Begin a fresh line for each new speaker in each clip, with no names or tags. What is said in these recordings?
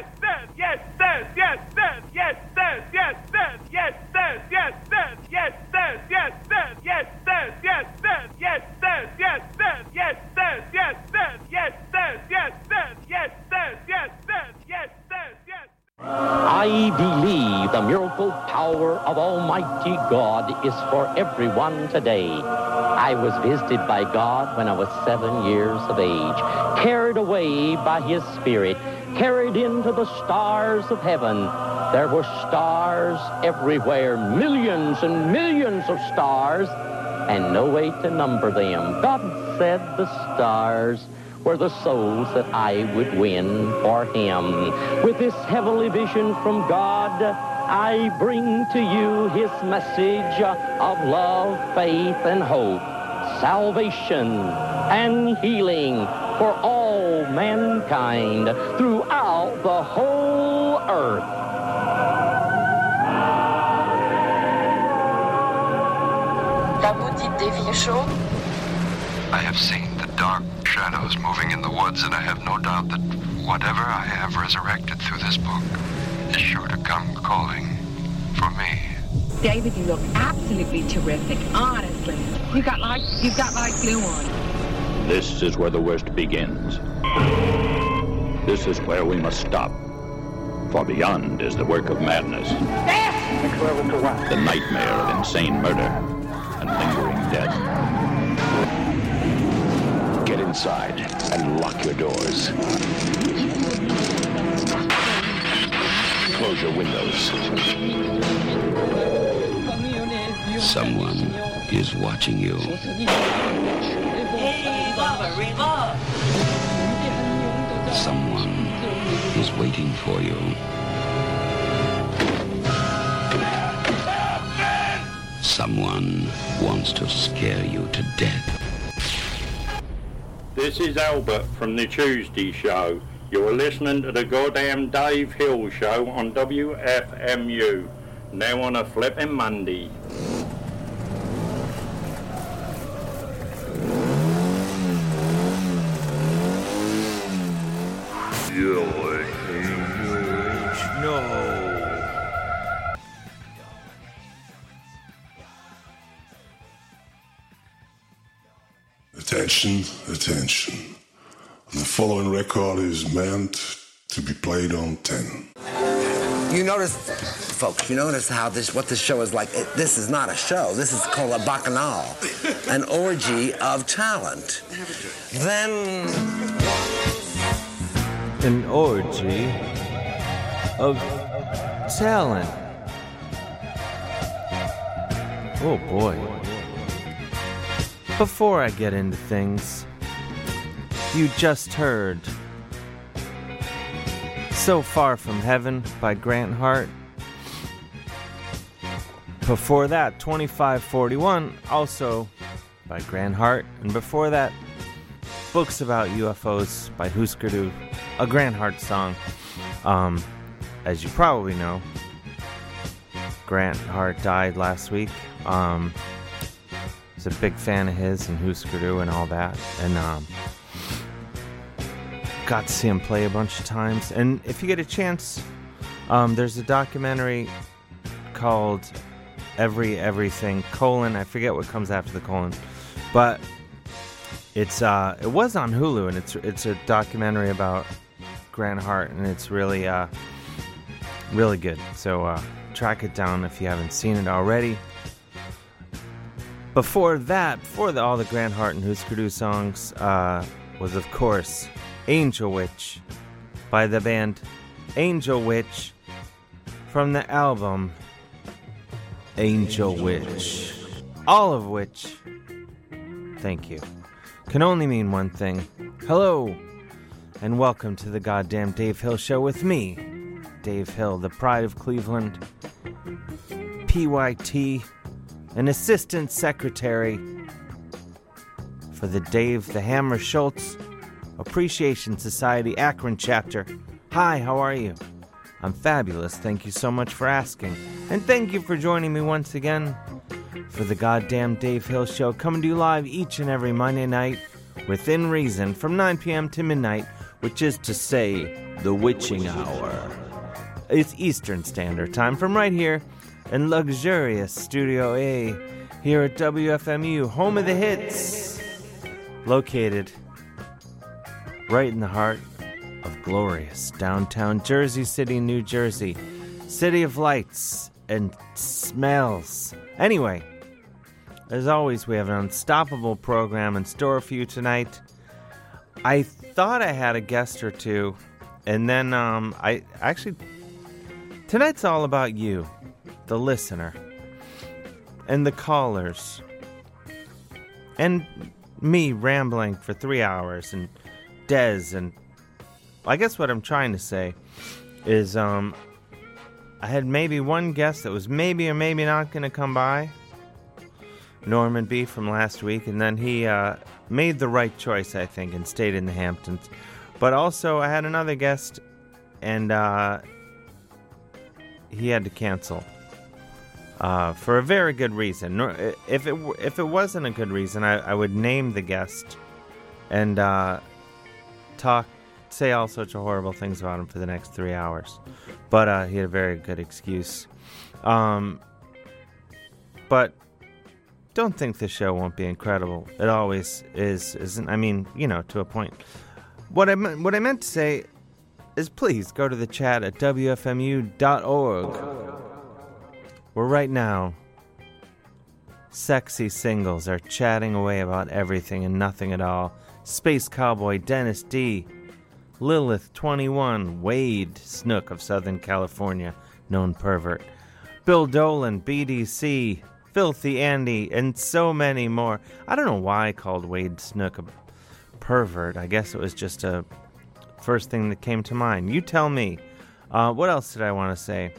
yes, this, yes, this, yes, this, yes, this, yes, this, yes, this, yes, this, yes, this, yes, this, yes, this, yes, this, yes, this, yes, this, yes, this, yes, this, yes, this, yes, this, yes, this, yes, this, yes.
I believe the miracle power of Almighty God is for everyone today. I was visited by God when I was seven years of age, carried away by His Spirit, carried into the stars of heaven. There were stars everywhere, millions and millions of stars, and no way to number them. God said the stars were the souls that I would win for him. With this heavenly vision from God, I bring to you his message of love, faith, and hope, salvation and healing for all mankind throughout the whole earth.
La maudite des vieux chauds.
I have seen the dark shadows moving in the woods, and I have no doubt that whatever I have resurrected through this book is sure to come calling for me.
David, you look absolutely terrific. Honestly, you got like you got like glue on.
This is where the worst begins. This is where we must stop. For beyond is the work of madness. The nightmare of insane murder and lingering death. Get inside and lock your doors. Close your windows. Someone is watching you. Someone is waiting for you. Someone wants to scare you to death.
This is Albert from the Tuesday Show. You're listening to the goddamn Dave Hill Show on WFMU. Now on a flipping Monday.
Attention, attention. The following record is meant to be played on 10.
You notice, folks, you notice how this, what this show is like. It, this is not a show. This is called a bacchanal, an orgy of talent. Then,
an orgy of talent. Oh boy. Before I get into things, you just heard So Far From Heaven by Grant Hart. Before that, 2541, also by Grant Hart. And before that, Books About UFOs by Husker Du, a Grant Hart song. Um, as you probably know, Grant Hart died last week. Um, was a big fan of his and Husker Du and all that. And um, got to see him play a bunch of times. And if you get a chance, um, there's a documentary called Every Everything colon. I forget what comes after the colon, but it's uh, it was on Hulu, and it's it's a documentary about Grant Hart, and it's really uh, really good. So uh, track it down if you haven't seen it already. Before that, before the, all the Grant Hart and Husker Du songs, uh, was of course Angel Witch by the band Angel Witch from the album Angel Witch. All of which, thank you, can only mean one thing. Hello, and welcome to the goddamn Dave Hill Show with me, Dave Hill, the pride of Cleveland, PYT, an assistant secretary for the Dave the Hammer Schultz Appreciation Society Akron chapter. Hi, how are you? I'm fabulous. Thank you so much for asking. And thank you for joining me once again for the goddamn Dave Hill Show, coming to you live each and every Monday night within reason from 9 p.m. to midnight, which is to say, the witching hour. It's Eastern Standard Time from right here in luxurious Studio A here at WFMU, home of the hits, located right in the heart of glorious downtown Jersey City, New Jersey, city of lights and smells. Anyway, as always, we have an unstoppable program in store for you tonight. I thought I had a guest or two, and then um, I actually tonight's all about you, the listener, and the callers, and me rambling for three hours, and Dez, and I guess what I'm trying to say is um, I had maybe one guest that was maybe or maybe not going to come by. Norman B from last week, and then he uh, made the right choice, I think, and stayed in the Hamptons. But also, I had another guest, and uh, he had to cancel uh, for a very good reason. Nor- If it w- if it wasn't a good reason, I, I would name the guest and uh, talk, say all sorts of horrible things about him for the next three hours. But uh, he had a very good excuse. Um, but don't think the show won't be incredible. It always is, isn't? I mean, you know, to a point. What I meant, what I meant to say is, please go to the chat at wfmu.org. Where right now, sexy singles are chatting away about everything and nothing at all. Space Cowboy Dennis D, Lilith 21, Wade Snook of Southern California, known pervert, Bill Dolan, BDC, Filthy Andy, and so many more. I don't know why I called Wade Snook a pervert. I guess it was just a first thing that came to mind. You tell me. Uh, what else did I want to say?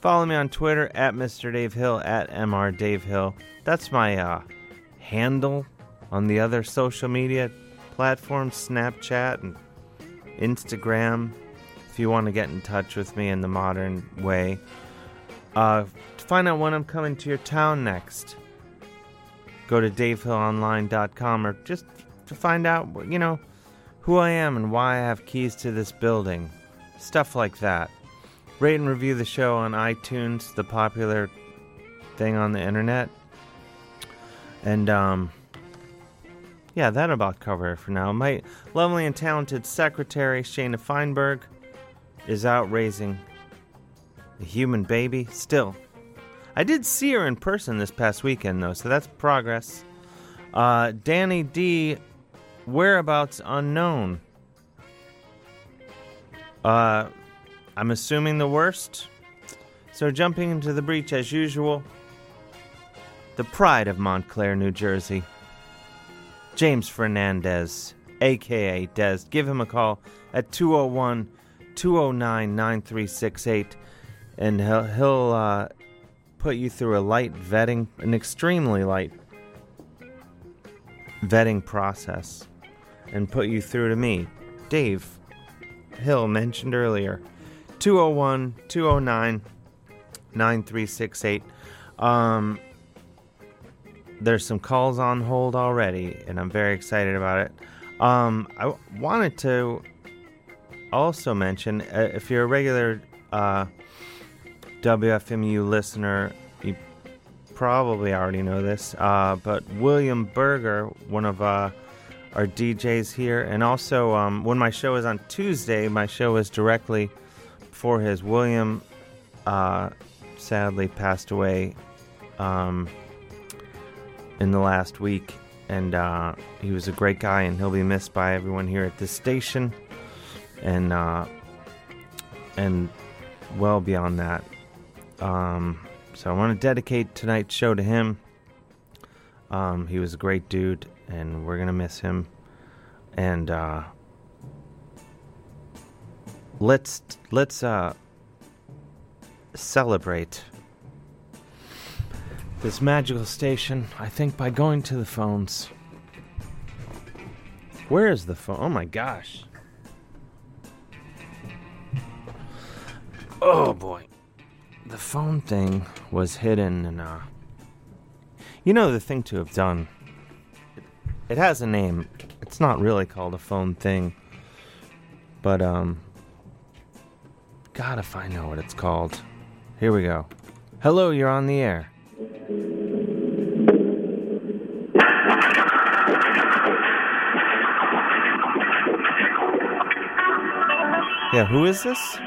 Follow me on Twitter at Mr. Dave Hill, at Mr. Dave Hill. That's my uh, handle on the other social media platforms, Snapchat and Instagram, if you want to get in touch with me in the modern way. Uh, to find out when I'm coming to your town next, go to davehillonline.com or just to find out, you know, who I am and why I have keys to this building. Stuff like that. Rate and review the show on iTunes, the popular thing on the internet. And, um, yeah, that about cover it for now. My lovely and talented secretary, Shayna Feinberg, is out raising a human baby still. I did see her in person this past weekend, though, so that's progress. Uh, Danny D, whereabouts unknown. Uh, I'm assuming the worst. So, jumping into the breach as usual, the pride of Montclair, New Jersey, James Fernandez, aka Des. Give him a call at 201 209 9368, and he'll, he'll uh, put you through a light vetting, an extremely light vetting process, and put you through to me, Dave Hill, mentioned earlier. 201 209 9368. Um, there's some calls on hold already, and I'm very excited about it. Um, I w- wanted to also mention uh, if you're a regular uh, WFMU listener, you probably already know this, uh, but William Berger, one of uh, our DJs here, and also um, when my show is on Tuesday, my show is directly before his. William uh, sadly passed away. Um, in the last week, and uh, he was a great guy, and he'll be missed by everyone here at this station, and uh, and well beyond that. Um, so I want to dedicate tonight's show to him. Um, he was a great dude, and we're gonna miss him. And uh, let's let's uh, celebrate this magical station, I think, by going to the phones. Where is the phone? Oh my gosh. Oh boy. The phone thing was hidden and uh You know the thing to have done. It, it has a name. It's not really called a phone thing. But um God, if I know what it's called. Here we go. Hello, you're on the air. Yeah, who is this?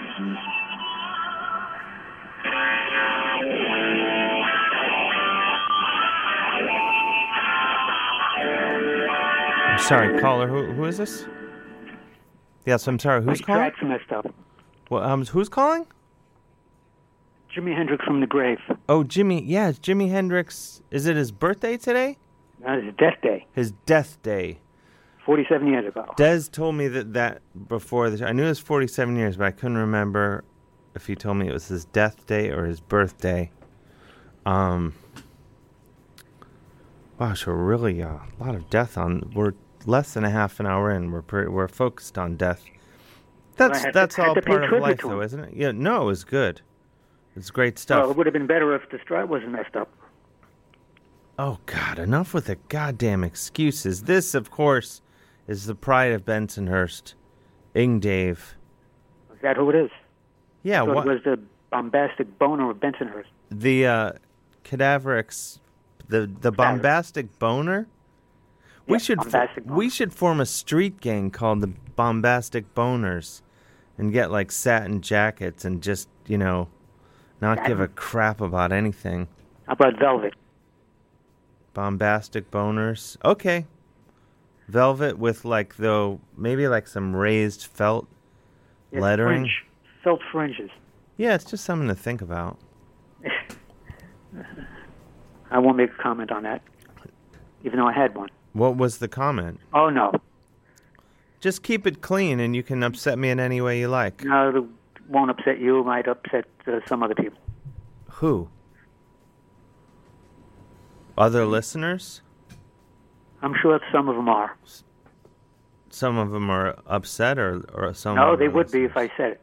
I'm sorry, caller. Who, who is this? Yes, I'm sorry. Who's
My
calling?
tracks messed up.
Well, um, who's calling?
Jimi Hendrix from the grave.
Oh, Jimmy. Yeah, it's Jimi Hendrix. Is it his birthday today?
That is death day.
His death day.
47 years ago.
Des told me that that before the show. I knew it was 47 years, but I couldn't remember if he told me it was his death day or his birthday. Um. Wow, so really uh, a lot of death on. We're less than a half an hour in. We're pre- we're focused on death. That's
had to-
that's
had
all
to pay
part of
tribute
life,
to him.
though, isn't it? Yeah. No, it was good. It's great stuff.
Well, it would have been better if the strut wasn't messed up.
Oh God! Enough with the goddamn excuses. This, of course, is the pride of Bensonhurst, Ing Dave.
Is that who it is?
Yeah,
So
what-
it was the bombastic boner of Bensonhurst.
the uh, cadaver ex- the the bombastic boner. We should we should form a street gang called the Bombastic Boners, and get like satin jackets and just you know, not give a
Satin?
crap about anything.
How about Velvet?
Bombastic boners. Okay. Velvet with like though maybe like some raised felt
Yeah,
lettering.
Fringe. Felt fringes.
Yeah, it's just something to think about.
I won't make a comment on that, even though I had one.
What was the comment?
Oh, no.
Just keep it clean and you can upset me in any way you like.
No, it won't upset you. It might upset uh, some other people.
Who? Other listeners?
I'm sure some of them are.
Some of them are upset or or some
no,
of
they
them
would be if I said it.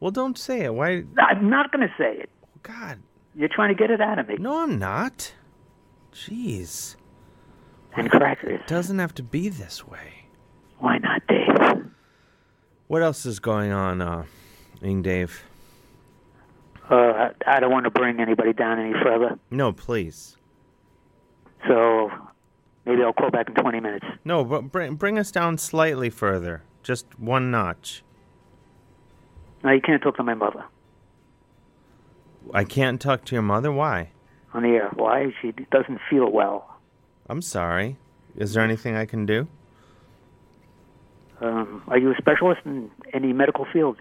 Well, don't say it. Why?
I'm not going to say it.
God.
You're trying to get it out of me.
No, I'm not. Jeez.
And crackers.
It doesn't have to be this way.
Why not, Dave?
What else is going on, uh, Ing Dave?
Uh, I don't want to bring anybody down any further,
No, please.
so maybe I'll call back in 20 minutes.
No, but bring, bring us down slightly further. Just one notch.
No, you can't talk to my mother
I can't talk to your mother? Why?
on the air. Why? She doesn't feel well.
I'm sorry. Is there anything I can do?
Um, are you a specialist in any medical field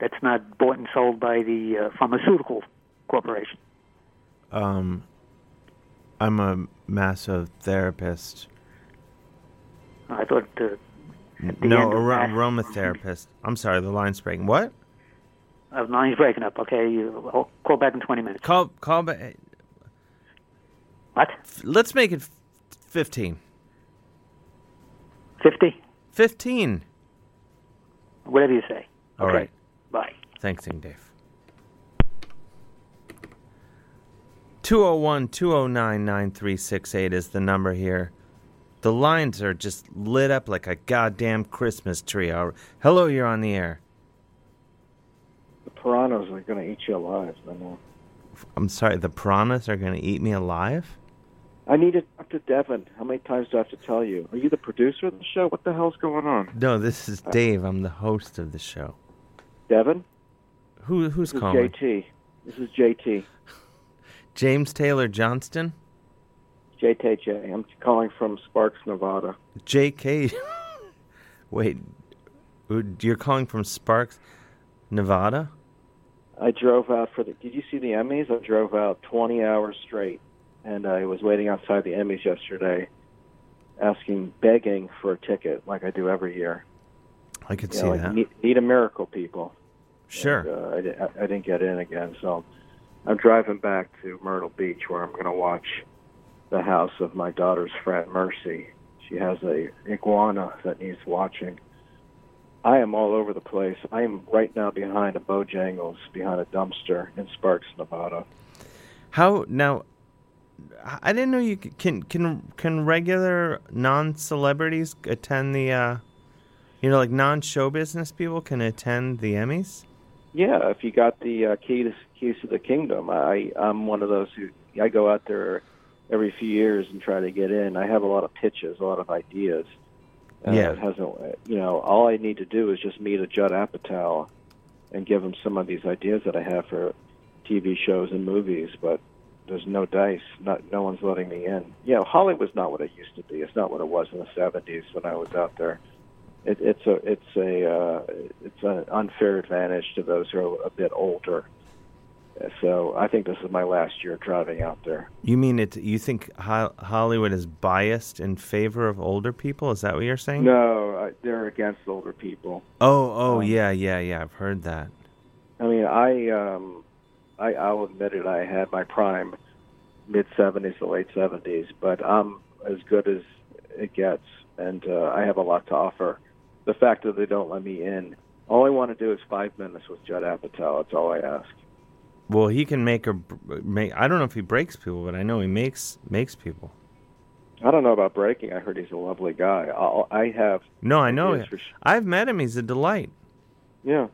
that's not bought and sold by the uh, pharmaceutical corporation?
Um, I'm a massotherapist.
I thought uh, the
No,
end of
ar-
mass-
aromatherapist. I'm sorry, the line's breaking. What?
uh, line's breaking up. Okay, you, I'll call back in 20 minutes.
Call, call back.
What?
Let's make it f- 15.
50?
15.
Whatever you say.
All
Okay.
right.
Bye.
Thanks, Ing Dave. 201 209 9368 is the number here. The lines are just lit up like a goddamn Christmas tree. Al- Hello, you're on the air.
The piranhas are going to eat you alive. I know.
I'm sorry, the piranhas are going to eat me alive?
I need to talk to Devin. How many times do I have to tell you? Are you the producer of the show? What the hell's going on?
No, this is Dave. I'm the host of the show.
Devin?
Who Who's
This is
calling?
JT. This is JT.
James Taylor Johnston?
JTJ. I'm calling from Sparks, Nevada.
JK. Wait, who- you're calling from Sparks, Nevada?
I drove out for the. Did you see the Emmys? I drove out 20 hours straight, and I was waiting outside the Emmys yesterday, asking, begging for a ticket, like I do every year.
I could
You
see
know, like,
that.
Need, need a miracle, people.
Sure.
And, uh, I, di- I- I didn't get in again, so I'm driving back to Myrtle Beach where I'm going to watch the house of my daughter's friend Mercy. She has a iguana that needs watching. I am all over the place. I am right now behind a Bojangles, behind a dumpster in Sparks, Nevada.
How now? I I didn't know you c- can can can regular non celebrities attend the, uh, you know, like non show business people can attend the Emmys.
Yeah, if you got the uh, key to, keys to the kingdom, I I'm one of those who I go out there every few years and try to get in. I have a lot of pitches, a lot of ideas. Uh,
Yeah.
it hasn't. You know, all I need to do is just meet a Judd Apatow and give him some of these ideas that I have for TV shows and movies. But there's no dice. Not no one's letting me in. You know, Hollywood's not what it used to be. It's not what it was in the '70s when I was out there. It, it's a it's a uh, it's an unfair advantage to those who are a bit older. So I think this is my last year driving out there.
You mean it? You think Ho- Hollywood is biased in favor of older people? Is that what you're saying?
No, I, they're against older people.
Oh, oh, yeah, yeah, yeah. I've heard that.
I mean, I, um, I, I'll admit it. I had my prime, mid seventies to late seventies, but I'm as good as it gets, and uh, I have a lot to offer. The fact that they don't let me in, all I want to do is five minutes with Judd Apatow. That's all I ask.
Well, he can make or br- make. I don't know if he breaks people, but I know he makes makes people.
I don't know about breaking. I heard he's a lovely guy. I'll, I have,
No, I know.
Yes,
him. I've met him. He's a delight.
yeah.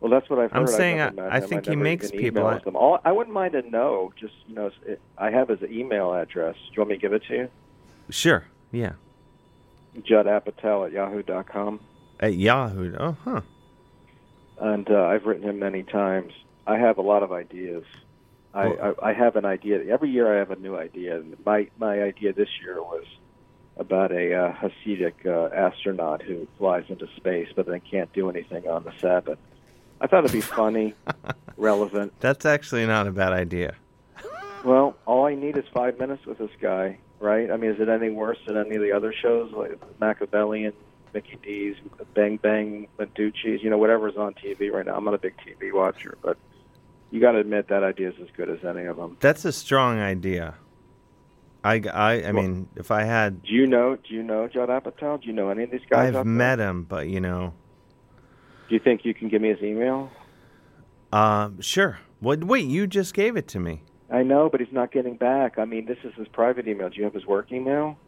Well, that's what I've heard.
I'm saying
I've never
I-
met
I
him.
think he
never
makes
even
people.
emailed him. All, I wouldn't mind to know. Just you know, it, I have his email address. Do you want me to give it to you?
Sure. Yeah.
Judd Apatow at yahoo.com.
At Yahoo. Oh, huh.
and uh, I've written him many times. I have a lot of ideas. I, I, I have an idea every year. I have a new idea. And My my idea this year was about a uh, Hasidic uh, astronaut who flies into space, but then can't do anything on the Sabbath. I thought it'd be funny, relevant.
That's actually not a bad idea.
Well, all I need is five minutes with this guy, right? I mean, is it any worse than any of the other shows like Machiavellian, Mickey D's, Bang Bang, Meducci's, you know, whatever's on TV right now? I'm not a big TV watcher, but you got to admit that idea is as good as any of them.
That's a strong idea. I, I, I mean, if I had,
Do you know? Do you know Judd Apatow? Do you know any of these guys? out
I've
there?
met him, but you know,
Do you think you can give me his email?
um, sure. What? Wait, you just gave it to me.
I know, but he's not getting back. I mean, this is his private email. Do you have his work email?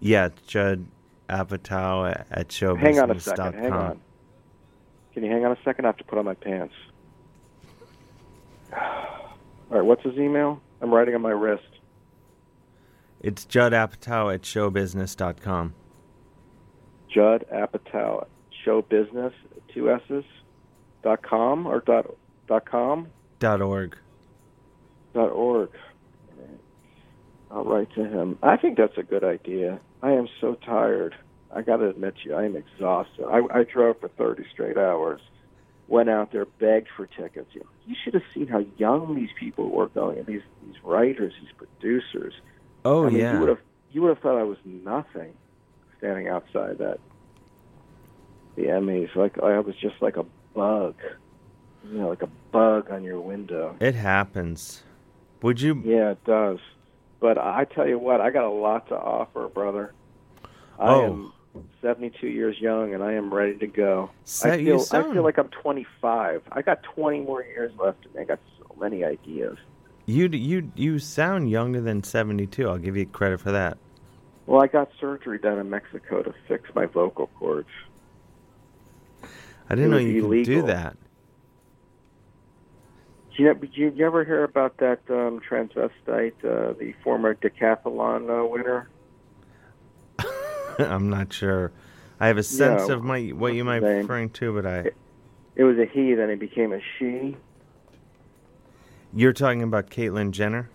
Yeah, Judd Apatow at- at showbusiness.com.
Hang on a second. Hang on. Can you hang on a second? I have to put on my pants. All right, what's his email? I'm writing on my wrist.
It's Judd Apatow at showbusiness.com.
Judd Apatow, showbusiness, two S's, dot com or dot, dot com,
Dot org.
dot org. All right. I'll write to him. I think that's a good idea. I am so tired. I got to admit to you, I am exhausted. I, I drove for 30 straight hours, went out there, begged for tickets. You, you should have seen how young these people were going, and these, these writers, these producers.
Oh
I mean,
yeah.
You would have you would have thought I was nothing standing outside that the Emmys. Like I was just like a bug, you know, like a bug on your window.
It happens. Would you?
Yeah, it does. But I tell you what, I got a lot to offer, brother. I
Oh.
am 72 years young, and I am ready to go.
So
I
you
feel I
sound-
feel like I'm 25. I got 20 more years left, and I got so many ideas.
You d- you you sound younger than 72. I'll give you credit for that.
Well, I got surgery done in Mexico to fix my vocal cords.
I didn't
It
know
was
you could do
illegal.
that.
Do you, did you ever hear about that um, transvestite, uh, the former decathlon uh, winner?
I'm not sure. I have a sense
Yeah,
of my what you might be
name?
referring to, but I
It was a he, then he became a she.
you're talking about Caitlyn Jenner.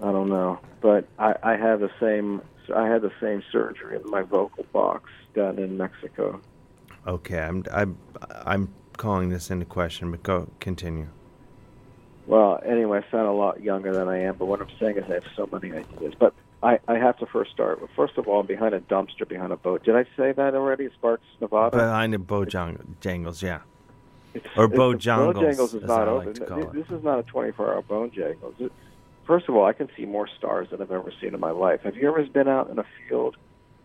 I don't know, but I, I had the same. I had the same surgery in my vocal box down in Mexico.
Okay, I'm I'm I'm calling this into question, but go continue.
Well, anyway, I sound a lot younger than I am, but what I'm saying is I have so many ideas. But I, I have to first start. with First of all, I'm behind a dumpster, behind a boat. Did I say that already? Sparks, Nevada.
Behind the Bojangles, yeah,
Uh, It's-
or
it's-
Bojangles,
Bojangles
as
is not
I
open.
like to call
Th-
it.
this is not a 24-hour Bojangles. It- First of all, I can see more stars than I've ever seen in my life. Have you ever been out in a field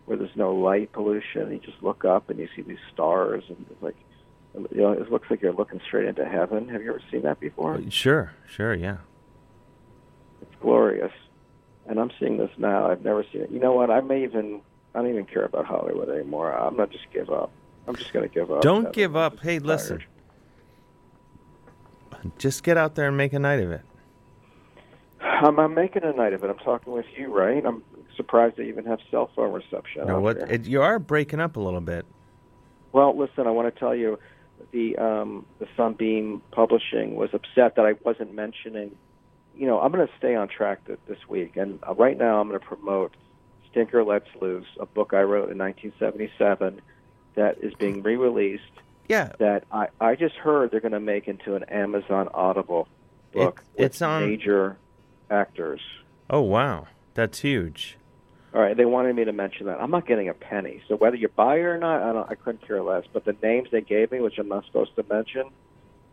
where there's no light pollution? And you just look up and you see these stars, and it's like, um, you know, it looks like you're looking straight into heaven. Have you ever seen that before?
Sure, sure, yeah.
It's glorious. And I'm seeing this now. I've never seen it. You know what? I may even I don't even care about Hollywood anymore. I'm not Oh, just give up. I'm just going to give up.
Don't
That's-
give up. Hey, listen, Just get out there and make a night of it.
I'm, I'm making a night of it. I'm talking with you, right? I'm surprised they even have cell phone reception.
Now,
out
what?
there.
It, you are breaking up a little bit.
Well, listen, I want to tell you, the um, the Sunbeam Publishing was upset that I wasn't mentioning. You know, I'm going to stay on track th- this week, and uh, right now I'm going to promote "Stinker Let's Loose," a book I wrote in 1977 that is being re-released.
Yeah.
That I I just heard they're going to make into an Amazon Audible
It-
book. with
it's on-
major actors.
Oh wow, that's huge.
All right, they wanted me to mention that. I'm not getting a penny. So whether you buy it or not, I, don't, I couldn't care less. But the names they gave me, which I'm not supposed to mention,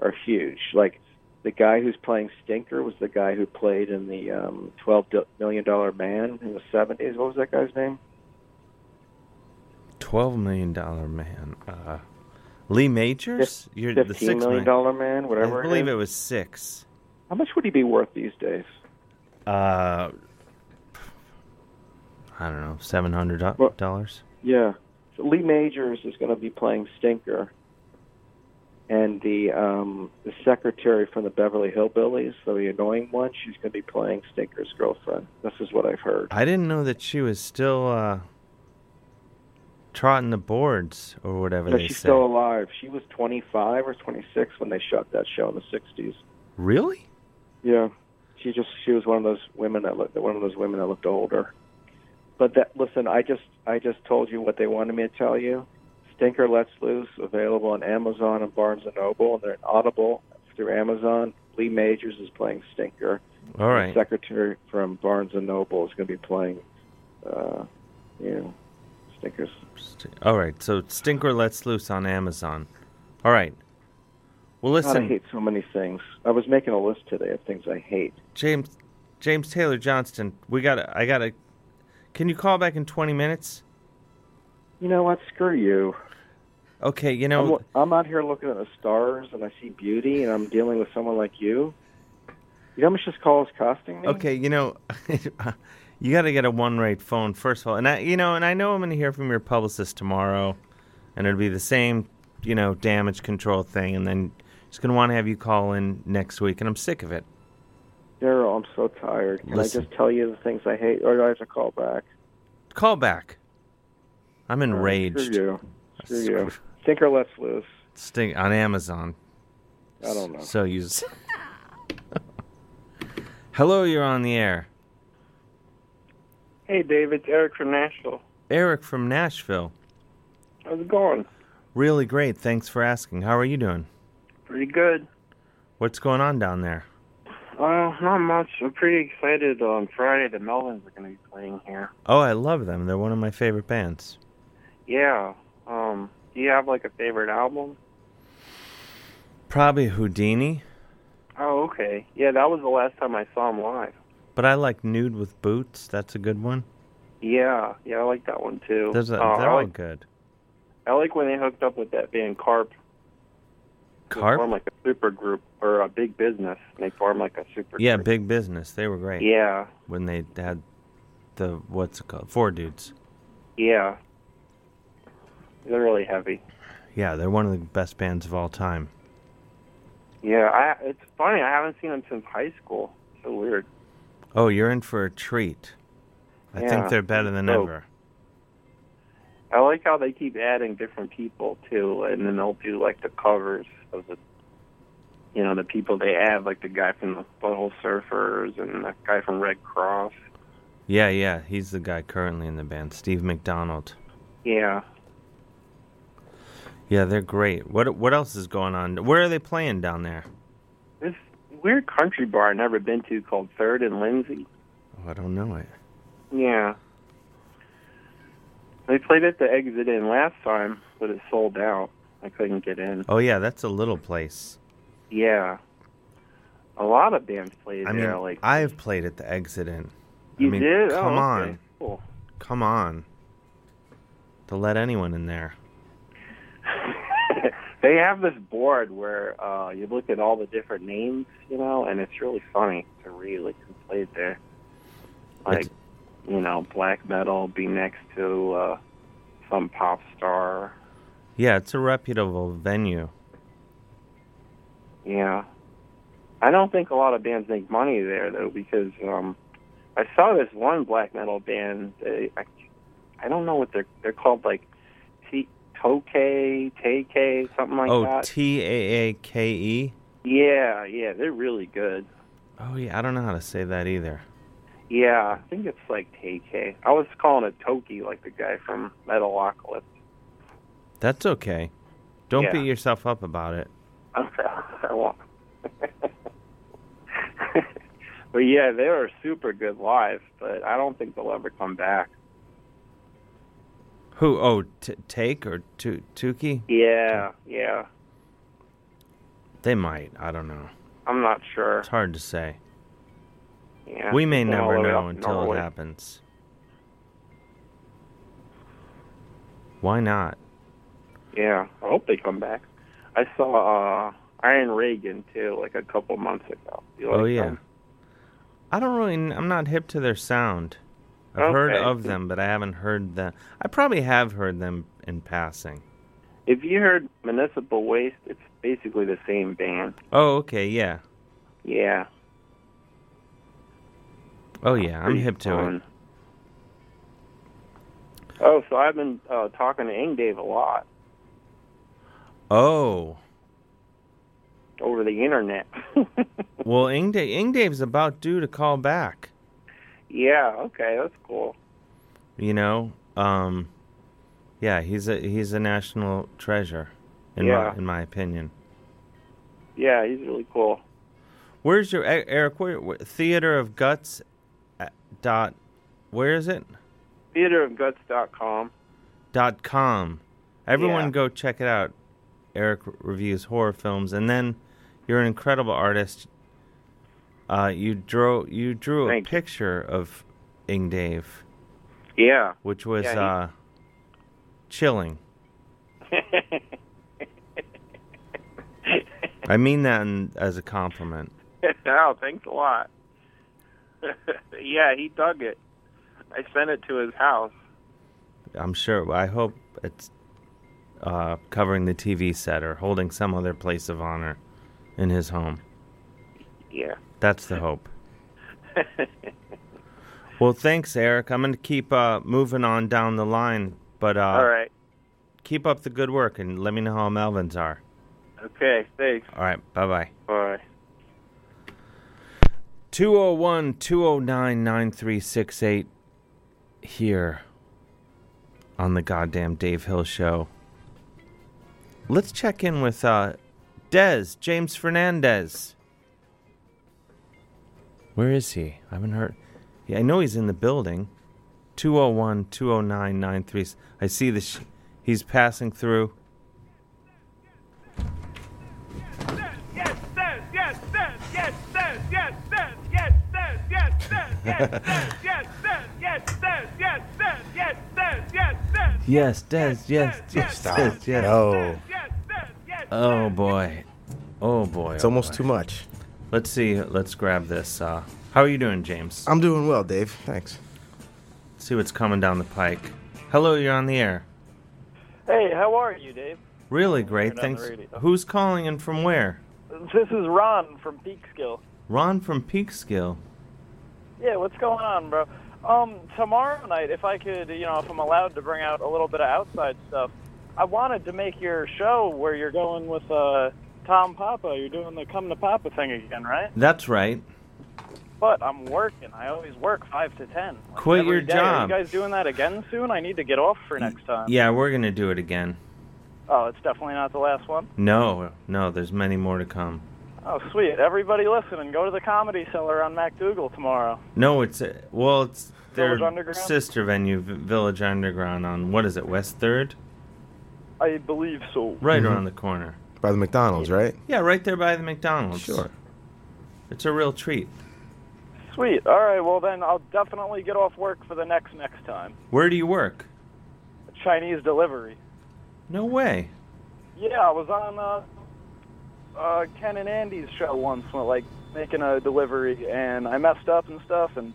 are huge. Like the guy who's playing Stinker was the guy who played in the um, Twelve Million Dollar Man in the '70s. What was that guy's name?
Twelve million dollar man. Uh, Lee Majors. You're the
Fifteen
sixth
million
man.
dollar man, whatever.
I believe
it,
it
is.
was six.
How much would he be worth these days?
Uh, I don't know, seven hundred dollars.
Yeah. So Lee Majors is going to be playing Stinker, and the um, the secretary from the Beverly Hillbillies, so the annoying one, she's going to be playing Stinker's girlfriend. This is what I've heard.
I didn't know that she was still uh, trotting the boards or whatever
No,
they
she's
say.
still alive. She was 25 or 26 when they shot that show in the 60s.
Really?
Yeah, she just she was one of those women that looked one of those women that looked older. But that listen, I just I just told you what they wanted me to tell you. Stinker Let's Loose available on Amazon and Barnes and Noble, and they're in Audible through Amazon. Lee Majors is playing Stinker.
All right.
The secretary from Barnes and Noble is going to be playing, uh, you know, Stinker's.
All right. So Stinker lets loose on Amazon. All right. Well,
God, I
listen,
hate so many things. I was making a list today of things I hate.
James James Taylor Johnston. We got. to I got to. Can you call back in twenty minutes?
You know what? Screw you.
Okay. You know.
I'm, I'm out here looking at the stars and I see beauty, and I'm dealing with someone like you. You know how much this call is costing me?
Okay, you know, you got to get a one-rate phone first of all, and I, you know, and I know I'm going to hear from your publicist tomorrow, and it'll be the same, you know, damage control thing, and then she's going to want to have you call in next week, and I'm sick of it.
Daryl, I'm so tired. Can
Listen.
I just tell you the things I hate, or do I have to call back?
Call back. I'm enraged.
Screw you. Screw you. Think or let's lose.
Sting on Amazon.
I don't know.
So you. s- Hello, you're on the air,
Hey, David, it's Eric from Nashville.
Eric from Nashville.
How's it going?
Really great. Thanks for asking. How are you doing?
Pretty good.
What's going on down there?
Uh, not much. I'm pretty excited. On Friday, the Melvins are going to be playing here.
Oh, I love them. They're one of my favorite bands.
Yeah. Um, do you have like a favorite album?
Probably Houdini,
Oh, okay. Yeah, that was the last time I saw them live.
but I like Nude with Boots. That's a good one.
Yeah, yeah, I like that one too.
Those are,
Uh,
they're
I
all
like
good.
I like when they hooked up with that band Carp. They
Carp?
formed like a super group or a big business. And they formed like a super.
Yeah, Big Business. They were great.
Yeah.
When they had the, what's it called? Four Dudes.
Yeah. They're really heavy.
Yeah, they're one of the best bands of all time.
Yeah, I, it's funny. I haven't seen them since high school. So weird.
Oh, you're in for a treat. I
Yeah.
think they're better than
Oh.
ever.
I like how they keep adding different people too, and then they'll do like the covers of the, you know, the people they add, like the guy from the Butthole Surfers and the guy from Red Cross.
Yeah, yeah. He's the guy currently in the band, Steve McDonald.
Yeah,
Yeah, they're great. What what else is going on? Where are they playing down there?
this weird country bar I've never been to called Third and Lindsay.
Oh, I don't know it.
Yeah, they played at the Exit Inn last time, but it sold out. I couldn't get in.
Oh yeah, that's a little place.
Yeah, a lot of bands played
I mean,
there. like
I've played at the exit in.
you
I mean,
did. Oh,
Come on,
okay. Cool.
come on. To let anyone in there.
they have this board where uh, you look at all the different names, you know, and it's really funny to read like who played there. Like, you know, black metal be next to uh, some pop star.
Yeah, it's a reputable venue.
Yeah, I don't think a lot of bands make money there though, because um, I saw this one black metal band. They, I, I don't know what they're they're called, like T Toke, Take, something like
oh,
that.
T A A K E.
yeah, yeah, they're really good.
Oh yeah, I don't know how to say that either.
Yeah, I think it's like TK. I was calling it Toki, like the guy from Metalocalypse.
That's okay. Don't
Yeah.
beat yourself up about it.
I won't. but yeah, they were super good live, but I don't think they'll ever come back.
Who? Oh, t- Take or Tu Tuki?
Yeah, yeah.
They might. I don't know.
I'm not sure.
It's hard to say.
Yeah,
we may
they're all
never
the way
know
up
until
Norway.
it happens. Why not?
Yeah, I hope they come back. I saw uh, Iron Reagan too, like a couple months ago. You
oh
like
yeah.
them?
I don't really. kn- I'm not hip to their sound. I've heard
Okay.
of them, but I haven't heard them. I probably have heard them in passing.
If you heard Municipal Waste, it's basically the same band.
Oh, okay, yeah.
Yeah.
Oh, yeah, I'm hip to it.
Oh, so I've been uh, talking to Ingdave a lot
Oh,
over the internet.
well, Ingda- Ingdave's about due to call back.
yeah. Okay, that's cool.
You know, um, yeah, he's a he's a national treasure, in
Yeah.
my in my opinion.
Yeah, he's really cool.
Where's your E- Eric? Where, where Theater of Guts? uh, Dot, where is it?
Theaterofguts.com.
dot com. Everyone
Yeah.
go check it out. Eric reviews horror films, and then you're an incredible artist. Uh, you drew you drew a picture of Ing Dave,
Yeah.
which was
Yeah, he-
uh, chilling. I mean that in, as a compliment.
oh, thanks a lot. yeah, he dug it. I sent it to his house.
I'm sure. I hope it's uh, covering the TV set or holding some other place of honor in his home.
Yeah.
That's the hope. Well, thanks, Eric. I'm going to keep uh, moving on down the line, but uh,
All right.
keep up the good work and let me know how Melvin's are.
Okay, thanks.
All right, bye bye.
Bye.
201 209 9368 here on the goddamn Dave Hill Show. Let's check in with uh, Dez, James Fernandez. Where is he? I haven't heard. Yeah, I know he's in the building. 201 209 93. I see the. Sh- he's passing through.
Yes, sir. Yes, sir. Yes, sir. Yes, sir. Yes, sir. Yes, sir. Yes, sir. Yes, sir. Yes, sir. Yes, sir. Yes, sir. Yes, sir.
Yes, Dez, yes, yes, Dez, yes.
No.
Oh boy. Oh boy.
It's
oh,
almost
boy.
too much.
Let's see. Let's grab this. Uh, how are you doing, James?
I'm doing well, Dave. Thanks.
see what's coming down the pike. Hello, you're on the air.
Hey, how are you, Dave?
Really great.
Turn on
Thanks.
the radio.
Who's calling and from where?
This is Ron from Peekskill.
Ron from Peekskill.
Yeah, what's going on, bro? Um, tomorrow night, if I could, you know, if I'm allowed to bring out a little bit of outside stuff, I wanted to make your show where you're going with uh, Tom Papa. You're doing the Come to Papa thing again, right?
That's right.
But I'm working. I always work five to ten. like,
Quit
every
your
day. Are you
job.
guys doing that again soon? I need to get off for next time.
Yeah, we're gonna do it again.
Oh, it's definitely not the last one.
No, no, there's many more to come.
Oh, sweet. Everybody listening, go to the Comedy Cellar on MacDougall tomorrow.
No, it's uh, well, it's their
Village Underground?
sister venue, V- Village Underground, on what is it, West Third?
I believe so.
Right
Mhm.
around the corner.
By the McDonald's, right?
Yeah, right there by the McDonald's.
Sure.
It's a real treat.
Sweet. All right. Well, then I'll definitely get off work for the next next time.
Where do you work?
Chinese delivery.
No way.
Yeah, I was on uh, uh, Ken and Andy's show once, when, like making a delivery, and I messed up and stuff, and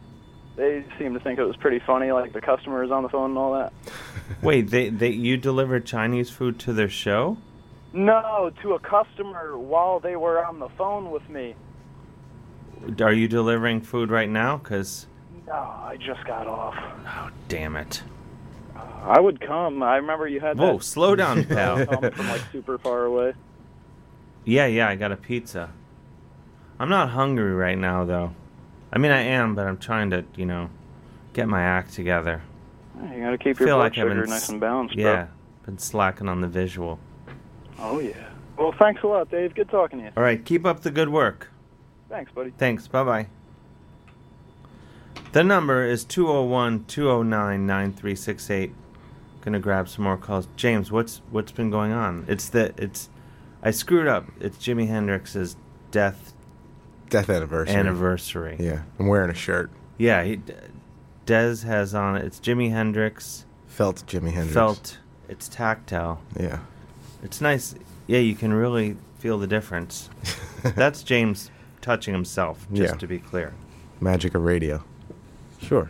they seemed to think it was pretty funny, like the customers on the phone and all that.
Wait, they, they you deliver Chinese food to their show?
No, to a customer while they were on the phone with me.
Are you delivering food right now? Because,
No, I just got off.
damn it.
I would come. I remember you had.
Whoa,
that-
slow down, pal.
Come from like super far away.
Yeah, yeah, I got a pizza. I'm not hungry right now, though. I mean, I am, but I'm trying to, you know, get my act together.
You gotta keep your blood
Feel like I've
sugar
been
nice
s-
and balanced,
Yeah, been slacking on the visual.
bro. Oh yeah. Well, thanks a lot, Dave. Good talking to you.
All right, keep up the good work.
Thanks, buddy.
Thanks. Bye bye. The number is 201 209 9368. Gonna grab some more calls. James, what's what's been going on? It's the it's I screwed up. It's Jimi Hendrix's death
Death anniversary.
Anniversary.
Yeah, I'm wearing a shirt.
Yeah, he, Dez has on it. It's Jimi Hendrix.
Felt Jimi Hendrix.
Felt. It's tactile.
Yeah.
It's nice. Yeah, you can really feel the difference. That's James touching himself, just
Yeah.
to be clear.
Magic of radio. Sure.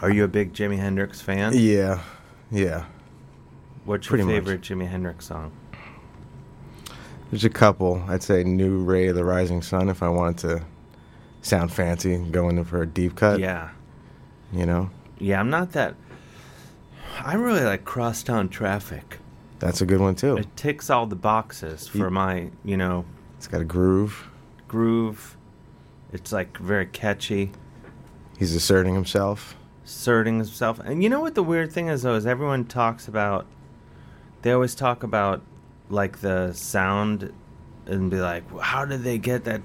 Are you a big Jimi Hendrix fan?
Yeah. Yeah.
What's your
Pretty much.
favorite Jimi Hendrix song?
There's a couple. I'd say New Ray of the Rising Sun if I wanted to sound fancy and go in for a deep cut.
Yeah.
You know?
Yeah, I'm not that. I really like Crosstown Traffic.
That's a good one too.
It ticks all the boxes for my, you know,
It's got a groove.
groove. It's like very catchy,
He's asserting himself.
asserting himself. And you know what the weird thing is though is everyone talks about. They always talk about like the sound, and be like, how did they get that?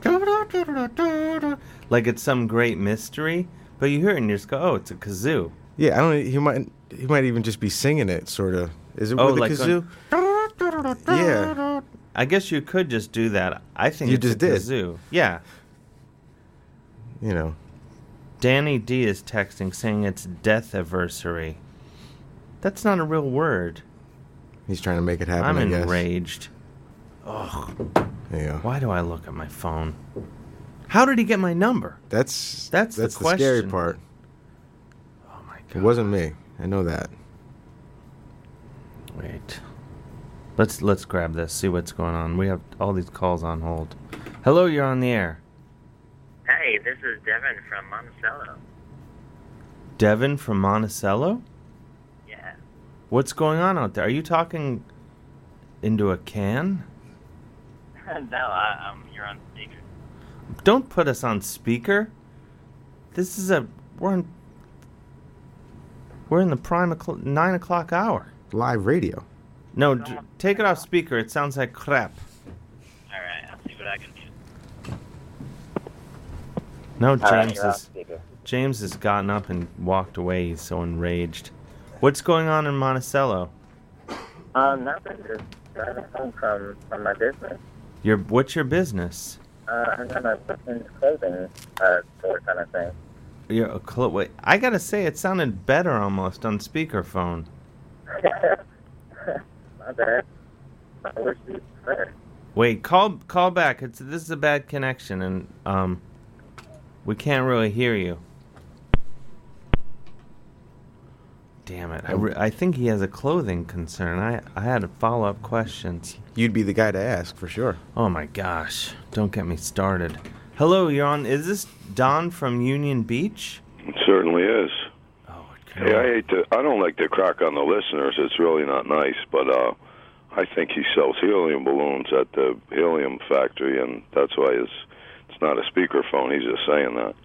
Like it's some great mystery. But you hear it and you just go, oh, it's a kazoo.
Yeah, I don't he might he might even just be singing it sort of. Is it
Oh,
with the
like on-
kazoo? yeah.
I guess you could just do that. I think
You
it's
just
a
did.
kazoo. Yeah.
You know.
Danny D is texting saying it's death anniversary. That's not a real word.
He's trying to make it happen.
I'm
I guess.
enraged. Ugh.
Yeah.
Why do I look at my phone? How did he get my number?
That's
That's,
That's
the
the,
question.
scary part. Oh
my
It wasn't me. I know that.
Wait. Let's let's grab this. See what's going on. We have all these calls on hold. Hello, you're on the air.
Hey, this is Devin from Monticello.
Devin from Monticello?
Yeah.
What's going on out there? Are you talking into a can?
no, I, um, you're on speaker.
Don't put us on speaker. This is a we're in we're in the prime o'clock, nine o'clock hour.
Live radio.
No, d- take it off speaker. It sounds like crap.
All right, I'll see what I can do.
No,
All
James
right, you're off
is
speaker.
James has gotten up and walked away. He's so enraged. What's going on in Monticello?
Um, nothing. Just driving home from, from my business.
Your what's your business?
Uh, I'm on a women's clothing uh, store kind of thing.
Your a clo- wait, I gotta say, it sounded better almost on speakerphone.
my bad. I wish you better.
Wait, call call back. It's this is a bad connection, and um, we can't really hear you. Damn it! I,
Oh.
re- I think he has a clothing concern. I I had follow up questions.
You'd be the guy to ask for sure.
Oh my gosh! Don't get me started. Hello, you're on. Is this Don from Union Beach?
It certainly is.
Oh,
Hey, I hate to. I don't like to crack on the listeners. It's really not nice, but uh, I think he sells helium balloons at the helium factory, and that's why it's it's not a speakerphone. He's just saying that.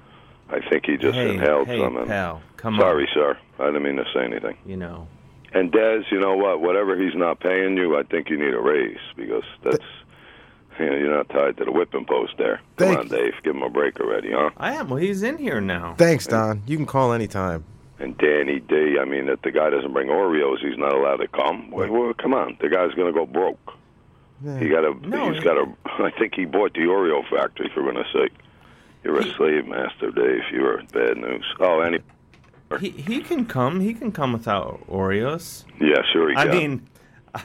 I think he just
Hey,
inhaled
hey,
some. And,
pal, come on.
sorry, sir. I didn't mean to say anything.
You know.
And Des, you know what? Whatever he's not paying you, I think you need a raise because that's you know you're not tied to the whipping post there. Come on, Dave. Give him a break already, huh?
I am. Well, he's in here now.
Thanks, Don. You can call anytime.
And Danny D, I mean, if the guy doesn't bring Oreos, he's not allowed to come. Well, well come on, the guy's gonna go broke. He got to. he's got to. I think he bought the Oreo factory. For goodness sake, you're a slave master, Dave. You're bad news. Oh, any.
He he can come. He can come without Oreos.
Yeah, sure he
I
can.
mean,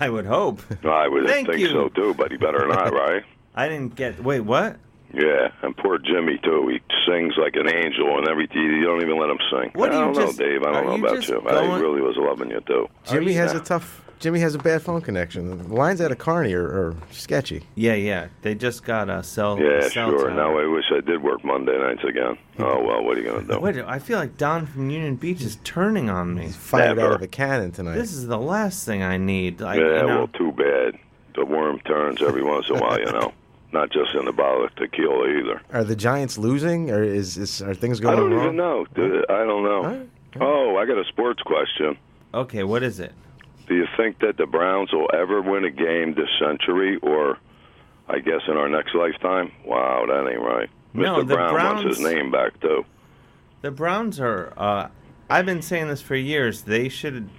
I would hope.
I would
Thank
think
you.
so too, but he better not, right?
I didn't get. Wait, what?
Yeah, and poor Jimmy too. He sings like an angel, and everything. You don't even let him sing.
What
I
do you
don't
just-
know, Dave. I
are
don't know
you
about
just
you. I
going-
really was loving you too.
Jimmy has a tough Jimmy has a bad phone connection. The lines out of Carney are, are sketchy.
Yeah, yeah. They just got a cell.
Yeah,
cell
sure.
tower.
Now I wish I did work Monday nights again. Oh well, what are you gonna do?
Wait, I feel like Don from Union Beach is turning on me. He's
fired out
of a
cannon tonight.
This is the last thing I need. I,
yeah,
you know,
well, too bad. The worm turns every once in a while, you know. Not just in the bottle of tequila either.
Are the Giants losing, or is, is are things
I
going
don't
wrong?
even know. Do- I don't know. Oh, I got a sports question.
Okay, what is it?
Do you think that the Browns will ever win a game this century, or I guess in our next lifetime? Wow, that ain't right.
No,
Mr.
the
Brown wants his
Browns-
name back too.
The Browns are. Uh, I've been saying this for years. They should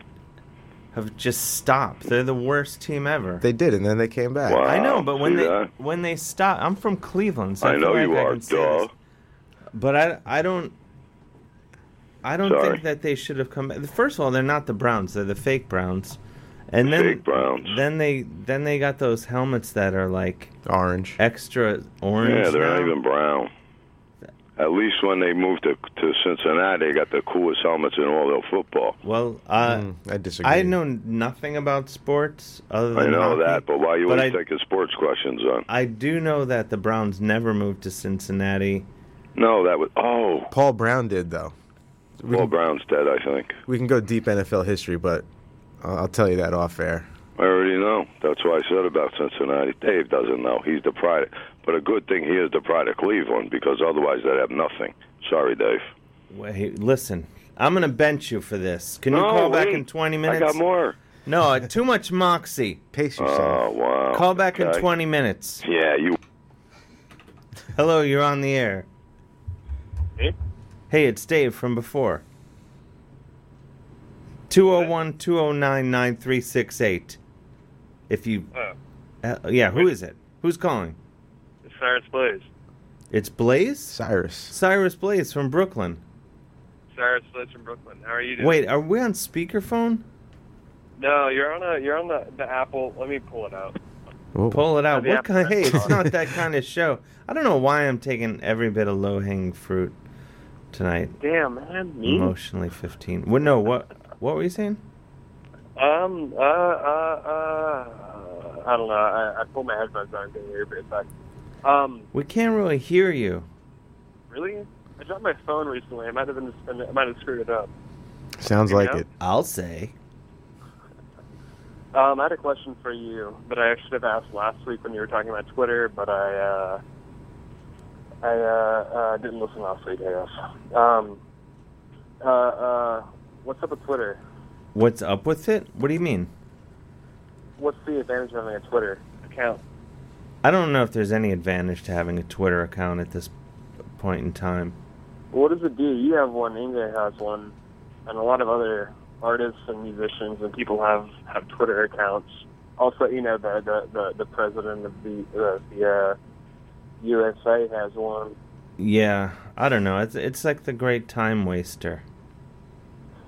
have just stopped. They're the worst team ever.
They did, and then they came back.
I
Oh,
know, but when they when they stop, I'm from Cleveland, so I,
I know
feel like
you
I
are,
can say
duh.
this. But I I don't. I don't
Sorry.
think that they should have come back. First of all, they're not the Browns; they're the fake Browns, and then
Fake Browns.
Then they then they got those helmets that are like
orange,
extra orange.
Yeah, they're
now.
not even brown. At least when they moved to to Cincinnati, they got the coolest helmets in all of football.
Well, uh,
Hmm, I disagree.
I know nothing about sports other than
I know
hockey.
that, but why you
But
always
I-
taking sports questions on?
I do know that the Browns never moved to Cincinnati.
No, that was oh.
Paul Brown did though. We
Paul
can,
Brown's dead, I think.
we can go deep NFL history, but I'll, I'll tell you that off air.
I already know. That's why I said about Cincinnati. Dave doesn't know. He's the pride. But a good thing he is the pride of Cleveland because otherwise they'd have nothing. Sorry, Dave.
Wait, listen. I'm going to bench you for this. Can you
No,
call back
wait.
in 20
I
minutes?
got more.
No, uh, too much moxie.
Pace
Oh wow.
Call back in
Okay.
20 minutes.
Yeah, you.
Hello, you're on the air.
Hey?
Hey, it's Dave from before. 201 209 9368. If you.
Oh.
Uh, yeah, who is it? Who's calling?
It's Cyrus Blaze.
It's Blaze?
Cyrus.
Cyrus Blaze from Brooklyn.
Cyrus Blaze from Brooklyn. How are you doing?
Wait, uh, are we on speakerphone?
No, you're on a you're on the, the Apple. Let me pull it out.
Pull it out.
Yeah.
What kind? Hey, it's not that kind of show. I don't know why I'm taking every bit of low hanging fruit tonight.
Damn man, me.
Emotionally 15. What? No. What? What were you saying?
Um. Uh. Uh. Uh. I don't know. I, I pulled my headphones on. Didn't hear it back. Um.
We can't really hear you.
Really? I dropped my phone recently. I might have been. I might have screwed it up.
Sounds
Here we
like
go.
it.
I'll say.
Um, I had a question for you, but I should have asked last week when you were talking about Twitter, but I uh, I uh, uh, didn't listen last week, I guess. Um, uh, uh, what's up with Twitter?
What's up with it? What do you mean?
What's the advantage of having a Twitter account?
I don't know if there's any advantage to having a Twitter account at this point in time.
What does it do? You have one, Inga has one, and a lot of other artists and musicians and people have, have Twitter accounts. Also, you know, the the, the, the president of the the, the uh, USA has one.
Yeah, I don't know. It's it's like the great time waster.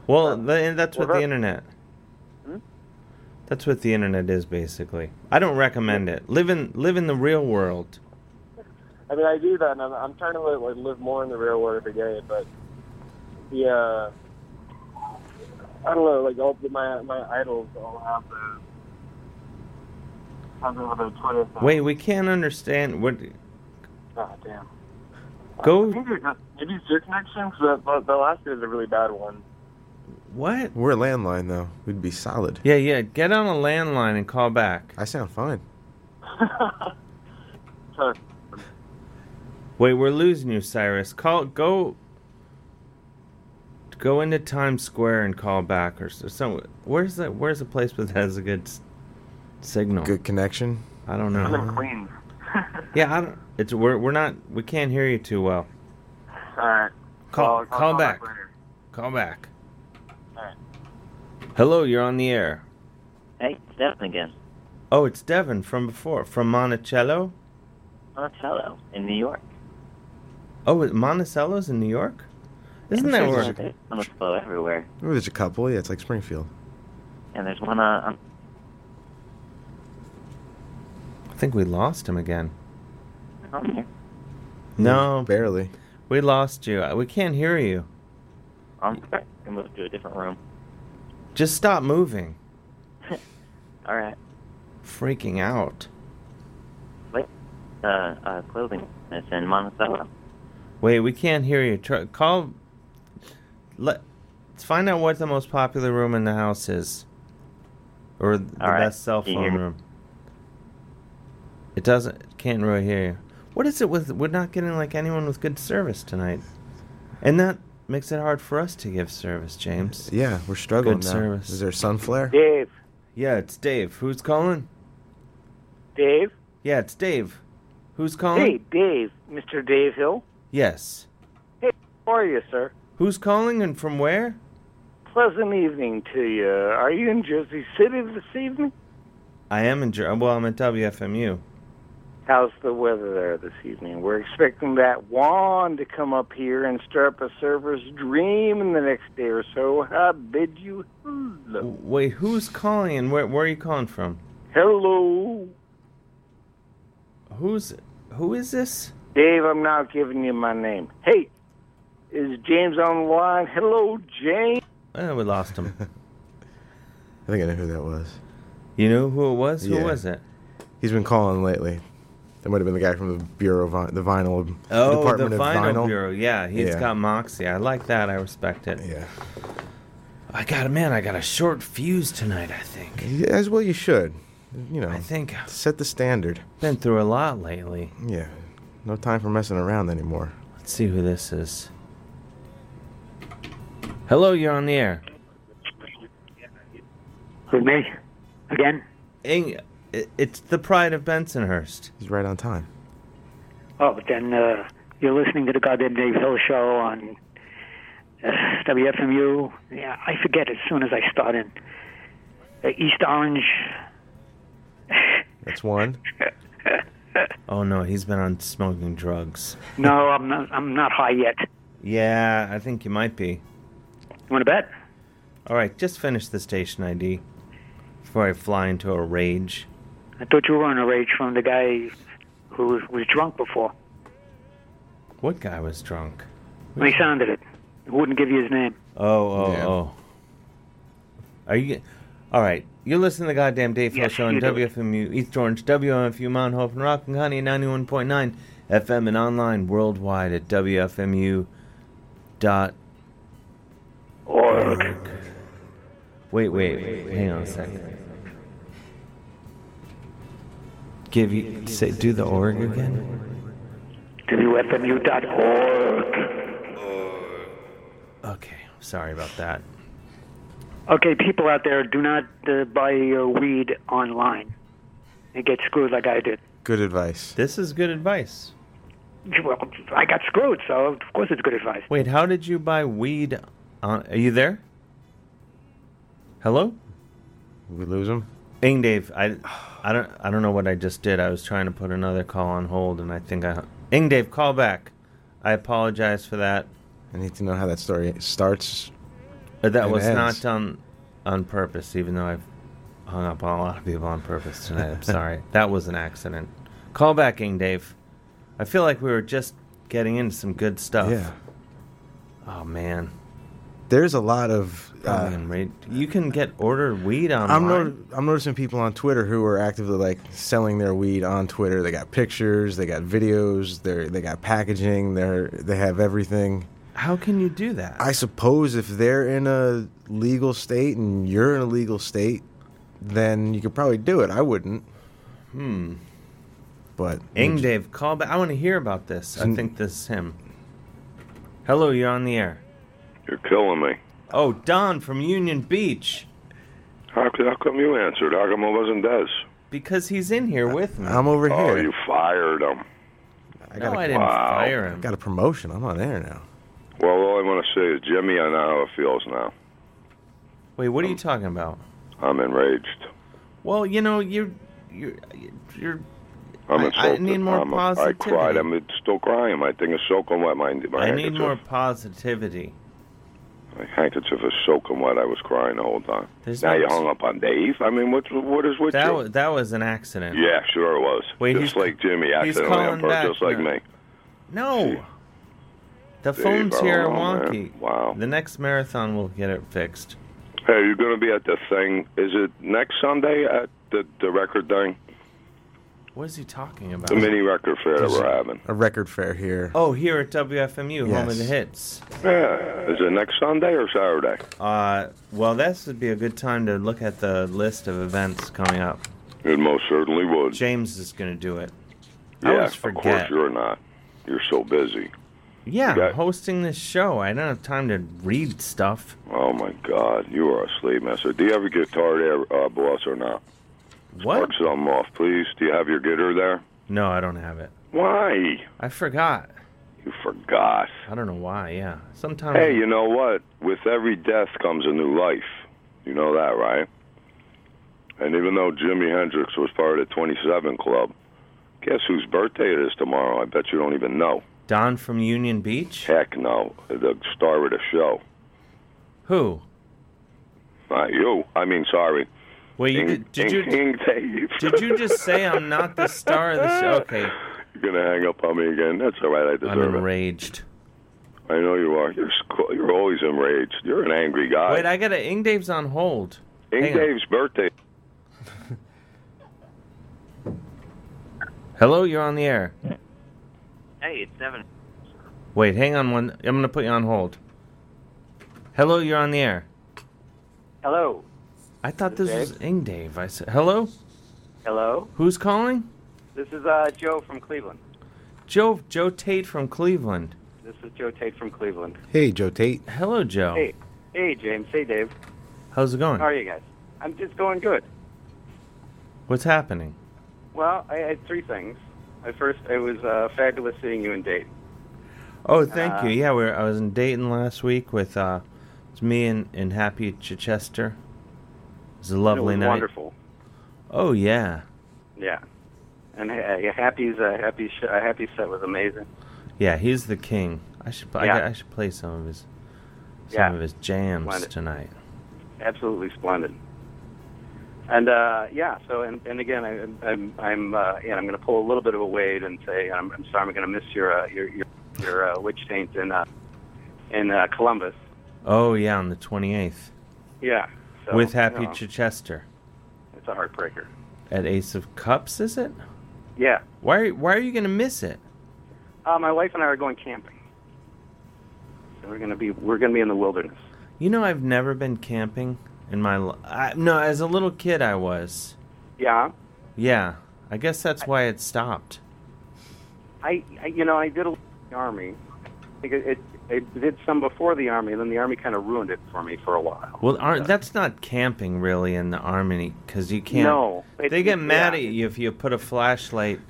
Well, th that's
well,
what the
that-
internet.
Hmm?
That's what the internet is basically. I don't recommend it. Live in live in the real world.
I mean, I do that, and I'm, I'm trying to live, like live more in the real world every day. But the uh, I don't know, like all my my idols all have the have the, the Twitter. Thing.
Wait, we can't understand what.
God damn.
Go-
I think it's just- Maybe it's your connection. 'cause The, the, the last year is a really bad one.
What?
We're landline though. We'd be solid.
Yeah, yeah. Get on a landline and call back.
I sound fine.
So,
Wait, we're losing you, Cyrus. Call go. Go into Times Square and call back or, s- or some. Where's the Where's the place that has a good s- signal?
Good connection.
I don't
I'm in
know.
Queens.
Yeah, I don't. It's we're we're not. We can't hear you too well.
All right.
Call
I'll- I'll
call, back.
later.
Call back.
All right.
Hello, you're on the air.
Hey, it's Devin again.
Oh, it's Devin from before, from Monticello.
Monticello in New York.
Oh, it- Monticello's in New York. Isn't
I'm
that
sure
where?
there's- There's Monticello everywhere,
Oh, there's a couple. Yeah, it's like Springfield.
and there's one uh, on.
I think we lost him again.
on here.
No,
barely.
We lost you. We can't hear you.
I'm sorry. I moved to a different room.
Just stop moving.
All right.
Freaking out.
Uh, uh, clothing business in Monticello.
Wait, we can't hear you. Try, call. Let, let's find out what the most popular room in the house is, or the
All right.
best cell
Can you
phone
hear me?
room. It doesn't. Can't really hear you. What is it with? We're not getting like anyone with good service tonight, and that makes it hard for us to give service, James.
Yeah, we're struggling
Good
now.
service.
Is there sun flare?
Dave.
Yeah, it's Dave. Who's calling?
Dave?
Yeah, it's Dave. Who's calling?
Hey, Dave. Mr. Dave Hill.
Yes.
Hey, how are you, sir?
Who's calling and from where?
Pleasant evening to you. Are you in Jersey City this evening?
I am in. Jer- Well, I'm at WFMU.
How's the weather there this evening? We're expecting that wand to come up here and stir up a server's dream in the next day or so. I bid you hello.
Wait, who's calling and where, where are you calling from?
Hello.
Who's who is this?
Dave, I'm not giving you my name. Hey, is James on the line? Hello, James.
Eh, we lost him.
I think I know who that was.
You know who it was? Who was it?
He's been calling lately. That might have been the guy from the bureau, of vi- the vinyl
Oh,
department
the
of
vinyl,
vinyl.
bureau. Yeah, he's
Yeah.
got moxie. I like that. I respect it.
Yeah.
I got a man. I got a short fuse tonight. I think.
Yeah, As well, you should. You know.
I think
set the standard.
Been through a lot lately.
Yeah. No time for messing around anymore.
Let's see who this is. Hello, you're on the air.
Who me? Again?
Ing- it- it's the pride of Bensonhurst.
He's right on time.
Oh, but then uh, you're listening to the goddamn Dave Hill show on uh, WFMU. Yeah, I forget as soon as I start in. Uh, East Orange.
That's one.
Oh no, he's been on smoking drugs.
No, I'm not. I'm not high yet.
Yeah, I think you might be.
You want to bet?
All right, just finish the station ID before I fly into a rage.
I thought you were on a rage from the guy who was, was drunk before.
What guy was drunk?
Well, he sounded it. Wouldn't give you his name.
Oh, oh,
Yeah.
oh. Are you? All right, you're listening to the goddamn Dave Hill
Yes,
Show on
you do.
WFMU East Orange, WFMU Mount Hope, and Rockland County, ninety-one point nine FM, and online worldwide at WFMU dot org. Wait, wait, wait, hang on a second. Give you say do the org again.
WFMU.org.
Okay, sorry about that.
Okay, people out there, do not uh, buy your weed online and get screwed like I did.
Good advice.
This is good advice.
Well, I got screwed, so of course it's good advice.
Wait, how did you buy weed? On, are you there? Hello?
We lose him.
Ding, Dave. I, I don't, I don't know what I just did. I was trying to put another call on hold, and I think I. Ing, Dave, call back. I apologize for that.
I need to know how that story starts.
But that
and
was not
ends.
done on purpose, even though I've hung up on a lot of people on purpose tonight. I'm sorry. That was an accident. Call back, Ing, Dave. I feel like we were just getting into some good stuff.
Yeah.
Oh man.
There's a lot of.
Probably
uh,
in rate- You can get ordered weed online.
I'm, not, I'm noticing people on Twitter who are actively like selling their weed on Twitter. They got pictures, they got videos, they they got packaging, they're they have everything.
How can you do that?
I suppose if they're in a legal state and you're in a legal state, then you could probably do it. I wouldn't,
Hmm.
but
Ing Dave, call back. I want to hear about this. I
Some-
think this is him. Hello, you're on the air.
You're killing me.
Oh, Don from Union Beach.
How, c- how come you answered? How come it wasn't Des?
Because he's in here with me.
I'm over
Oh,
here.
you fired him.
I no, I didn't fire him.
got a promotion. I'm on air now.
Well, all I want to say is, Jimmy, I know how it feels now.
Wait, what are
Um,
you talking about?
I'm enraged.
Well, you know, you're, you're, you're.
I'm
I- I
insulted.
need more
I'm a- I cried.
positivity.
I'm still crying. My thing is soaking wet. My, my
I need
handkerchief.
more positivity.
My handkerchief is soaking wet. I was crying the whole time.
There's
now
no-
you hung up on Dave. I mean, what what is with
That
you?
was, that was an accident.
Yeah, sure it was.
Wait,
just
he's-
like Jimmy,
he's
accidentally
calling
on purpose,
back
just like
now.
me.
No. The
Dave,
phones
I
here are
don't know, man.
wonky.
Wow.
The next marathon will get it fixed.
Hey, are you going to be at the thing? Is it next Sunday at the the record thing?
What is he talking about?
The mini record fair that
Does-
we're having.
A record fair here.
Oh, here at WFMU, home of the
Yes.
hits.
Yeah. Is it next Sunday or Saturday?
Uh, well, this would be a good time to look at the list of events coming up.
It most certainly would.
James is going to do it. I
Yeah,
always
of course
forget.
you're not. You're so busy.
Yeah, I'm hosting this show. I don't have time to read stuff.
Oh my God, you are a slave master. Do you have a guitar there, uh, boss, or not?
What?
Spark something off, please. Do you have your guitar there?
No, I don't have it.
Why?
I forgot.
You forgot.
I don't know why. Yeah, sometimes.
Hey, you know what? With every death comes a new life. You know that, right? And even though Jimi Hendrix was part of the 27 Club, guess whose birthday it is tomorrow? I bet you don't even know.
Don from Union Beach.
Heck no. The star of the show.
Who?
Not you. I mean, sorry.
Wait, you
King,
did, did you
King, King Dave.
did you just say I'm not the star of the show? Okay.
You're gonna hang up on me again. That's all right. I deserve it. I'm
enraged.
I know you are. You're squ- you're always enraged. You're an angry guy.
Wait, I got to Ing Dave's on hold.
King
hang on.
Dave's birthday.
Hello, you're on the air.
Hey, it's Devin.
Wait, hang on one. I'm going to put you on hold. Hello, you're on the air.
Hello.
I thought
This
this
is
was Ing Dave. I said, hello?
Hello.
Who's calling?
This is uh, Joe from Cleveland.
Joe Joe Tate from Cleveland.
This is Joe Tate from Cleveland.
Hey, Joe Tate. Hello, Joe.
Hey, hey, James. Hey, Dave.
How's it going?
How are you guys? I'm just going good.
What's happening?
Well, I had three things. At first, it was uh, fabulous seeing you in Dayton.
Oh, thank
Uh,
you. Yeah, we were, I was in Dayton last week with uh, it's me and, and Happy Chichester. It was a lovely
it was
night.
Wonderful.
Oh yeah,
Yeah. And uh, yeah, Happy's uh, Happy's sh- uh, Happy's set was amazing.
yeah. He's the king. I should I,
Yeah.
got- I should play some of his some
Yeah.
of his jams
Splendid.
tonight.
Absolutely splendid. And uh, yeah, so and, and again, I, I'm I'm uh, yeah, I'm going to pull a little bit of a wade and say I'm, I'm sorry, I'm going to miss your uh, your your, your uh, witch saint in uh, in uh, Columbus.
Oh yeah, on the twenty eighth
Yeah. So,
with Happy
you know,
Chichester
it's a heartbreaker.
at Ace of Cups. Is it?
Yeah.
Why are- Why are you gonna miss it?
Uh, my wife and I are going camping. So we're going to be we're going to be in the wilderness.
You know, I've never been camping in my li I, no. As a little kid, I was.
Yeah.
Yeah, I guess that's why it stopped.
I, I you know I did a little in the army. I think it, it it did some before the army, and then the army kind of ruined it for me for a while.
Well, aren't, that's not camping really in the army because you can't.
No, it-
they get
it-
mad
yeah,
at you if you put a flashlight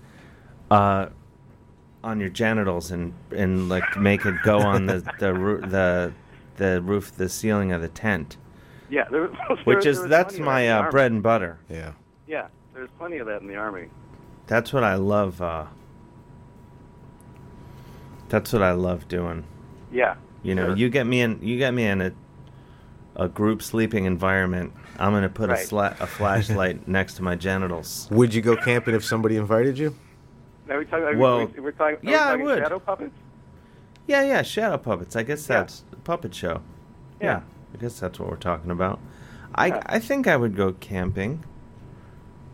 uh, on your genitals and and like make it go on the the roo- the the roof, the ceiling of the tent,
Yeah, there was, there-
which
there
is
was
that's
plenty of that
my
in the
uh,
army.
bread and butter. Yeah,
Yeah, there's plenty of that in the army.
that's what I love. Uh, that's what I love doing.
Yeah.
You know,
Sure.
you get me in. You get me in a a group sleeping environment. I'm gonna put
Right.
a, sla- a flashlight next to my genitals.
Would you go camping if somebody invited you?
Now we talking. Are we-
Well,
we, we're talking.
yeah, I
are we talking
would.
Shadow puppets.
Yeah, yeah, shadow puppets. I guess that's a puppet show. Yeah.
Yeah.
I guess that's what we're talking about. I I think I would go camping,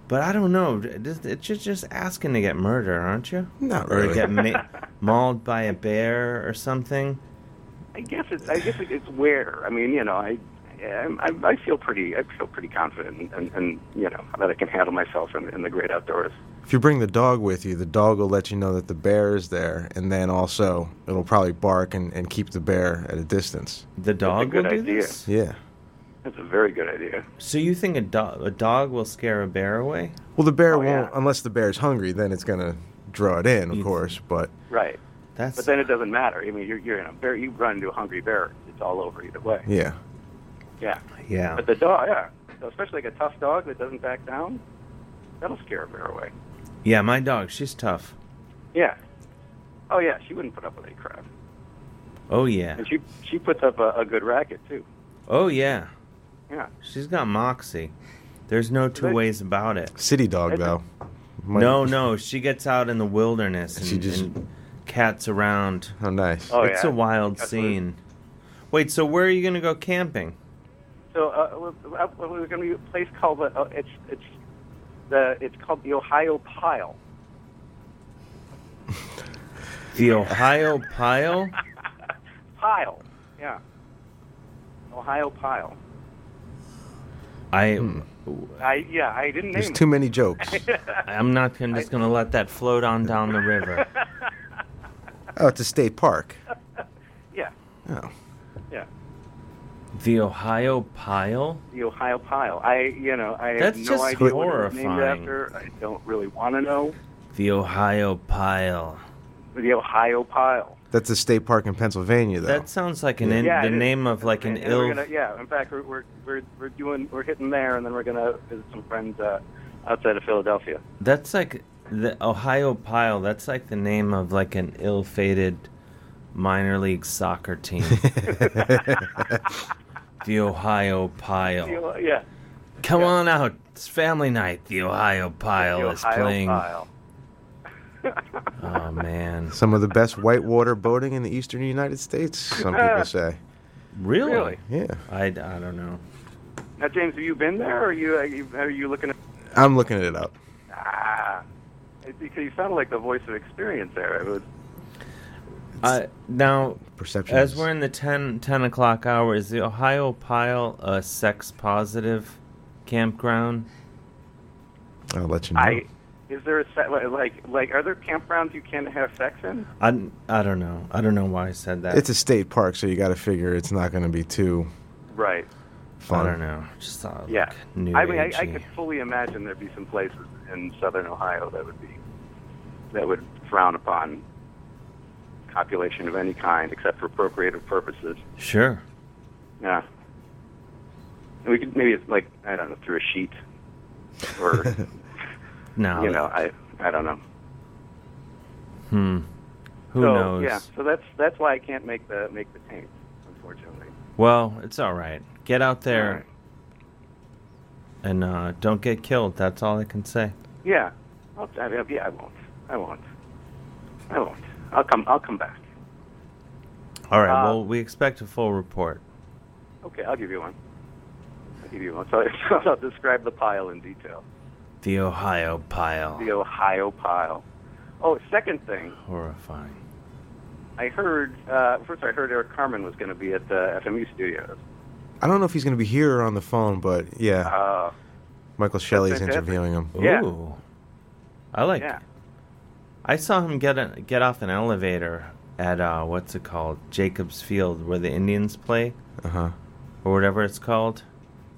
but I don't know. Just- It's just just asking to get murdered, aren't you?
Not
or
really.
get ma- mauled by a bear or something.
I guess it's. I guess it's where. I mean, you know, I, I, I feel pretty. I feel pretty confident, and, and you know that I can handle myself in, in the great outdoors.
If you bring the dog with you, the dog will let you know that the bear is there, and then also it'll probably bark and, and keep the bear at a distance.
The dog will
good
do
idea.
this.
Yeah.
That's a very good idea.
So you think a dog a dog will scare a bear away?
Well, the bear won't, unless the bear's hungry, then it's going to draw it in, of course, but.
Right.
That's.
But then it doesn't matter. I mean, you're you're in a bear. You run into a hungry bear. It's all over either way.
Yeah.
Yeah.
Yeah.
But the dog, yeah. So especially like a tough dog that doesn't back down, that'll scare a bear away.
Yeah, my dog. She's tough.
Yeah. Oh yeah, she wouldn't put up with any crap,
Oh yeah.
and she she puts up a, a good racket too.
Oh yeah.
Yeah.
She's got moxie. There's no two
But-
ways about it.
City dog, though. Might-
No, no, she gets out in the wilderness and, and cats around.
How nice!
Oh,
it's
yeah.
a wild scene. Wait, so where are you gonna go camping?
So uh, we're, uh, we're going to be a place called the, uh, it's it's the it's called the Ohio Pile.
The Ohio Pile?
Pile, yeah. Ohio Pile.
I.
Hmm.
I yeah, I didn't
There's
name
too
it.
many jokes. I'm not. I'm just gonna let that float on down the river.
Oh, it's a state park.
Yeah,
Oh.
yeah.
The Ohio Pile.
The Ohio Pile. I you know I
That's
have no
just
idea what it was named
horrifying.
after. I don't really want to know.
The Ohio Pile.
The Ohio Pile.
That's a state park in Pennsylvania, though.
That sounds like an in,
Yeah,
the
it is.
name of like an
And we're
ill.
gonna, yeah, in fact, we're, we're we're we're doing we're hitting there, and then we're gonna visit some friends uh, outside of Philadelphia.
That's like the Ohio Pile. That's like the name of like an ill-fated minor league soccer team. the Ohio Pile.
The- yeah,
Come on out. It's family night. The Ohio Pile
The
is
Ohio
playing.
Pile.
Oh man.
Some of the best whitewater boating in the eastern United States, some people say.
Really? Really?
Yeah.
I, I don't know.
Now, James, have you been there, or are you are you, are you looking at?
I'm looking it up.
Ah, It- because you sounded like the voice of experience there. It was,
Uh, now,
Perception
As we're in the 10, 10 o'clock hour, is the Ohio Pile a sex positive campground?
I'll let you
know.
I is there a set like like are there campgrounds you can't have sex in?
I, I don't know. I don't know why I said that.
It's a state park, so you got to figure it's not going to be too
Right.
fun.
I don't know. Just uh, thought.
Yeah.
new
I mean, I, I
agey.
could fully imagine there'd be some places in southern Ohio that would be that would frown upon copulation of any kind except for procreative purposes.
Sure.
Yeah. And we could maybe it's like I don't know through a sheet or
No.
you know I I don't know.
Hmm. Who
so,
knows?
Yeah. So that's that's why I can't make the make the taint, unfortunately.
Well, it's all right. Get out there and uh, don't get killed. That's all I can say.
Yeah. I'll, I mean, yeah. I won't. I won't. I won't. I'll come. I'll come back.
All right.
Uh,
well, we expect a full report.
Okay, I'll give you one. I'll give you one. So so I'll describe the pile in detail.
The Ohio Pile.
The Ohio pile. Oh, second thing,
Horrifying.
I heard. Uh, first, I heard Eric Carmen was going to be at the FMU studios.
I don't know if he's going to be here or on the phone, but yeah.
Uh,
Michael Shelley's
fantastic.
interviewing him.
Yeah.
Ooh. I like.
Yeah.
I saw him get a, get off an elevator at uh, what's it called, Jacobs Field, where the Indians play,
Uh huh.
or whatever it's called.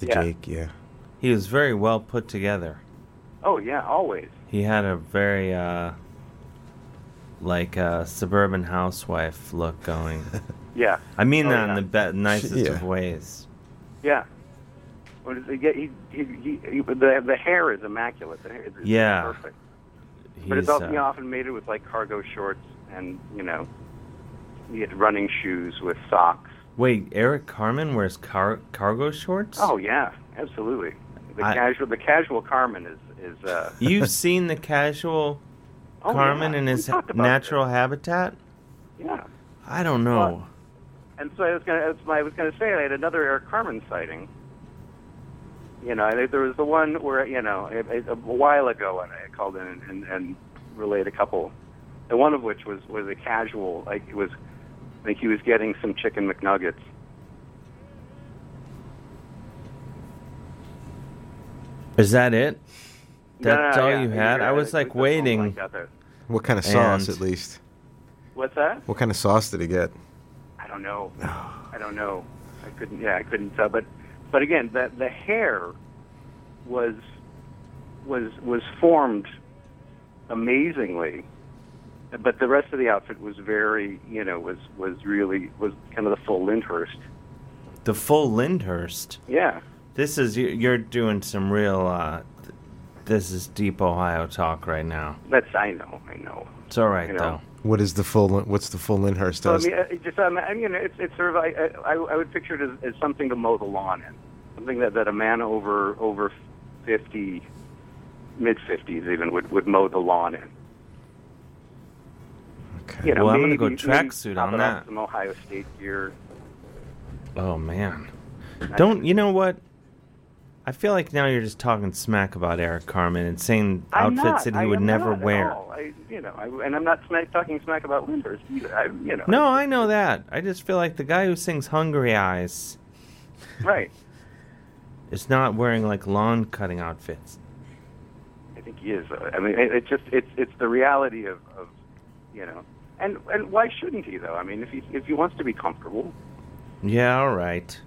The
Yeah.
Jake, yeah.
He was very well put together.
Oh yeah, always.
He had a very uh, like uh, suburban housewife look going.
Yeah.
I mean
Oh,
that
yeah.
in the be- nicest
Yeah.
of ways.
Yeah. What is it? Yeah, he, he, he, he, the the hair is immaculate. The hair is is
Yeah.
perfect. but
He's,
it's also
uh,
he often made it with like cargo shorts and you know, he had running shoes with socks.
Wait, Eric Carmen wears car- cargo shorts?
Oh yeah, absolutely. The
I-
casual, the casual Carmen is is. Uh,
You've seen the casual
Oh,
Carmen
yeah.
in
We
his
talked about
natural habitat?
yeah.
I don't know.
And so I was gonna, that's my- I was gonna say I had another Eric Carmen sighting. You know, there- there was the one where you know a, a, a while ago, and I called in and, and, and relayed a couple. And one of which was was a casual, like it was, I think he was getting some chicken McNuggets.
Is that it?
No, no,
That's
no,
all
yeah,
you
yeah,
had? I
yeah,
was
like
like
the phone line
waiting.
got there.
What kind of sauce,
And-
at least?
What's that?
What kind of sauce did he get?
I don't know. I don't know. I couldn't. Yeah, I couldn't tell. But, but again, the the hair was was was formed amazingly, but the rest of the outfit was very, you know, was was really was kind of the full Lyndhurst.
The full Lyndhurst.
Yeah.
This is you- you're doing some real. Uh, th- this is deep Ohio talk right now.
That's I know. I know.
It's all right
You know.
though.
What is the full? What's the full Lyndhurst?
So I
does?
mean, it- it just um, I mean, it's it's sort of I I, I would picture it as, as something to mow the lawn in, something that that a man over over fifty, mid fifties even would would mow the lawn in. Okay. You know,
Well, I'm
maybe,
gonna go
maybe
tracksuit
top
on
it off
that.
Some Ohio State gear.
Oh man. Don't you know what? I feel like now you're just talking smack about Eric Carmen and saying
I'm
outfits
not.
that he
I
would
am
never
not at
wear.
all. I, you know, I, and I'm not smack, talking smack about Linders either. I, you know,
No, I know that. I just feel like the guy who sings "Hungry Eyes"
right?
is not wearing like lawn cutting outfits.
I think he is. though. I mean, it, it's just it's it's the reality of, of you know, and and why shouldn't he though? I mean, if he if he wants to be comfortable,
Yeah, all right,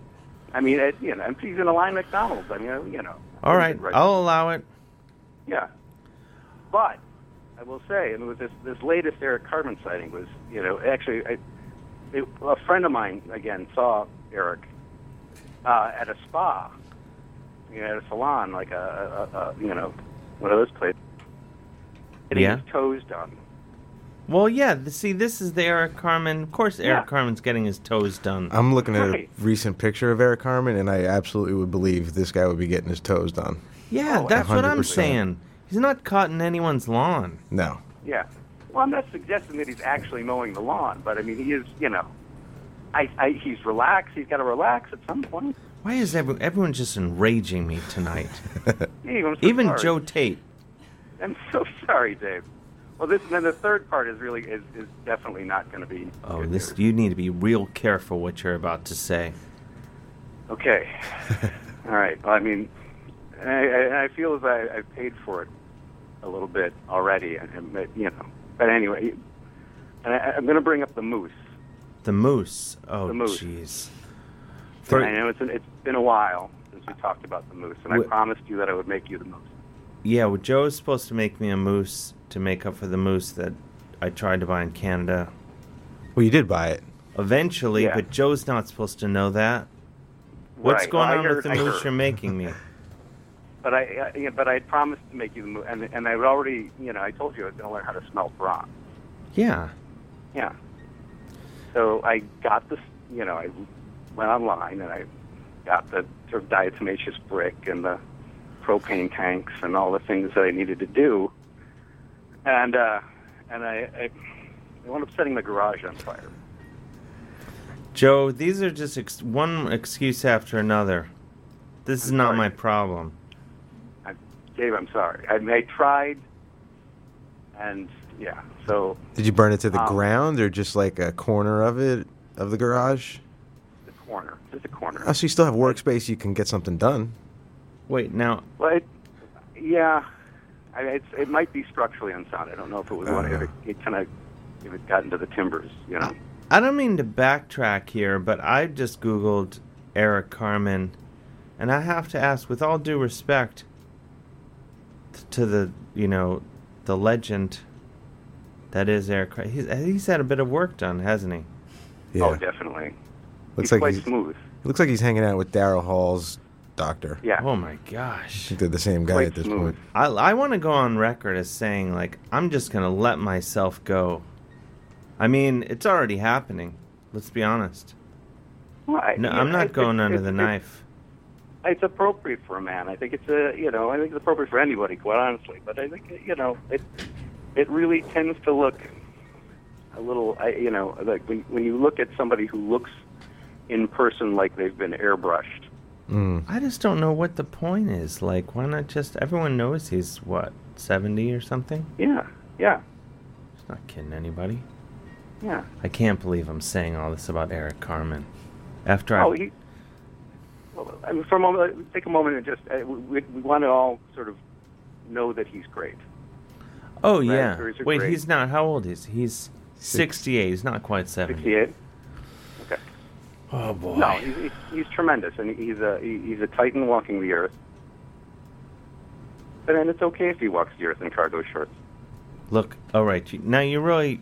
I mean, it, you know, if he's in a line at McDonald's, I mean, you know,
all right.
right.
I'll allow it.
yeah. But I will say, and with this this latest Eric Carmen sighting was, you know, actually, I, it, a friend of mine again saw Eric uh, at a spa, you know, at a salon, like a, a, a you know, one of those places, getting
Yeah.
his toes done.
Well, yeah. th- See, this is the Eric Carmen. Of course, Eric
Yeah.
Carmen's getting his toes done.
I'm looking at
Right.
a recent picture of Eric Carmen, and I absolutely would believe this guy would be getting his toes done.
Yeah,
Oh,
that's what I'm
100%.
saying. He's not caught in anyone's lawn.
No.
Yeah. Well, I'm not suggesting that he's actually mowing the lawn, but I mean, he is, you know, I, I he's relaxed. He's got to relax at some point.
Why is everyone, everyone just enraging me tonight?
Dave, I'm so
Even
sorry.
Joe Tate.
I'm so sorry, Dave. Well, this and then the third part is really is, is definitely not going to be
Oh, this you need to be real careful what you're about to say.
okay. All right. Well, I mean, I, I, I feel as I, I've paid for it a little bit already, and, and but, you know. But anyway, and I, I'm going to bring up the moose.
The moose. Oh,
The moose.
jeez. For-
I know it's an, it's been a while since we talked about the moose, and I
Wh-
promised you that I would make you the moose.
Yeah, well, Joe was supposed to make me a moose to make up for the moose that I tried to buy in Canada.
Well, you did buy it.
Eventually,
Yeah.
but Joe's not supposed to know that. What's
Right.
going
Well, I
on with
heard-
the
I
moose
heard.
you're making me?
But I, I yeah, but I had promised to make you the moose, and and I had already, you know, I told you I was going to learn how to smell bronze.
Yeah.
Yeah. So I got this, you know, I went online and I got the sort of diatomaceous brick and the propane tanks and all the things that I needed to do. And uh, and I, I, I wound up setting the garage on fire.
Joe, these are just ex- one excuse after another. This is not my problem.
Dave, I'm sorry. I, mean, I tried, and yeah. So
Did you burn it to the
Um,
ground or just like a corner of it, of the garage?
the corner, just a corner.
Oh, so you still have workspace. You can get something done.
Wait, now.
Well, it, yeah, I mean, it's, it might be structurally unsound. I don't know if it was one,
Uh-huh.
if it, it kind of if it got into the timbers, you know.
I don't mean to backtrack here, but I just Googled Eric Carmen, and I have to ask, with all due respect t- to the, you know, the legend that is Eric Carmen, he's, he's had a bit of work done, hasn't he?
Yeah.
Oh, definitely.
Looks
He's
like
quite
he's,
smooth.
Looks like he's hanging out with Daryl Hall's doctor.
Yeah.
Oh, my gosh.
I think they're the same guy
Quite
at this
smooth.
point.
I, I want to go on record as saying, like, I'm just going to let myself go. I mean, it's already happening. Let's be honest.
Well, I-
No,
you know,
I'm not
it's-
going
it's-
under
it's-
the
it's-
knife.
It's appropriate for a man. I think it's a you know I think it's appropriate for anybody, quite honestly. But I think you know it it really tends to look a little I, you know like when when you look at somebody who looks in person like they've been airbrushed.
I just don't know what the point is. Like, why not just everyone knows he's what seventy or something?
Yeah. Yeah.
He's not kidding anybody.
Yeah.
I can't believe I'm saying all this about Eric Carmen. After
Oh,
I,
he. Well, I mean, for a moment, take a moment and just uh, we, we want to all sort of know that he's great.
oh
Right,
yeah.
or is it
Wait,
great?
he's not. How old is he? He's sixty-eight. He's not quite seventy.
68? Okay.
Oh boy.
No, he's, he's, he's tremendous, and he's a he- he's a titan walking the earth. But then it's okay if he walks the earth in cargo shorts.
Look, all right. You, now you really,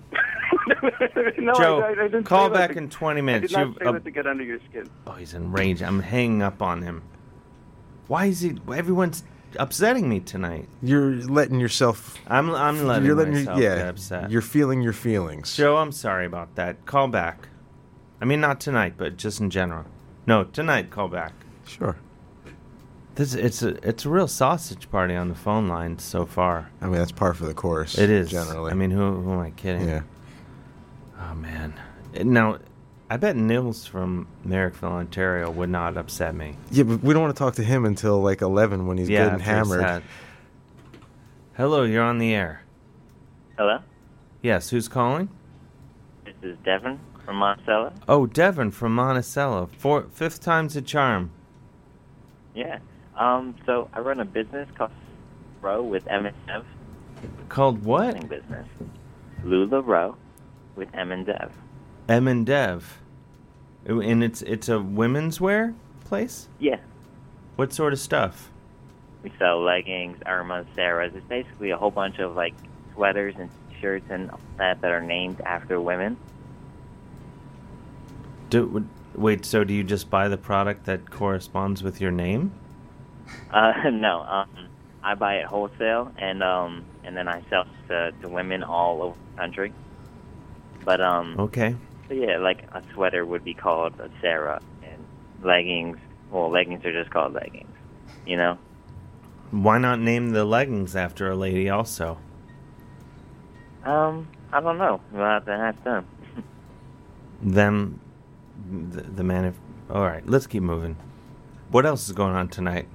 no,
Joe.
I, I didn't say
call
that
back
to-
in twenty
I did
minutes.
not
You've
say
uh,
that to get under your skin.
oh, he's enraged. I'm hanging up on him. Why is he? Everyone's upsetting me tonight.
You're letting yourself.
I'm I'm letting
you're letting
myself
your, yeah,
get upset.
You're feeling your feelings.
Joe, I'm sorry about that. Call back. I mean, not tonight, but just in general. No, tonight, call back.
Sure.
This it's a it's a real sausage party on the phone line so far.
I mean, that's par for the course.
It is
generally.
I mean, who who am I kidding?
Yeah.
Oh man. Uh, Now, I bet Nils from Merrickville, Ontario, would not upset me.
Yeah, but we don't want to talk to him until like eleven when he's
Yeah,
good and
after it's
hammered.
that. Hello, you're on the air.
Hello,
Yes, who's calling?
this is Devin from Monticello.
Oh, Devin from Monticello. Four, fifth time's a charm.
Yeah. Um. So I run a business called Row with M&F
Called what?
Clothing Business. Lula Row with M and Dev.
M and Dev. Ooh, And it's it's a women's wear place?
Yeah.
What sort of stuff?
We sell leggings, Irma, Sarah's. It's basically a whole bunch of like sweaters and shirts and all that that are named after women.
Do w- wait, so do you just buy the product that corresponds with your name?
Uh, no, um, I buy it wholesale, and um, and then I sell to, to women all over the country. But um,
Okay.
so yeah, like a sweater would be called a Sarah, and leggings. Well, leggings are just called leggings, you know.
Why not name the leggings after a lady also?
Um, I don't know. We'll have to ask them.
Them the, the man if All right, let's keep moving. What else is going on tonight?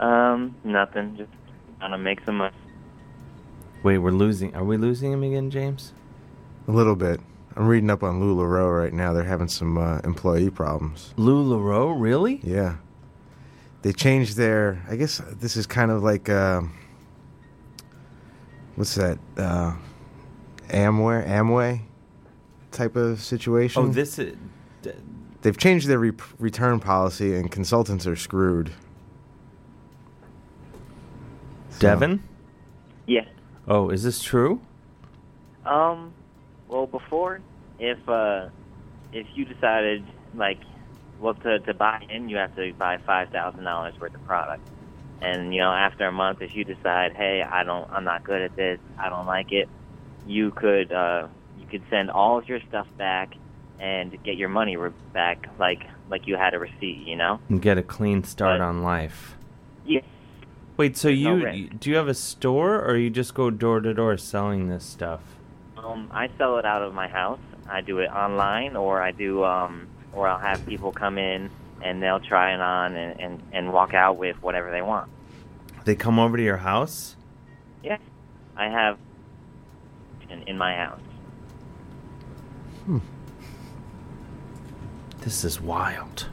Um, nothing. Just trying to make some money.
Wait, we're losing. Are we losing him again, James?
A little bit. I'm reading up on LuLaRoe right now. They're having some uh, employee problems.
LuLaRoe, really?
Yeah. They changed their. I guess this is kind of like. Uh, what's that? Uh, Amway? Amway type of situation?
Oh, this is d-
They've changed their re- return policy, and consultants are screwed. So-
Devin?
Yeah.
Oh, is this true?
Um, well, before, if uh, if you decided like, well, to, to buy in, you have to buy five thousand dollars worth of product, and you know, after a month, if you decide, hey, I don't, I'm not good at this, I don't like it, you could uh, you could send all of your stuff back and get your money re- back, like like you had a receipt, you know?
And get a clean start on life.
Yeah.
Wait, so
no
you
risk.
do you have a store or you just go door to door selling this stuff?
Um, I sell it out of my house. I do it online, or I do, um, or I'll have people come in and they'll try it on and, and, and walk out with whatever they want.
They come over to your house?
Yeah, I have in, in my house.
This is wild.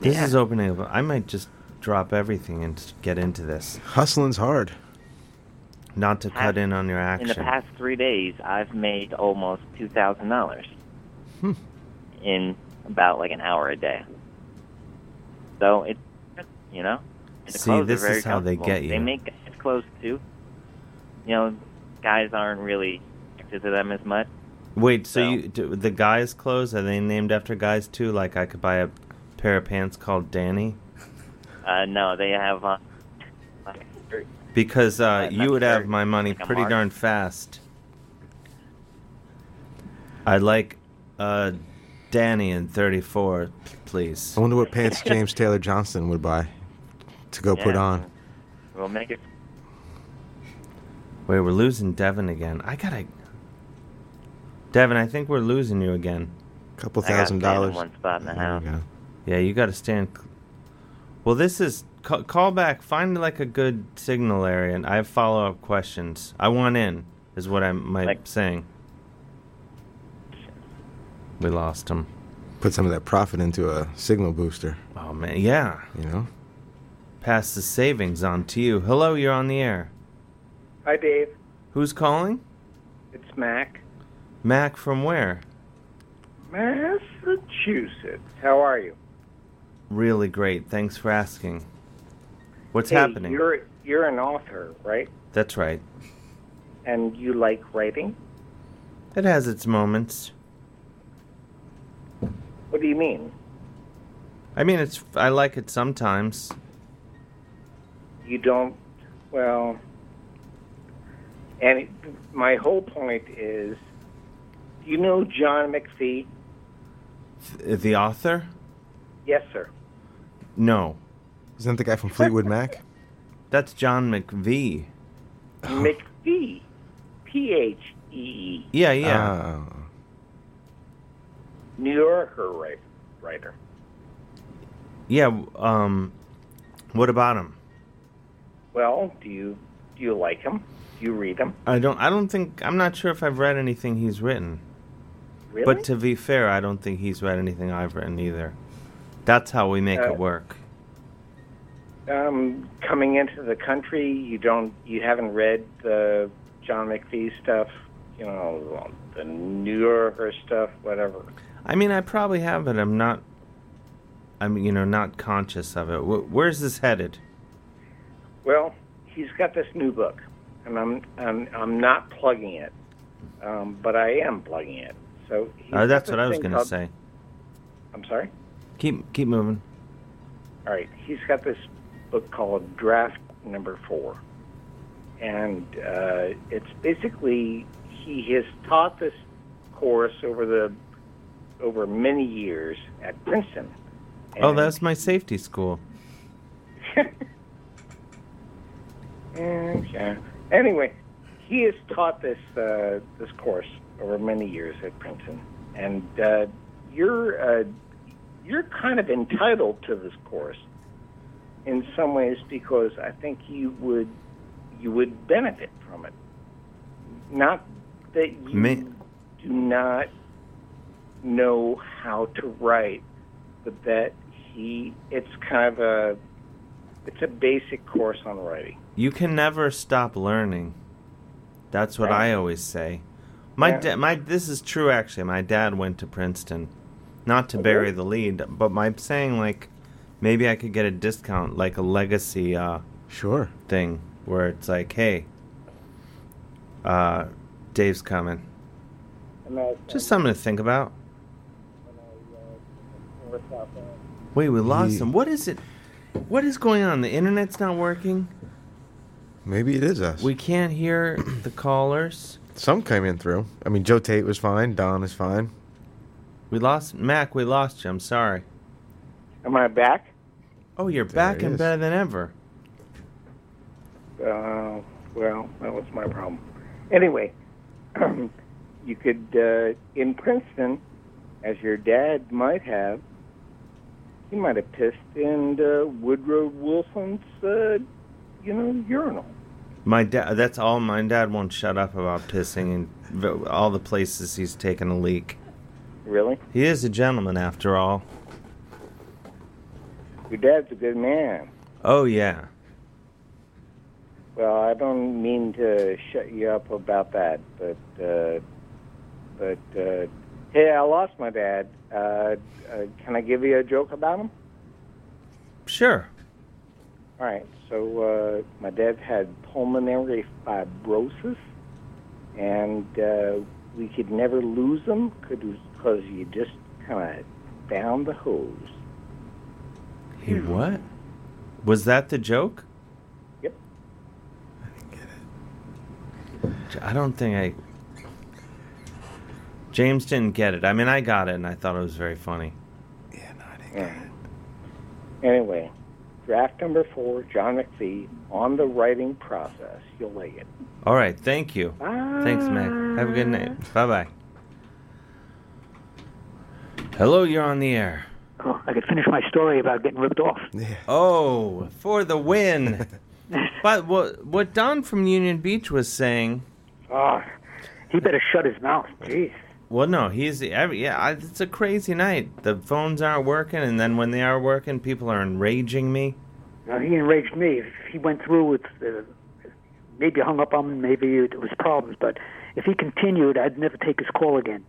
This
Yeah.
is opening up. I might just drop everything and s- get into this.
Hustling's hard.
Not to cut in on your
In the
action.
past three days, I've made almost two thousand dollars
Hmm.
in about like an hour a day. So it's you know, and the
See,
clothes are
this
very
is how they
comfortable.
get
They
you.
make guys clothes too. You know, guys aren't really attracted to them as much.
Wait, so, you do, the guys' clothes are they named after guys too? Like I could buy a pair of pants called Danny
Uh, no, they have uh, like
because uh, you would have my money
a
pretty
mark.
darn fast. I'd like uh, Danny in thirty-four, please.
I wonder what pants James Taylor Johnston would buy to go put
Yeah.
on.
We'll make it.
Wait, we're losing Devin again. I gotta. Devin, I think we're losing you again.
Couple I got thousand Devin dollars. one
spot in the house.
Yeah, you gotta stand. c- Well, this is call, call back. Find like a good signal area, and I have follow up questions. I want in, is what I'm my saying. We lost him.
Put some of that profit into a signal booster.
Oh man, yeah.
You know.
Pass the savings on to you. Hello, you're on the air.
Hi, Dave.
Who's calling?
It's Mac.
Mac from where?
Massachusetts. How are you?
Really great. Thanks for asking. What's
Hey,
happening?
You're you're an author, right?
That's right.
And you like writing?
It has its moments.
What do you mean?
I mean, it's I like it sometimes.
You don't well and it, my whole point is do you know John McPhee?
Th- The author?
Yes, sir.
No.
Isn't that the guy from Fleetwood Mac?
That's John McVie.
Oh.
Oh.
McPhee. P H E E.
Oh.
Yeah, yeah.
New Yorker write- writer.
Yeah. Um, what about him?
Well, do you do you like him? Do you read him?
I don't. I don't think. I'm not sure if I've read anything he's written.
Really?
But to be fair, I don't think he's read anything I've written either. That's how we make
Uh,
it work.
um, coming into the country, you don't, you haven't read the John McPhee stuff, you know, the New Yorker stuff, whatever.
I mean, I probably have, but I'm not. I'm you know not conscious of it. Wh- Where's this headed?
Well, he's got this new book, and I'm, I'm, I'm not plugging it, um, but I am plugging it. So he's
Uh,
got
that's
this
what I was
thing
gonna
called-
say.
I'm sorry.
Keep keep moving.
All right, he's got this book called Draft Number Four, and uh, it's basically he has taught this course over the over many years at Princeton.
Oh, that's my safety school.
Okay. Anyway, he has taught this uh, this course over many years at Princeton, and uh, you're uh, you're kind of entitled to this course in some ways because I think you would you would benefit from it. Not that you
Me-
do not know how to write, but that he it's kind of a it's a basic course on writing.
You can never stop learning. That's what I always say. My
Yeah.
da- my this is true actually. My dad went to Princeton, not to bury the lead, but my saying like maybe I could get a discount, like a legacy uh
sure
thing where it's like, hey, uh, Dave's coming. Just something to think about. Wait, we lost
Ye-
him. What is it? What is going on? The internet's not working.
Maybe it is us.
We can't hear the callers.
Some came in through. I mean, Joe Tate was fine. Don is fine.
We lost Mac. We lost you. I'm sorry.
Am I back?
Oh, you're back
he
and
is.
better than ever.
Uh, well, that was my problem. Anyway, you could, uh, in Princeton, as your dad might have, he might have pissed in uh, Woodrow Wilson's, uh, you know, urinal.
My dad. That's all. My dad won't shut up about pissing and v- all the places he's taken a leak.
Really?
He is a gentleman after all.
Your dad's a good man.
Oh yeah.
Well, I don't mean to shut you up about that, but, uh, but, uh, hey, I lost my dad. Uh, uh, can I give you a joke about him?
Sure.
All right. So uh, my dad had pulmonary fibrosis, and uh, we could never lose him because you just kind of found the hose.
He what? Was that the joke?
Yep.
J- I don't think I. James didn't get it. I mean, I got it, and I thought it was very funny.
And anyway, draft number four, John McPhee, on the writing process. You'll like it.
All right, thank you. Thanks, Mac. Have a good night. Bye bye. Hello, you're on the air.
Oh, I could finish my story about getting ripped off.
Oh, for the win! but what what Don from Union Beach was saying?
Oh, he better shut his mouth. Jeez.
Well, no, he's every yeah. I, it's a crazy night. The phones aren't working, and then when they are working, people are enraging me.
Now, he enraged me. If he went through with, uh, maybe hung up on him, maybe it was problems, but if he continued, I'd never take his call again.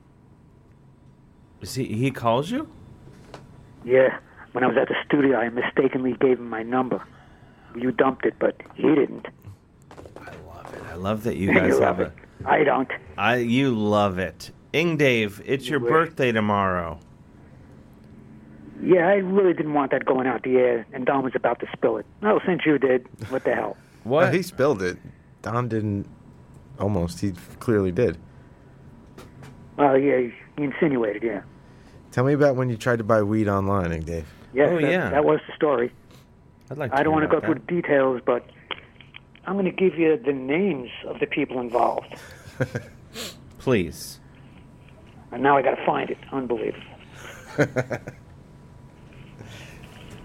Is he he calls you?
Yeah, when I was at the studio, I mistakenly gave him my number. You dumped it, but he didn't.
I love that you guys have
love
it.
I don't.
I you love it. Ing Dave, it's your birthday tomorrow.
Yeah, I really didn't want that going out the air, and Don was about to spill it. No, since you did, what the hell?
What?
he spilled it. Don didn't. Almost. He clearly did.
Well, yeah, he insinuated, yeah.
Tell me about when you tried to buy weed online, Ing Dave.
Yes,
Oh,
that,
yeah.
that was the story.
I'd like.
I don't want to go
about
through the details, but I'm going to give you the names of the people involved.
Please.
And now I got to find it. Unbelievable.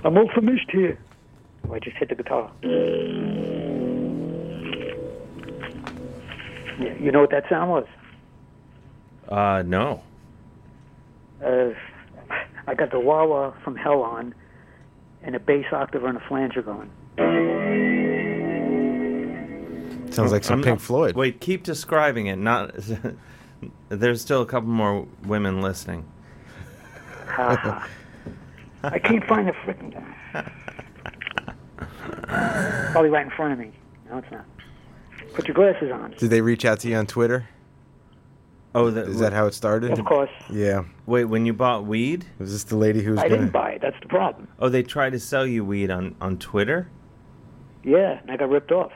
I'm all finished here. Oh, I just hit the guitar. Yeah, you know what that sound was?
Uh, no.
Uh, I got the wah wah from hell on, and a bass octave and a flanger going.
Sounds like some Pink Floyd.
Wait, keep describing it. Not there's still a couple more women listening.
I can't find the frickin' Probably right in front of me. No, it's not. Put your glasses on.
Did they reach out to you on Twitter?
Oh,
is that how it started?
Of course.
Yeah.
Wait, when you bought weed?
Was this the lady who was
I
gonna?
didn't buy it. That's the problem.
Oh, they tried to sell you weed on on Twitter.
Yeah, and I got ripped off.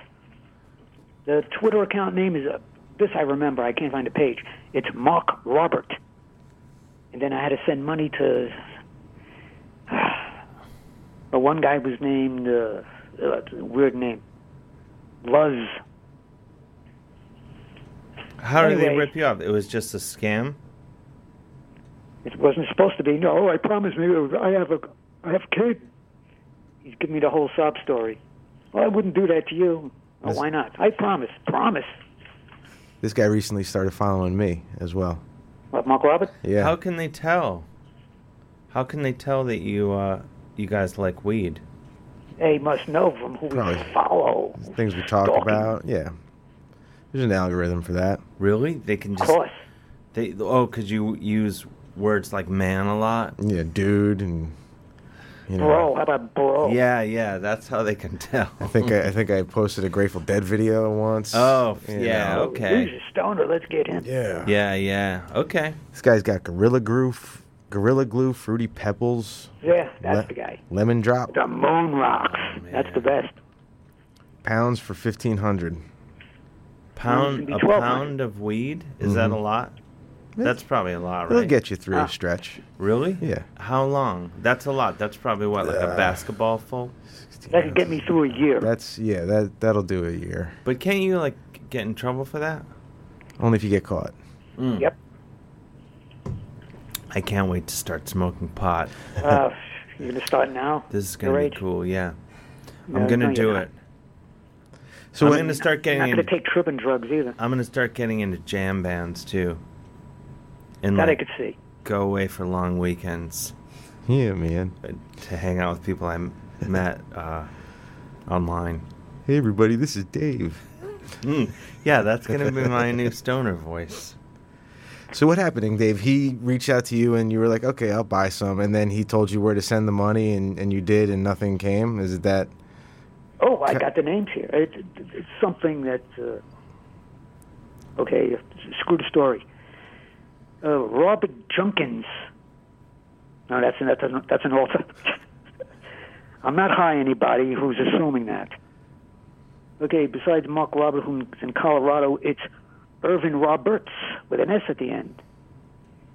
The Twitter account name is uh, this. I remember. I can't find the page. It's Mark Robert. And then I had to send money to. But one guy was named uh, uh, weird name, Luz.
How did they
Anyway.
rip you off? It was just a scam.
It wasn't supposed to be. No, I promise you, I have a, I have a kid. He's giving me the whole sob story. Well, I wouldn't do that to you. Oh, why not? I promise. Promise.
This guy recently started following me as well.
What, Mark Robert?
Yeah.
How can they tell? How can they tell that you uh you guys like weed?
They must know from who
Probably.
we follow.
Things we talk about. Yeah. There's an algorithm for that.
Really? They can just.
course.
They oh, could you use words like man a lot?
Yeah, dude, and you know.
Bro, how about bro?
Yeah, yeah. That's how they can tell.
I think I, I think I posted a Grateful Dead video once.
Oh,
you
yeah,
know.
okay.
He's a stoner. Let's get him.
Yeah.
Yeah, yeah. Okay.
This guy's got Gorilla Glue, f- Gorilla Glue, Fruity Pebbles.
Yeah, that's
le-
the guy.
Lemon Drop.
The moon rocks.
Oh,
that's the best.
Pounds for fifteen hundred.
Pound a pound of weed? Is that a
Mhm.
lot? That's probably a lot,
It'll
right?
get you
Ah.
through a stretch.
Really?
Yeah.
How long? That's a lot. That's probably what, like a
Uh,
basketball full.
That could get me through a year.
That's yeah. That that'll do a year.
But can't you like get in trouble for that?
Only if you get caught.
Yep.
Mm. I can't wait to start smoking pot.
Uh, you're gonna start now.
This is gonna
Your
be
age?
cool. Yeah,
No,
I'm gonna
no, you're
do
not.
it. So I'm
what-
gonna start getting.
Not
into,
gonna take tripping drugs either.
I'm gonna start getting into jam bands too. And
That I
like,
could see.
go away for long weekends
Yeah, man.
uh, to hang out with people I m- met uh, online.
Hey everybody, this is Dave.
Mm. Yeah, that's gonna be my new stoner voice.
So what happened, Dave? He reached out to you and you were like, "Okay, I'll buy some," and then he told you where to send the money, and, and you did, and nothing came. Is it that?
Oh, I got the names here. It, it, it's something that. Uh, okay, screw the story. Uh, Robert Junkins. No, that's that's an, that's an author. I'm not high anybody who's assuming that. Okay, besides Mark Robert, who's in Colorado, it's Irvin Roberts with an S at the end,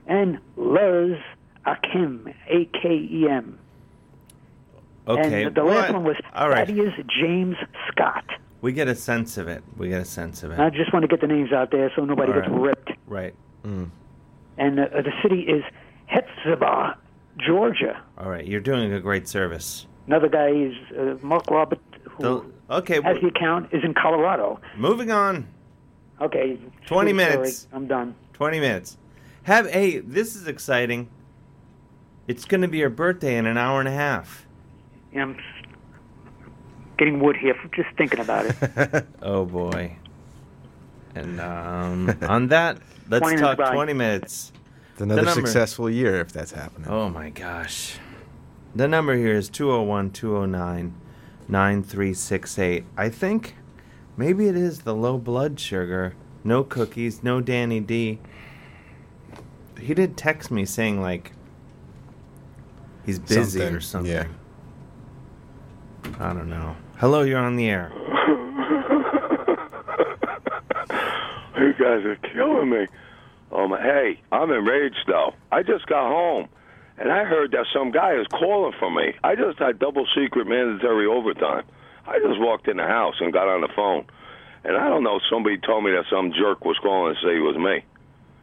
and Luz Akim, A K E M.
Okay,
And the last
what?
one was
all right.
Thaddeus James Scott.
We get a sense of it. We get a sense of it.
I just want to get the names out there so nobody
All
gets
right.
ripped.
Right. Mm.
And uh, the city is Hetzibah, Georgia.
All right, you're doing a great service.
Another guy is uh, Mark Robert, who
The- okay,
has
well-
the account, is in Colorado.
Moving on. 20
Okay. screw the story.
minutes.
I'm done.
20 minutes. Have hey, this is exciting. It's going to be your birthday in an hour and a half.
Yeah, I'm getting wood here from just thinking about it.
Oh boy. And um, on that, let's
20
talk
minutes, bye.
20 minutes.
It's another
number-
successful year if that's happening.
Oh my gosh. The number here is 201 209 9368. I think maybe it is the low blood sugar. No cookies, no Danny D. He did text me saying, like, he's busy
Something,
or something. I don't know. Hello, you're on the air.
You guys are killing me. Um, hey, I'm enraged though. I just got home, and I heard that some guy is calling for me. I just had double secret mandatory overtime. I just walked in the house and got on the phone, and I don't know. Somebody told me that some jerk was calling to say it was me,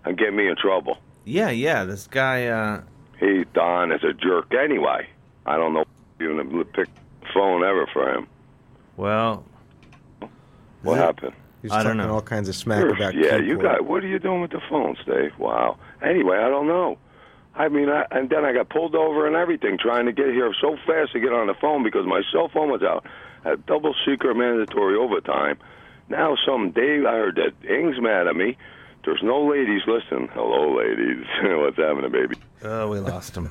and get me in trouble.
Yeah, yeah. This guy, uh,
He Don is a jerk anyway. I don't know if you even pick the phone ever for him.
Well,
What happened?
He's
I
talking
don't know.
all kinds of smack about
yeah,
Keith
you
Blake.
got. What are you doing with the phones, Dave? Wow. Anyway, I don't know. I mean, I, and then I got pulled over and everything, trying to get here so fast to get on the phone because my cell phone was out. Had double secret mandatory overtime. Now some Dave, I heard that Ing's mad at me. There's no ladies listening. Hello, ladies. What's happening, baby?
Oh, we lost him.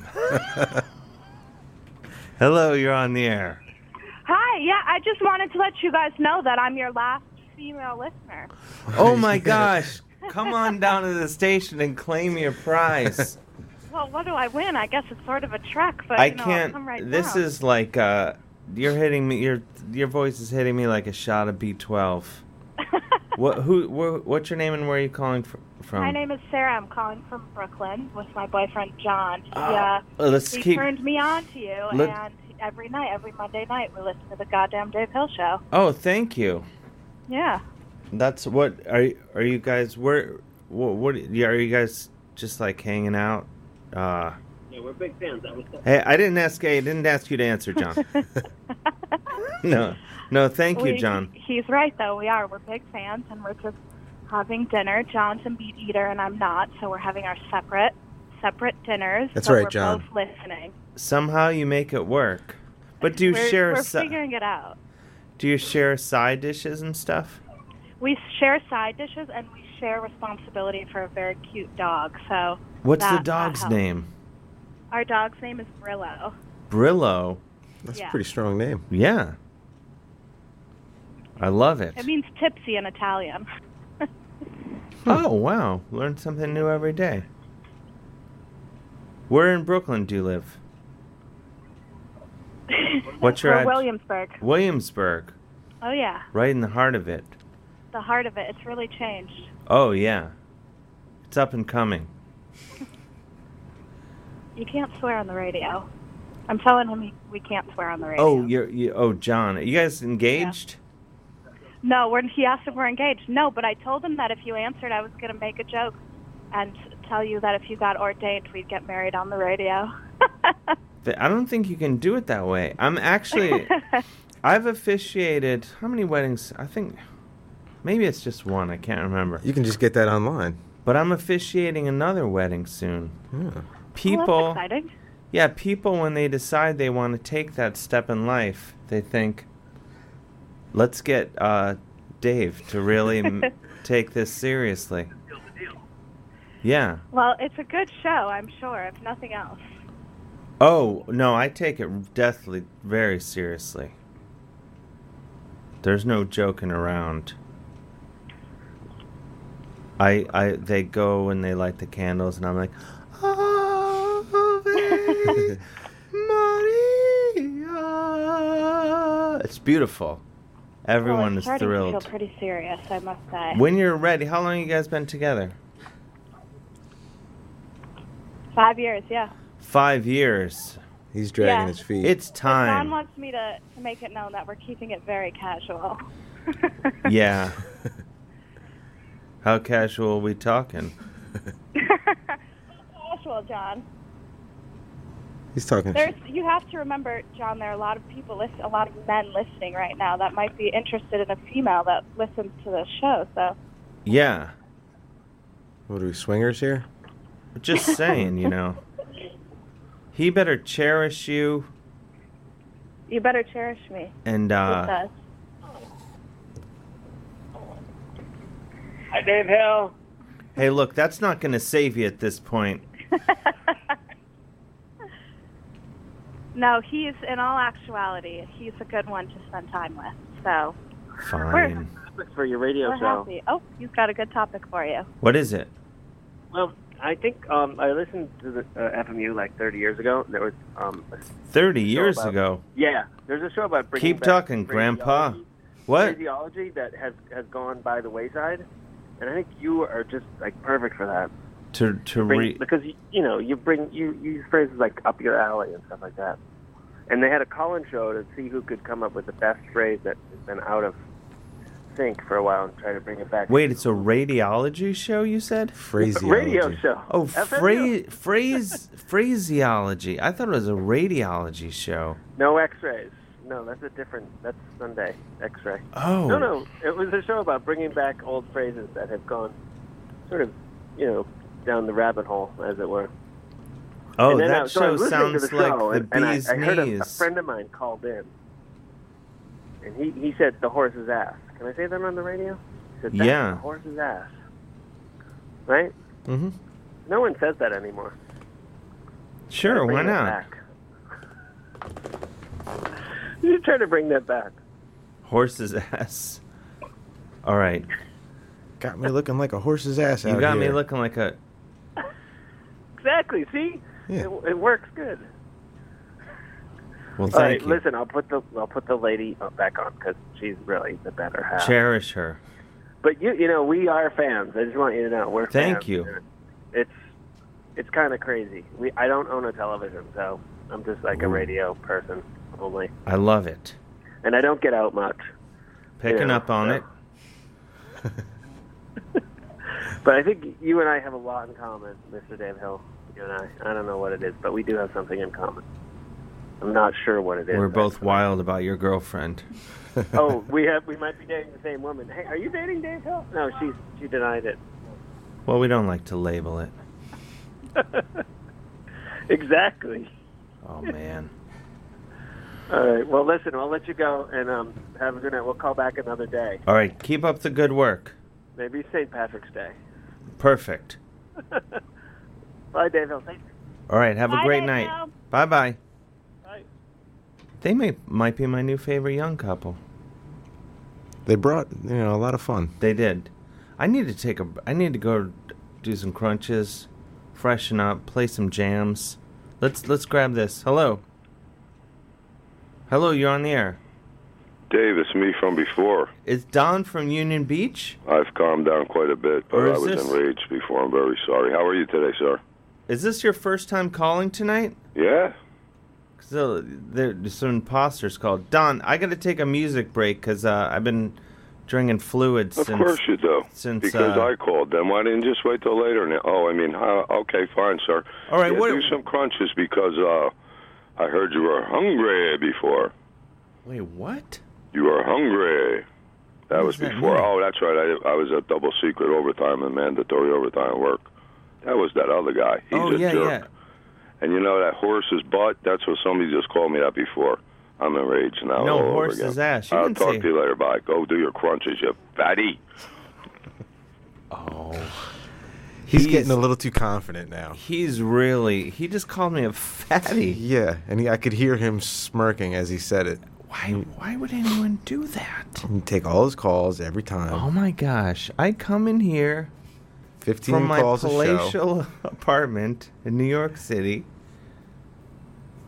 Hello, you're on the air.
Hi, yeah, I just wanted to let you guys know that I'm your last female listener.
Oh my gosh. Come on down to the station and claim your prize.
Well, what do I win? I guess it's sort of a trek, but
I
you know, I'll
can't.
come right
this
down.
is like uh, you're hitting me. Your your voice is hitting me like a shot of B12. what who? Wh- what's your name and where are you calling fr- from?
My name is Sarah. I'm calling from Brooklyn with my boyfriend John. Yeah,
Ah, well, let's
he
keep-
turned me on to you,
Let-
and every night, every Monday night, we listen to the goddamn Dave Hill show.
oh, thank you.
Yeah.
That's what are y- are you guys? Where? What? what yeah, are you guys just like hanging out? Uh,
Yeah, we're big fans. That was
hey, I didn't ask. I didn't ask you to answer, John. no, no, thank you,
We-
John.
He's right, though. We are. We're big fans, and we're just having dinner. John's a meat eater, and I'm not, so we're having our separate, separate dinners.
That's
but
right,
we're
John.
Both listening.
Somehow you make it work. But do you
we're,
share
We're
si-
figuring it out.
do you share side dishes and stuff?
We share side dishes, and we share responsibility for a very cute dog. So
What's
that-
the
that
dog's
helps.
name?
Our dog's name is Brillo.
Brillo.
That's a
a
Yeah.
pretty strong name.
Yeah. I love it.
It means tipsy in Italian.
Oh wow! Learn something new every day. Where in Brooklyn do you live? What's your
Or
ad-
Williamsburg?
Williamsburg,
Oh yeah,
right in the heart of it.
the heart of it. It's really changed.
Oh yeah, it's up and coming.
You can't swear on the radio. I'm telling him he, we can't swear on the radio.
Oh, you're you, oh John, are you guys engaged?
No, we're, he asked if we're engaged. No, but I told him that if you answered, I was going to make a joke and tell you that if you got ordained, we'd get married on the radio.
Th- I don't think you can do it that way. I'm actually, I've officiated how many weddings? I think maybe it's just one. I can't remember.
You can just get that online.
But I'm officiating another wedding soon. People,
Well, that's exciting.
yeah, people when they decide they want to take that step in life, they think, let's get uh, Dave to really m- take this seriously. Yeah.
Well, it's a good show, I'm sure, if nothing else.
Oh no, I take it deathly very seriously. There's no joking around. I I they go and they light the candles and I'm like, Maria. it's beautiful. Everyone
well, it's
is
Oh, starting To
thrilled.
feel pretty serious, I must say.
When you're ready, how long you guys been together?
Five years, yeah.
Five years.
He's
dragging Yeah. his
feet.
It's time.
John wants me to, to make it known that we're keeping it very casual.
yeah. How casual are we talking?
casual, John.
He's talking.
There's, you have to remember, John. There are a lot of people, listen, a lot of men listening right now that might be interested in a female that listens to this show. So
Yeah.
What are we swingers here?
Just saying, you know. He better cherish you
you better cherish me.
and
with
uh
us.
Hi, Dave Hill.
hey look, that's not gonna save you at this point.
No, he's in all actuality, he's a good one to spend time with. So
Fine.
for your radio
we're
show.
happy. Oh, you've got a good topic for you.
What is it?
Well, I think um, I listened to the uh, FMU like 30 years ago. And there was um, a-
Thirty years
about-
ago.
yeah, there's a show about bringing
Keep
back
talking,
radiology-
Grandpa. What?
radiology that has has gone by the wayside, and I think you are just like perfect for that.
To to
Bring-
re
because you, you know you bring you you use phrases like up your alley and stuff like that. And they had a call-in show to see who could come up with the best phrase that has been out of think for a while and try to bring it back.
Wait, it's a radiology show, you said? Phraseology.
Radio show.
Oh,
FMU.
phra- phrase, phraseology. I thought it was a radiology show.
No X-rays. No, that's a different. That's Sunday X-ray.
Oh.
No, no, it was a show about bringing back old phrases that have gone, sort of, you know, down the rabbit hole, as it were.
Oh,
And then I-
that
so I
show
was listening to
sounds
the
like
show,
the
and, and I-
bee's
I, heard a- a,
knees.
friend of mine called in, and he, he said the horse's ass. Can I say that on the radio? He said, "That's
Yeah.
the horse's ass. Right?
mm-hmm.
No one says that anymore.
Sure, why
Bring that
not?
back. You should try to bring that back.
Horse's ass. All right.
Got me looking like a horse's ass
You
out
got
here.
me looking like a.
Exactly. See, it, it works good.
Well,
All right,
thank you.
listen, I'll put the I'll put the lady uh, back on because she's really the better half.
Cherish her.
But you you know we are fans. I just want you to know we're
Thank
fans.
you.
It's it's kind of crazy. We I don't own a television, so I'm just like a
Ooh.
radio person only,
I love it.
and I don't get out much.
Picking
Yeah,
up on it.
But I think you and I have a lot in common, Mr. Dave Hill. You and I. I don't know what it is, but we do have something in common. I'm not sure what it is.
We're both wild about your girlfriend.
oh, we have we might be dating the same woman. Hey, are you dating Dave Hill? No, she's she denied it.
Well, we don't like to label it.
Exactly.
Oh man.
All right. Well, listen, I'll let you go and um, have a good night. We'll call back another day.
All right, keep up the good work.
Maybe St. Patrick's Day.
Perfect.
Bye, Dave Hill. Thank
All right, have
Bye,
a great
Dave
night.
Hill.
Bye bye.
Bye.
They may might be my new favorite young couple.
They brought you know a lot of fun.
They did. I need to take a. I need to go do some crunches, freshen up, play some jams. Let's let's grab this. Hello. Hello, you're on the air.
Dave, it's me from before.
It's Don from Union Beach.
I've calmed down quite a bit, but
Or
I
is
was
this-
enraged before. I'm very sorry. How are you today, sir?
Is this your first time calling tonight?
Yeah.
So there's some imposters called Don. I got to take a music break because uh, I've been drinking fluids.
Of
since,
course you do.
Since
because
uh,
I called them. Why didn't you just wait till later? Now? Oh, I mean, huh, okay, fine, sir.
All right,
Yeah,
what-
do some crunches because uh, I heard you were hungry before.
wait, what?
You were hungry. That was before. oh, that's right. I, I was at double secret overtime and mandatory overtime work. That was that other guy. He's
oh
a
yeah,
jerk.
yeah.
And you know that horse's butt? That's what somebody just called me that before. I'm enraged now.
No,
all over
horse's
again.
ass. You
I'll
didn't
talk
say-
to you later. Bye. Go do your crunches, you fatty.
Oh.
He's, getting a little too confident now.
He's really. He just called me a fatty.
Yeah, and he, I could hear him smirking as he said it.
Why? Why would anyone do that?
He'd take all his calls every time.
Oh my gosh! I come in here
Fifteen
from my
calls a show.
palatial apartment in New York City,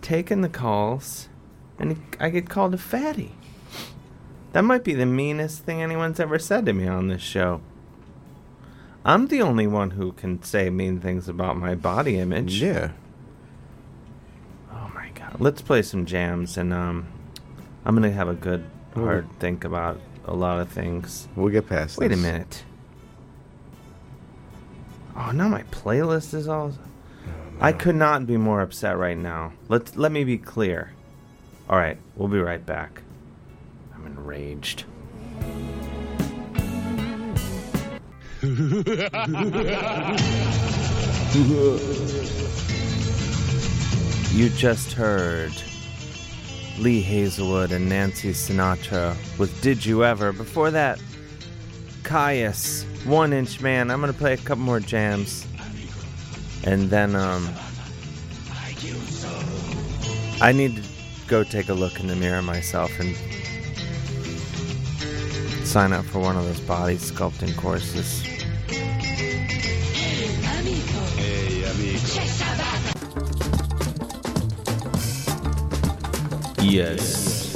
taking the calls, and I get called a fatty. That might be the meanest thing anyone's ever said to me on this show. I'm the only one who can say mean things about my body image.
Yeah.
Oh my god. Let's play some jams and um I'm gonna have a good
We'll-
hard think about a lot of things.
We'll get past.
Wait a
this.
minute. Oh, now my playlist is all. I could not be more upset right now. Let let me be clear. All right, we'll be right back. I'm enraged. You just heard Lee Hazelwood and Nancy Sinatra with Did You Ever. Before that, Caius, One Inch Man. I'm going to play a couple more jams. And then um, I need to go take a look in the mirror myself and sign up for one of those body sculpting courses.
Yes.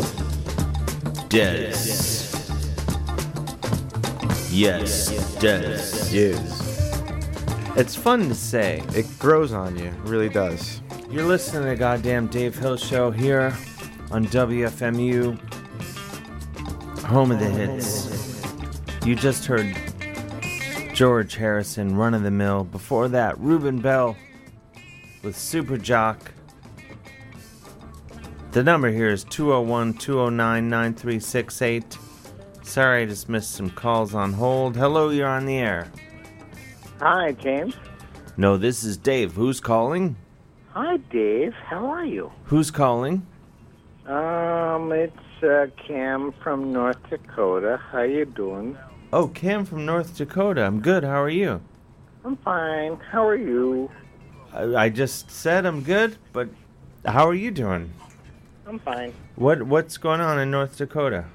Yes. Yes. Yes.
Yes.
It's fun to say.
It grows on you. It really does.
You're listening to Goddamn Dave Hill Show here on WFMU, home of the hits. You just heard George Harrison, Run of the Mill. Before that, Reuben Bell with Super Jock. The number here is 201 209 9368. Sorry, I just missed some calls on hold. Hello, you're on the air.
Hi, James.
No, this is Dave. Who's calling?
Hi, Dave. How are you?
Who's calling?
Um, it's uh, Cam from North Dakota. How you doing?
Oh, Cam from North Dakota. I'm good. How are you?
I'm fine. How are you?
I, I just said I'm good, but how are you doing?
I'm fine.
What What's going on in North Dakota?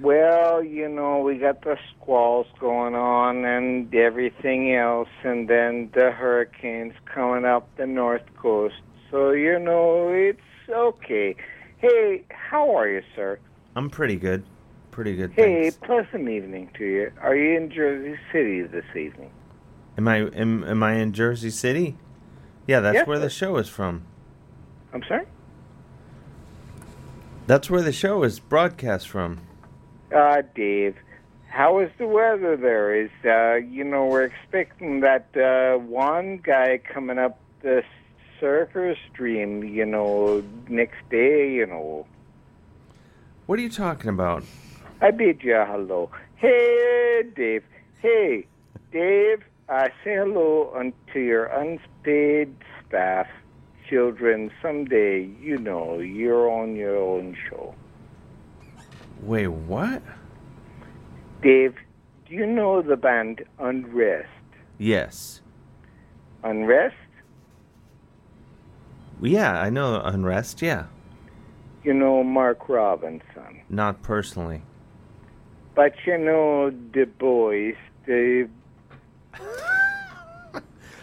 Well, you know, we got the squalls going on and everything else, and then the hurricanes coming up the north coast. So, you know, it's okay. Hey, how are you, sir?
I'm pretty good. Pretty good.
Hey, pleasant evening to you. Are you in Jersey City this evening?
Am I am, am I in Jersey City? Yeah, that's
Yes,
where the
sir.
show is from.
I'm sorry?
That's where the show is broadcast from.
Uh, Dave, how is the weather there? Is, uh, you know, we're expecting that uh, one guy coming up the surfer stream, you know, next day, you know.
What are you talking about?
I bid you hello. Hey, Dave. Hey, Dave, I say hello un- to your unpaid staff, children. Someday, you know, you're on your own show.
Wait, what?
Dave, do you know the band Unrest?
Yes.
Unrest?
Yeah, I know unrest. Yeah,
You know Mark Robinson.
not personally.
But you know the boys, the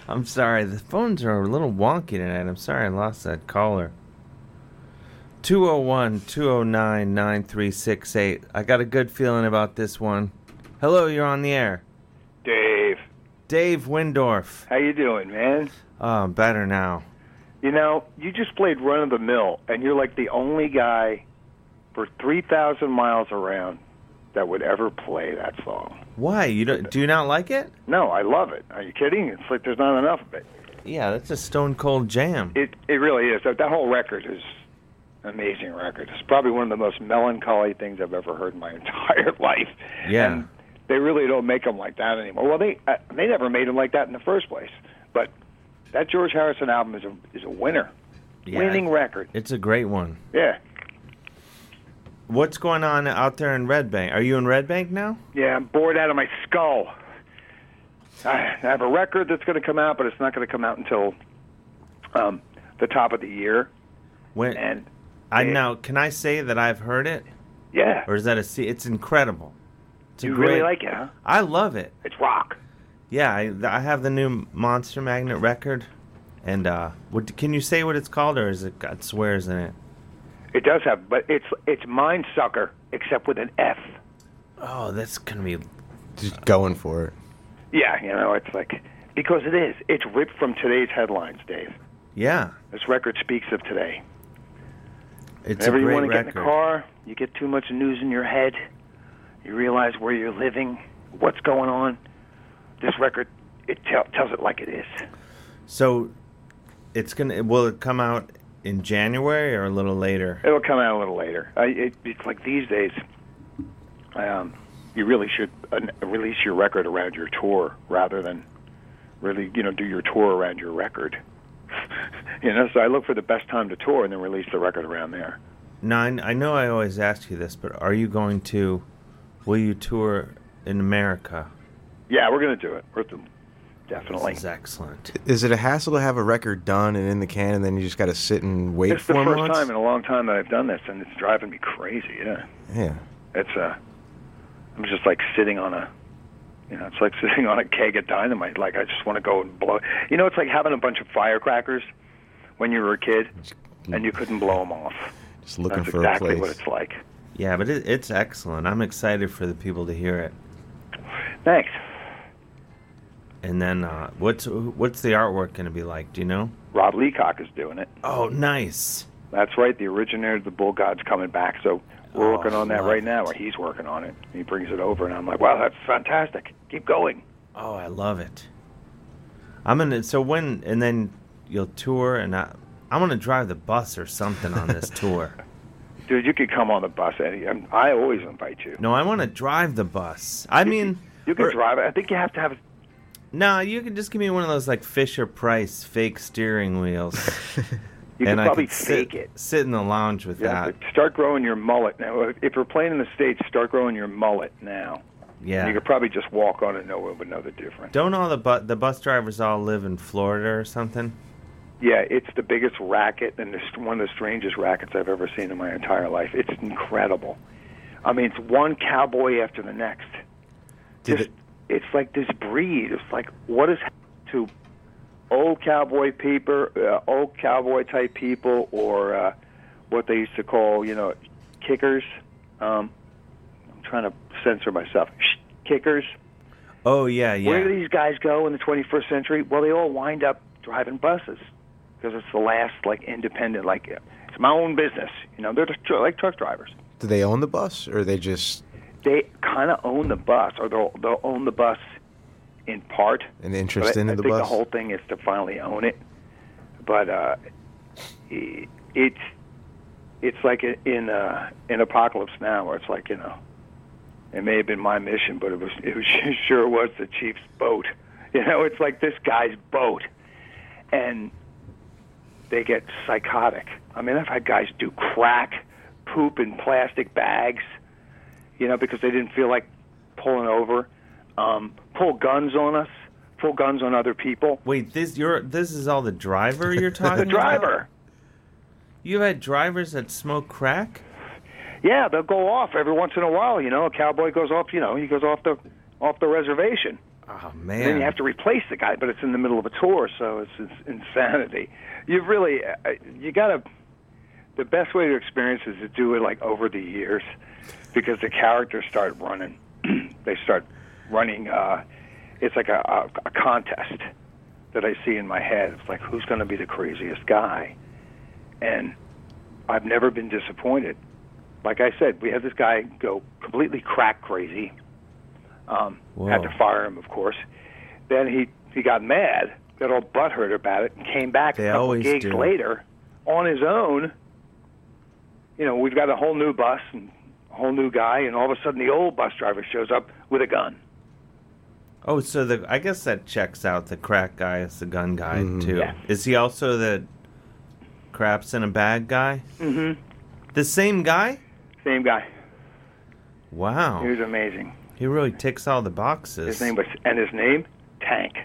I'm sorry, the phones are a little wonky tonight. I'm sorry I lost that caller. 201 209 9368. I got a good feeling about this one. Hello, you're on the air.
Dave,
Dave Windorf.
how you doing, man?
Oh, better now.
You know, you just played Run of the Mill, and you're like the only guy for three thousand miles around that would ever play that song.
Why? You don't, do you not like it?
No, I love it. Are you kidding? It's like there's not enough of it.
Yeah, that's a stone cold jam.
It it really is. That that whole record is an amazing record. It's probably one of the most melancholy things I've ever heard in my entire life.
Yeah.
They really don't make them like that anymore. Well, they uh, they never made them like that in the first place. But that George Harrison album is a is a winner,
Yeah,
winning record.
It's a great one.
Yeah,
What's going on out there in Red Bank? Are you in Red Bank now?
yeah. I'm bored out of my skull. I I have a record that's going to come out, but it's not going to come out until um, the top of the year.
When
and
I now can I say that I've heard it?
Yeah.
Or is that a se- it's incredible. It's a
you
great,
really like it, huh?
I love it.
It's rock.
Yeah, I, I have the new Monster Magnet record, and uh, what can you say what it's called, or is it got swears in it?
It does have, but it's it's Mind Sucker, except with an F.
Oh, that's gonna be
Just going for it.
Yeah, you know, it's like because it is. It's ripped from today's headlines, Dave.
Yeah,
This record speaks of today.
it's
Whenever
a
you
great
want to get
record.
in the car, you get too much news in your head. You realize where you're living, what's going on. This record it tell, tells it like it is.
So, it's gonna will it come out in January or a little later?
It'll come out a little later. I, it, it's like these days, um, you really should uh, release your record around your tour rather than really, you know, do your tour around your record. you know, so I look for the best time to tour and then release the record around there.
Now I, I know I always ask you this, but are you going to? Will you tour in America?
Yeah, we're gonna do it. We're th- definitely.
This is excellent.
Is it a hassle to have a record done and in the can, and then you just got to sit and wait
It's the
for
first
months?
time in a long time that I've done this, and it's driving me crazy. Yeah,
Yeah.
it's uh, I'm just like sitting on a, you know, it's like sitting on a keg of dynamite. Like I just want to go and blow. You know, it's like having a bunch of firecrackers when you were a kid, and you couldn't blow them off.
Just looking
That's
for
exactly
a place.
what it's like.
Yeah, but it, it's excellent. I'm excited for the people to hear it.
Thanks.
And then, uh, what's what's the artwork going to be like? Do you know?
Rob Leacock is doing it.
Oh, nice.
That's right. The originator of the Bull God's coming back. So We're
Oh,
working on that right now, or he's working on it. He brings it over, and I'm like, wow, that's fantastic. Keep going.
Oh, I love it. I'm gonna. So when and then you'll tour, and I, I'm gonna drive the bus or something on this tour.
Dude, you could come on the bus, Eddie. i I always invite you.
No, I want to drive the bus. I mean,
you can drive it. I think you have to have.
No, you can just give me one of those like Fisher Price fake steering wheels.
You
and
could
I
probably
could sit,
fake it.
Sit in the lounge with
Yeah,
that.
but start growing your mullet now. If if you're playing in the states, start growing your mullet now.
Yeah.
You could probably just walk on it, no one would know the difference.
Don't all the bu- the bus drivers all live in Florida or something?
Yeah, it's the biggest racket and it's one of the strangest rackets I've ever seen in my entire life. It's incredible. I mean, it's one cowboy after the next.
Did
just, it's like this breed. It's like what is happening to old cowboy people, uh, old cowboy type people, or uh, what they used to call, you know, kickers. Um, I'm trying to censor myself. Kickers.
Oh yeah, yeah.
Where do these guys go in the 21st century? Well, they all wind up driving buses because it's the last like independent like it's my own business. You know, they're just tr- like truck drivers.
Do they own the bus, or they just
They kind of own the bus, or they'll they'll own the bus in part.
an interest
But I-
in
I
the
think the
bus?
whole thing is to finally own it. But uh, i- it's it's like i- in uh, in Apocalypse Now, where it's like you know, it may have been my mission, but it was it was, sure was the chief's boat. You know, it's like this guy's boat, and they get psychotic. I mean, I've had guys do crack, poop in plastic bags, you know, because they didn't feel like pulling over. Um, pull guns on us, pull guns on other people.
Wait, this you're this is all the driver you're talking
the
about?
driver.
You've had drivers that smoke crack?
Yeah, they'll go off every once in a while. You know, a cowboy goes off. You know, he goes off the off the reservation.
Oh
And then
man.
you have to replace the guy, but it's in the middle of a tour, so it's, it's insanity. You've really uh, you gotta. The best way to experience is to do it like over the years, because the characters start running. they start running. Uh, it's like a, a, a contest that I see in my head. It's like who's going to be the craziest guy, and I've never been disappointed. Like I said, we had this guy go completely crack crazy. Um, had to fire him, of course. Then he he got mad, got all butthurt about it, and came back
They
a couple
always
gigs
do.
later on his own. You know, we've got a whole new bus and a whole new guy, and all of a sudden the old bus driver shows up with a gun.
Oh, so the I guess that checks out the crack guy is the gun guy too.
Yeah.
Is he also the craps in a bag guy?
Mm-hmm.
The same guy?
Same guy.
Wow. Oh.
He was amazing.
He really ticks all the boxes.
His name was and his name Tank.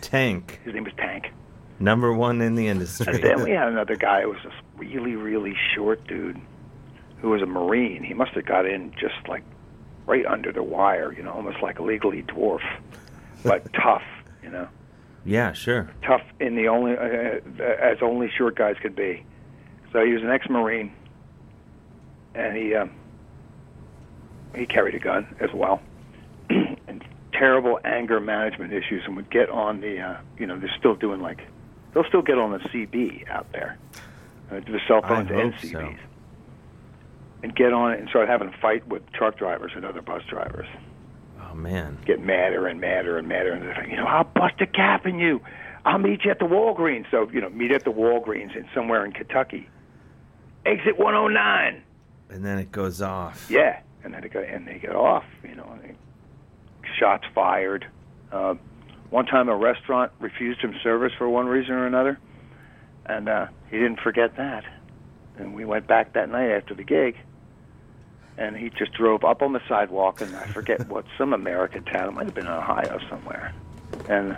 Tank,
His name was Tank.
number one in the industry.
And then we had another guy who was this really, really short dude who was a Marine. He must have got in just like right under the wire, you know, almost like legally dwarf, but tough, you know,
yeah, sure.
tough in the only uh, as only short guys could be. So he was an ex-Marine, and he um, he carried a gun as well. and terrible anger management issues, and would get on the uh, you know they're still doing like they'll still get on the CB out there, uh, the cell
I
phones and
hope
CBs,
Oh, so.
and get on it and start having a fight with truck drivers and other bus drivers.
Oh man.
Get madder and madder and madder, and they're like, you know, I'll bust a cap in you. I'll meet you at the Walgreens. So you know, meet at the Walgreens in somewhere in Kentucky, exit 109.
And then it goes off.
Yeah, and then they go and they get off. You know, and they, shots fired. Uh, one time, a restaurant refused him service for one reason or another, and uh, he didn't forget that. And we went back that night after the gig, and he just drove up on the sidewalk, and I forget what some American town, it might have been in Ohio somewhere, and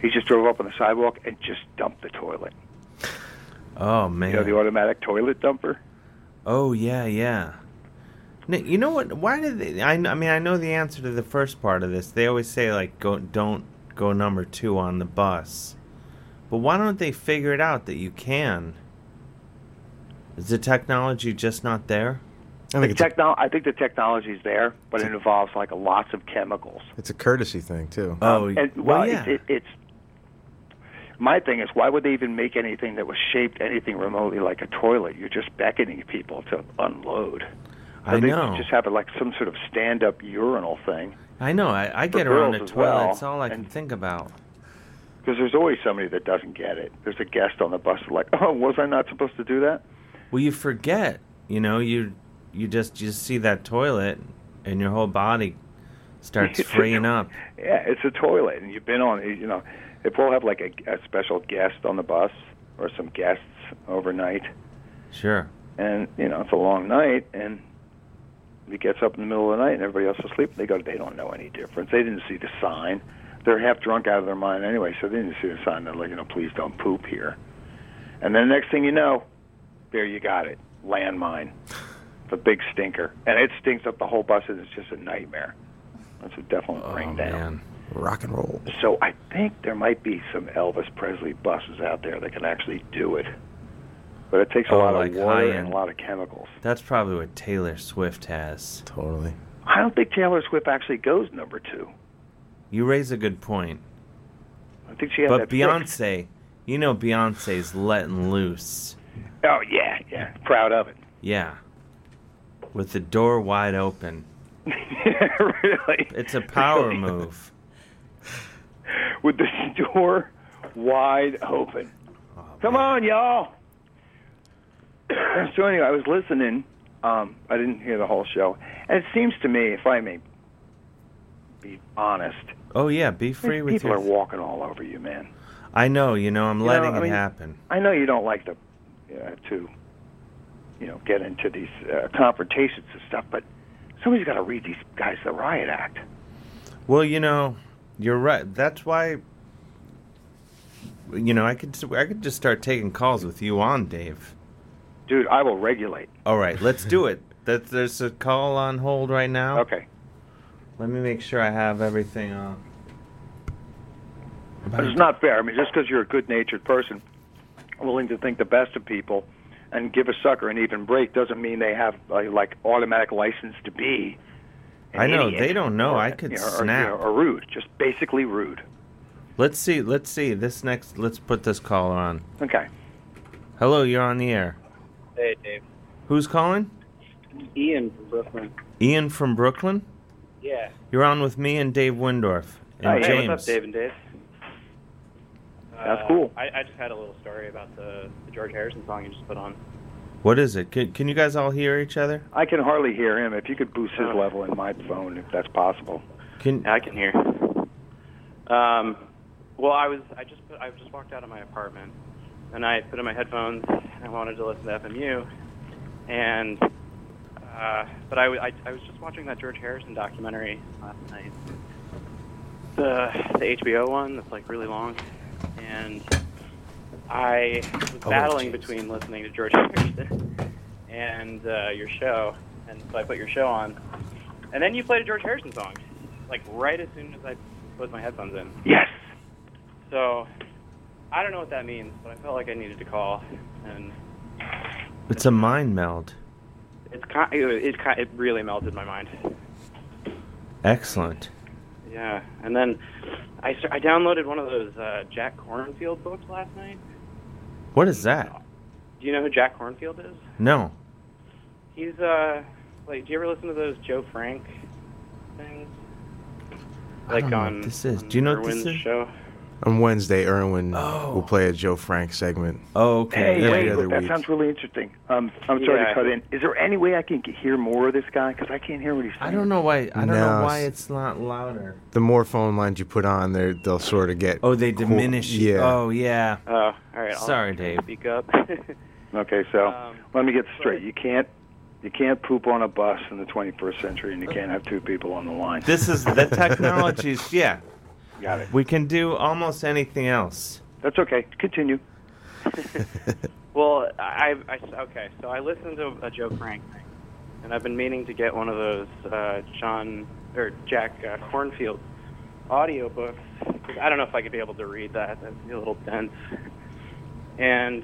he just drove up on the sidewalk and just dumped the toilet.
Oh
You know,
man.
the automatic toilet dumper.
Oh yeah, yeah. N- You know what? Why did they? I, kn- I mean, I know the answer to the first part of this. They always say like, go, don't go number two on the bus. But why don't they figure it out that you can? Is the technology just not there?
I think, the techno- I think the technology's there, but it involves like lots of chemicals.
It's a courtesy thing too.
Oh,
Um, And well, it's, it, it's my thing is why would they even make anything that was shaped anything remotely like a toilet? You're just beckoning people to unload.
I
they
know.
just have like some sort of stand-up urinal thing.
I know. I, I
For
get around
girls
the
as
toilet.
well,
It's all I can think about.
Because there's always somebody that doesn't get it. There's a guest on the bus that's like, oh, was I not supposed to do that?
Well, you forget. You know, you you just you see that toilet, and your whole body starts
It's a
freeing up.
Yeah, it's a toilet, and you've been on. You know, if we'll have like a, a special guest on the bus or some guests overnight,
Sure.
and you know it's a long night, and he gets up in the middle of the night, and everybody else is asleep. They go, they don't know any difference. They didn't see the sign. They're half drunk out of their mind anyway, so they didn't see the sign. They're like, you know, please don't poop here. And then the next thing you know, there you got it, landmine, the big stinker, and it stinks up the whole bus, and it's just a nightmare. That's a definite
Oh,
bring down.
Rock and roll.
So I think there might be some Elvis Presley buses out there that can actually do it. But it takes a
Oh,
lot
like
of water
high-end.
and a lot of chemicals.
That's probably what Taylor Swift has.
Totally.
I don't think Taylor Swift actually goes number two.
You raise a good point.
I think she has
But
that fixed.
Beyonce, you know, Beyonce's letting loose.
Oh yeah, yeah. Proud of it.
Yeah. With the door wide open.
really?
It's a power move.
With the door wide open.
Oh,
Come on, y'all. so anyway, I was listening. Um, I didn't hear the whole show. And it seems to me, if I may be honest,
Oh yeah, be free with
people
your.
are walking all over you, man.
I know, you know, I'm
You know,
letting
I
it
mean-
happen.
I know you don't like to, uh, to, you know, get into these uh, confrontations and stuff, but somebody's got to read these guys the riot act.
Well, you know, you're right. That's why. You know, I could I could just start taking calls with you on, Dave.
Dude, I will regulate.
All right, let's do it. That there's a call on hold right now.
Okay.
Let me make sure I have everything on.
It's not fair. I mean, just because you're a good-natured person, willing to think the best of people, and give a sucker an even break doesn't mean they have uh, like automatic license to be. an
I know
idiot
they don't know.
or-
I could
you know, or, you
snap.
know, or rude, just basically rude.
Let's see. Let's see this next. Let's put this caller on.
Okay.
Hello, you're on the air.
Hey, Dave.
Who's calling?
Ian from Brooklyn.
Ian from Brooklyn.
Yeah.
You're on with me and Dave Windorf and
Hi,
James.
Hey, what's up, Dave and Dave?
That's
Uh,
cool.
I, I just had a little story about the, the George Harrison song you just put on.
What is it? Can, can you guys all hear each other?
I can hardly hear him. If you could boost his level in my phone, if that's possible.
Can
Uh. I can hear. Um, well, I was I just put, I just walked out of my apartment, and I put in my headphones and I wanted to listen to FMU, and uh, but I, w- I- I was just watching that George Harrison documentary last night, the the HBO one that's like really long, and I was
Oh,
battling between listening to George Harrison and uh, your show, and so I put your show on, and then you played a George Harrison song, like right as soon as I put my headphones in.
Yes.
So I don't know what that means, but I felt like I needed to call, and
It's a mind meld.
it's kind it, it, it really melted my mind.
Excellent.
Yeah, and then I s- I downloaded one of those uh, Jack Cornfield books last night.
What is that?
Do you know who Jack Cornfield is?
No.
He's uh like do you ever listen to those Joe Frank things?
I
Like
don't know what
on
this is. Do you know what this
Irwin's
is?
show?
On Wednesday, Erwin will play a Joe Frank segment.
Oh,
Hey,
Every
wait,
other
that
week.
sounds really interesting. Um, I'm sorry
Yeah.
to cut in. Is there any way I can g- hear more of this guy? Because I can't hear what he's saying.
I don't know why. I don't
No,
know why
it's-
it's not louder.
The more phone lines you put on, they're- they'll sort of get.
Oh, they
cool-
diminish.
Yeah.
Oh, yeah.
Oh, all right. I'll
Sorry, Dave.
Speak up. Um,
Okay, so let me get this straight. You can't you can't poop on a bus in the 21st century, and you can't have two people on the line.
This is the technologies. Yeah.
Got it.
We can do almost anything else.
That's okay. Continue.
well, I, I okay. So I listened to a Joe Frank thing, and I've been meaning to get one of those uh, John or Jack uh, Cornfield audiobooks. 'cause I don't know if I could be able to read that. That'd be a little dense. And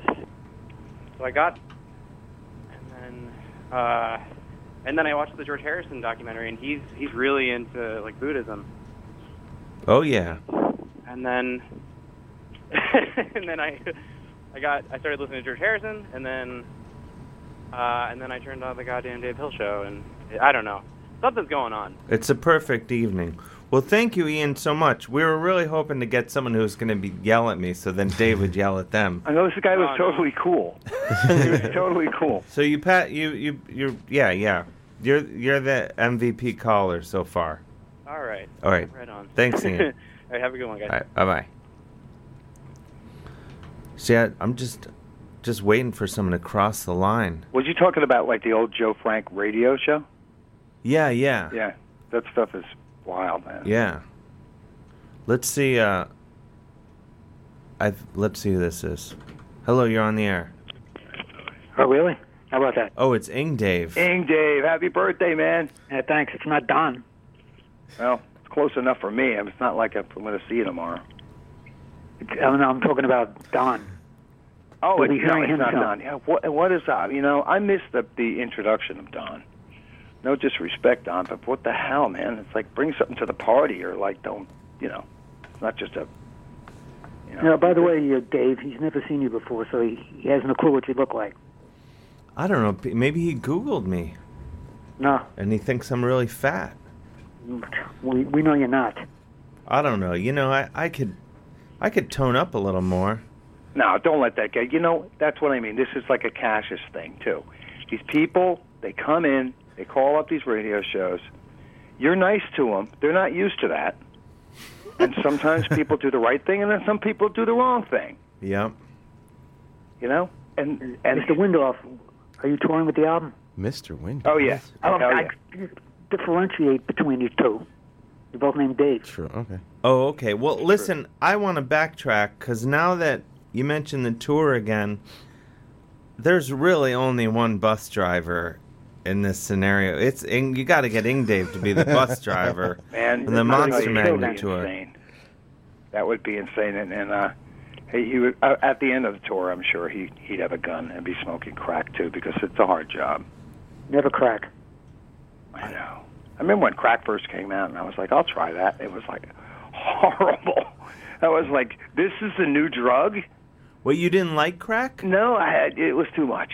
so I got, and then, uh, and then I watched the George Harrison documentary, and he's he's really into like Buddhism.
Oh, yeah.
And then, and then I, I got I started listening to George Harrison, and then
Uh, and then I turned on the goddamn Dave Hill show, and I don't know. Something's going on.
It's a perfect evening. Well, thank you, Ian, so much. We were really hoping to get someone who's going to be yell at me, so then Dave would yell at them.
I know this guy was
Oh, no.
totally cool. he was totally cool.
So you pat you you you're yeah yeah you're you're the MVP caller so far.
All right.
All right.
Right on.
Thanks, Ian.
All right. Have a good one, guys.
All right, bye bye. See, I, I'm just just waiting for someone to cross the line.
Was you talking about like the old Joe Frank radio show?
Yeah, yeah,
Yeah, that stuff is wild, man.
yeah. Let's see. Uh, I let's see who this is. Hello, you're on the air.
Oh, really? How about that?
Oh, it's Ing Dave.
Ing Dave, happy birthday, man.
Yeah, thanks. It's not Don.
Well, it's close enough for me. It's not like I'm going to see you tomorrow.
Oh, no, I'm talking about Don.
Oh,
We'll
it's,
be
no,
hearing
it's
him
not
soon.
Don. Yeah, what, what is up? You know, I missed the, the introduction of Don. No disrespect, Don, but what the hell, man? It's like bring something to the party, or like don't, you know, it's not just a. You know,
No, by the way, uh, Dave, he's never seen you before, so he, he hasn't a clue what you look like.
I don't know. p- Maybe he Googled me.
No.
And he thinks I'm really fat.
We we know you're not.
I don't know. You know, I, I could I could tone up a little more.
No, don't let that get. You know, that's what I mean. This is like a Cassius thing too. These people, they come in, they call up these radio shows. You're nice to them. They're not used to that. And sometimes people do the right thing, and then some people do the wrong thing.
Yep.
You know. And and
Mr. Windoff, are you touring with the album?
Mr. Wind.
oh yeah,
Oh,
oh yeah.
I differentiate between you two. You're both named Dave.
True. Okay.
Oh, okay. Well, listen, I want to backtrack because now that you mentioned the tour again, there's really only one bus driver in this scenario. It's Ing, you got to get Ing Dave to be the bus driver
Man,
and the Monster
that would be
Magnet tour.
insane. That would be insane. And, and uh, he, he would, uh, at the end of the tour, I'm sure he he'd have a gun and be smoking crack too, because it's a hard job.
Never crack.
I know. I remember when crack first came out, and I was like, I'll try that. It was like horrible. I was like, this is the new drug.
Well, you didn't like crack?
No, I had, it was too much.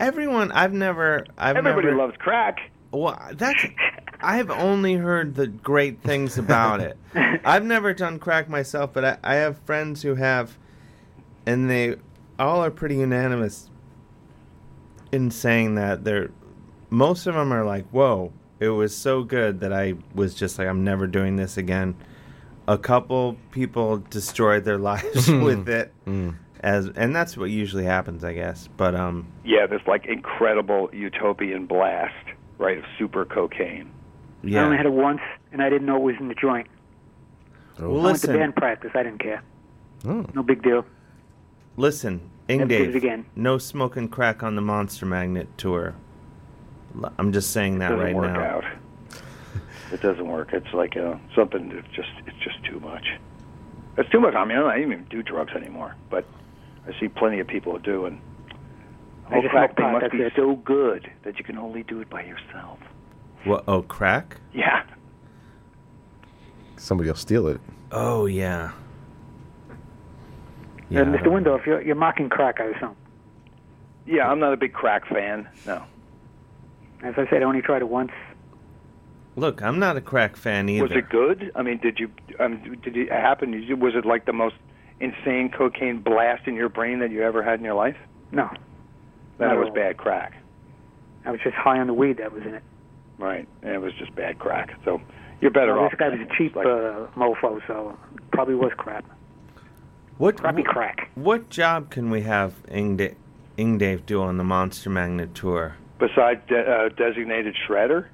Everyone, I've never, I've
Everybody
never,
loves crack.
Well, that's. I've only heard the great things about it. I've never done crack myself, but I, I have friends who have, and they all are pretty unanimous in saying that they're. Most of them are like, "Whoa, it was so good that I was just like, I'm never doing this again." A couple people destroyed their lives with it, as and that's what usually happens, I guess. But um,
Yeah, this like incredible utopian blast, right, of super cocaine.
I only
yeah,
had it once, and I didn't know it was in the joint.
Oh.
Well,
I went to
listen. Hmm.
band practice. I didn't care. No big deal.
Listen, Ing
Never did it
Dave,
again.
no smoking crack on the Monster Magnet tour. L- I'm just saying that
doesn't
right
work
now.
out. It doesn't work. It's like uh, something. It's just it's just too much. It's too much. I mean, I don't even do drugs anymore, but I see plenty of people who do, and
I
whole
just
crack
smoke
thing
pot,
must
that's
be
it.
so good that you can only do it by yourself.
What? Oh, crack?
Yeah.
Somebody will steal it.
Oh yeah.
Uh, Mr. Windoff, you're, you're mocking crack, I assume.
Yeah, I'm not a big crack fan. No.
As I said, I only tried it once.
Look, I'm not a crack fan either.
Was it good? I mean, did you? Um, did it happen? Did you, was it like the most insane cocaine blast in your brain that you ever had in your life?
No,
Then
Not
it
at
was
all.
bad crack,
I was just high on the weed that was in it.
right? And it was just bad crack. So you're better
Well,
off.
This guy was a cheap uh, mofo, so probably was crap.
What?
Crappy crack.
What job can we have Ing, da- Ing Dave do on the Monster Magnet tour?
Besides de- uh, designated shredder,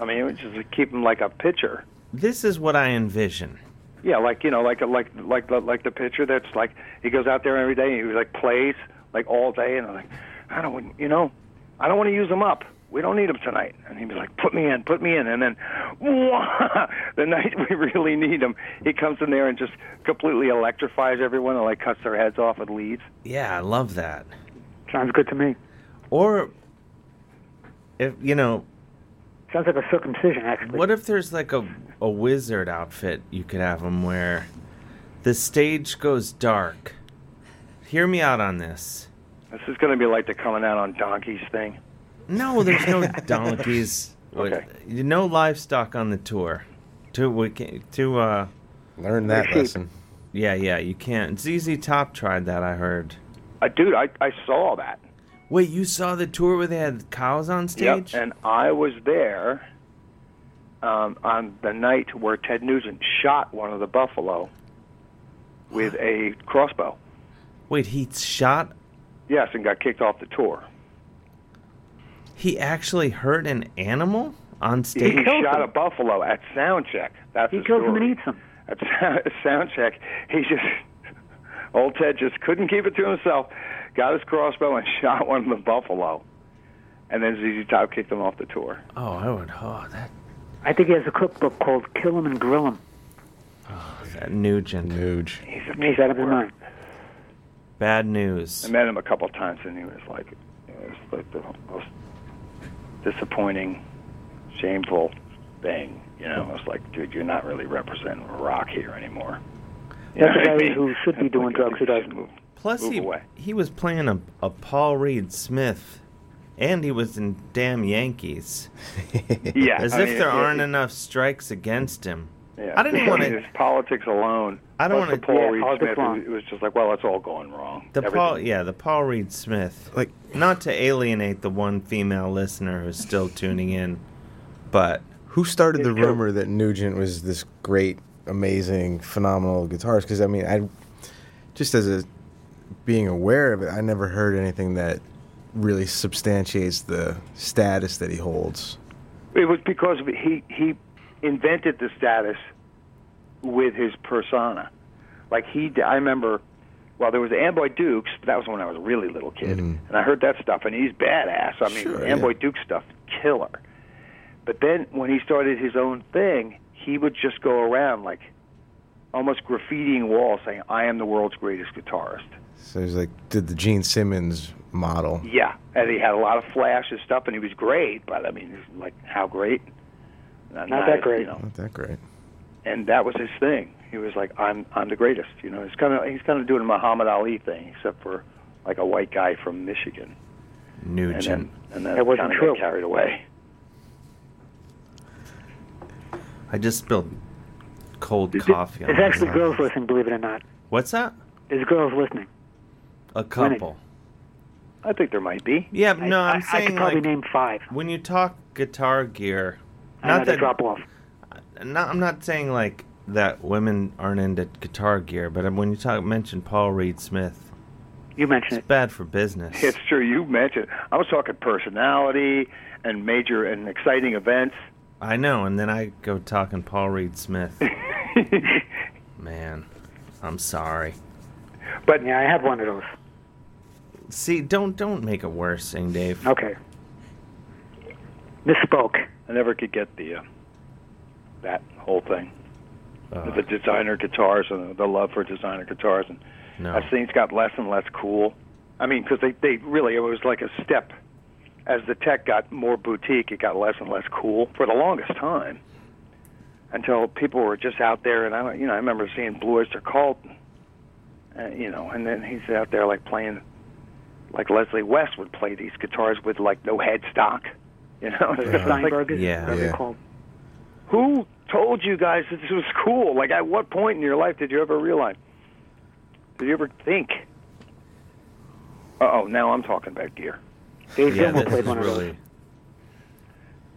I mean, it was just keep him like a pitcher.
This is what I envision.
Yeah, like you know, like like like like the pitcher that's like he goes out there every day and he like plays like all day and I'm like, I don't want- you know, I don't want to use him up. We don't need him tonight. And he'd be like, put me in, put me in, and then the night we really need him, he comes in there and just completely electrifies everyone and like cuts their heads off and leaves.
Yeah, I love that.
Sounds good to me.
Or if you know,
Sounds like a circumcision, actually.
What if there's like a a wizard outfit you could have him wear? The stage goes dark. Hear me out on this.
This is going to be like the coming out on donkeys thing.
No, there's no donkeys. okay. No livestock on the tour. To we can to uh,
learn that
Sheep. lesson.
Yeah, yeah, you can't. ZZ Top tried that. I heard.
Uh, dude, I, I saw that.
Wait, you saw the tour where they had cows on stage?
Yep, and I was there um, on the night where Ted Nugent shot one of the buffalo with a crossbow.
Wait, he shot.
Yes, and got kicked off the tour.
He actually hurt an animal on stage.
he shot a buffalo at sound check. That's the story.
eats him.
At sound- sound check, he just old Ted just couldn't keep it to himself. Got his crossbow and shot one of the buffalo, and then ZZ Top kicked him off the tour.
Oh, I would. Oh, that
I think he has a cookbook called Kill 'em and Grill 'em.
that Nugent. Nuge.
He's a
He's out of his mind.
Bad news.
I met him a couple of times, and he was like, it was like the most disappointing, shameful thing. You know, I was like, dude, you're not really representing rock here anymore. You
That's
know
a
what I
guy
mean?
who should be doing drugs who doesn't.
Plus,
Move
he
away.
he was playing a, a Paul Reed Smith, and he was in damn Yankees.
Yeah,
as
I
if
mean,
there
it-
aren't
it-
enough strikes against him.
Yeah.
I didn't want to.
His politics alone.
I don't
plus
wanna-
the Paul
Yeah,
Reed
politics
Smith.
alone.
It was just like, well, it's all going wrong.
The
Everything-
Paul, yeah, the Paul Reed Smith. Like, not to alienate the one female listener who's still tuning in, but
Who started the rumor that Nugent was this great, amazing, phenomenal guitarist? Because I mean, I just as a being aware of it, I never heard anything that really substantiates the status that he holds.
It was because of- he he invented the status with his persona. Like he, I remember. Well, there was Amboy Dukes, but that was when I was a really little kid, and I heard that stuff, and he's badass. I mean,
Sure,
Amboy Duke stuff, killer. But then when he started his own thing, he would just go around like almost graffitiing walls, saying, "I am the world's greatest guitarist."
So he's like, did the Gene Simmons model?
Yeah, and he had a lot of flash and stuff, and he was great. But I mean, like, how great?
Not that
You
great.
know,
Not that great.
and that was his thing. He was like, "I'm I'm the greatest." You know, he's kind of he's kind of doing a Muhammad Ali thing, except for like a white guy from Michigan, and
Nugent.
then and then
That wasn't
kind of
true.
got carried away.
I just spilled cold coffee on
There's actually
myself.
girls listening, believe it or not.
What's that?
There's girls listening.
A couple.
I think there might be.
Yeah, but no, I'm
I, I, I
saying,
could probably
like-
name five.
When you talk guitar gear,
I
not
had to
that
drop off.
Not, I'm not saying like that women aren't into guitar gear, but when you talk mention Paul Reed Smith,
you mentioned
it's bad for business.
It's true. You mentioned I was talking personality and major and exciting events.
I know, and then I go talking Paul Reed Smith. Man, I'm sorry.
But
yeah, I had one of those.
See, don't don't make it worse, Sing Dave.
Okay. Misspoke.
I never could get the uh, that whole thing.
Uh.
the designer guitars and the love for designer guitars and
No.
as things got less and less cool. I mean, because they, they really, it was like a step. As the tech got more boutique, it got less and less cool for the longest time until people were just out there. And I, don't- you know, I remember seeing Blue Oyster Cult, uh, you know, and then he's out there like playing, like Leslie West would play these guitars with like no headstock, you know. It's like,
Steinbergers,
Yeah.
whatever
Yeah.
you call them.
who told you guys that this was cool? Like, at what point in your life did you ever realize? Did you ever think? Uh oh, now I'm talking about gear.
Dave
yeah,
Gilmour
this
played
is
one of
really.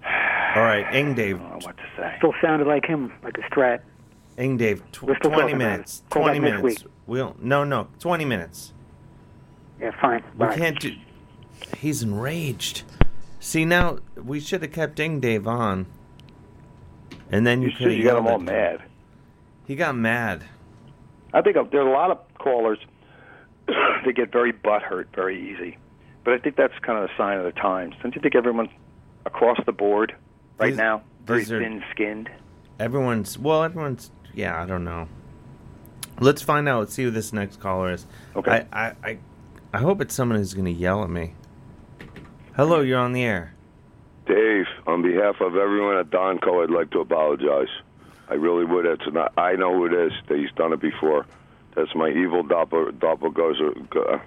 All right, Ing Dave.
Oh,
I don't
know what to say.
Still sounded like him, like a strat.
Ing Dave, tw-
We're still
twenty
talking about
minutes.
it. Call
Twenty
back next
minutes. We'll no, no, twenty minutes.
Yeah, fine.
We
Bye.
can't do. He's enraged. See now, we should have kept Ing Dave on, and then you,
You
could
should-
have
you got him all mad.
He got mad.
I think there are a lot of callers that get very butthurt very easy. But I think that's kind of a sign of the times. Don't you think everyone across the board right
These-
now, very
these are-
thin skinned?
Everyone's well. Everyone's yeah. I don't know. Let's find out. Let's see who this next caller is. Okay. I I I, I hope it's someone who's going to yell at me. Hello, you're on the air.
Dave, on behalf of everyone at Donco, I'd like to apologize. I really would. It's not, I know who it is. That he's done it before. That's my evil doppel, doppelganger.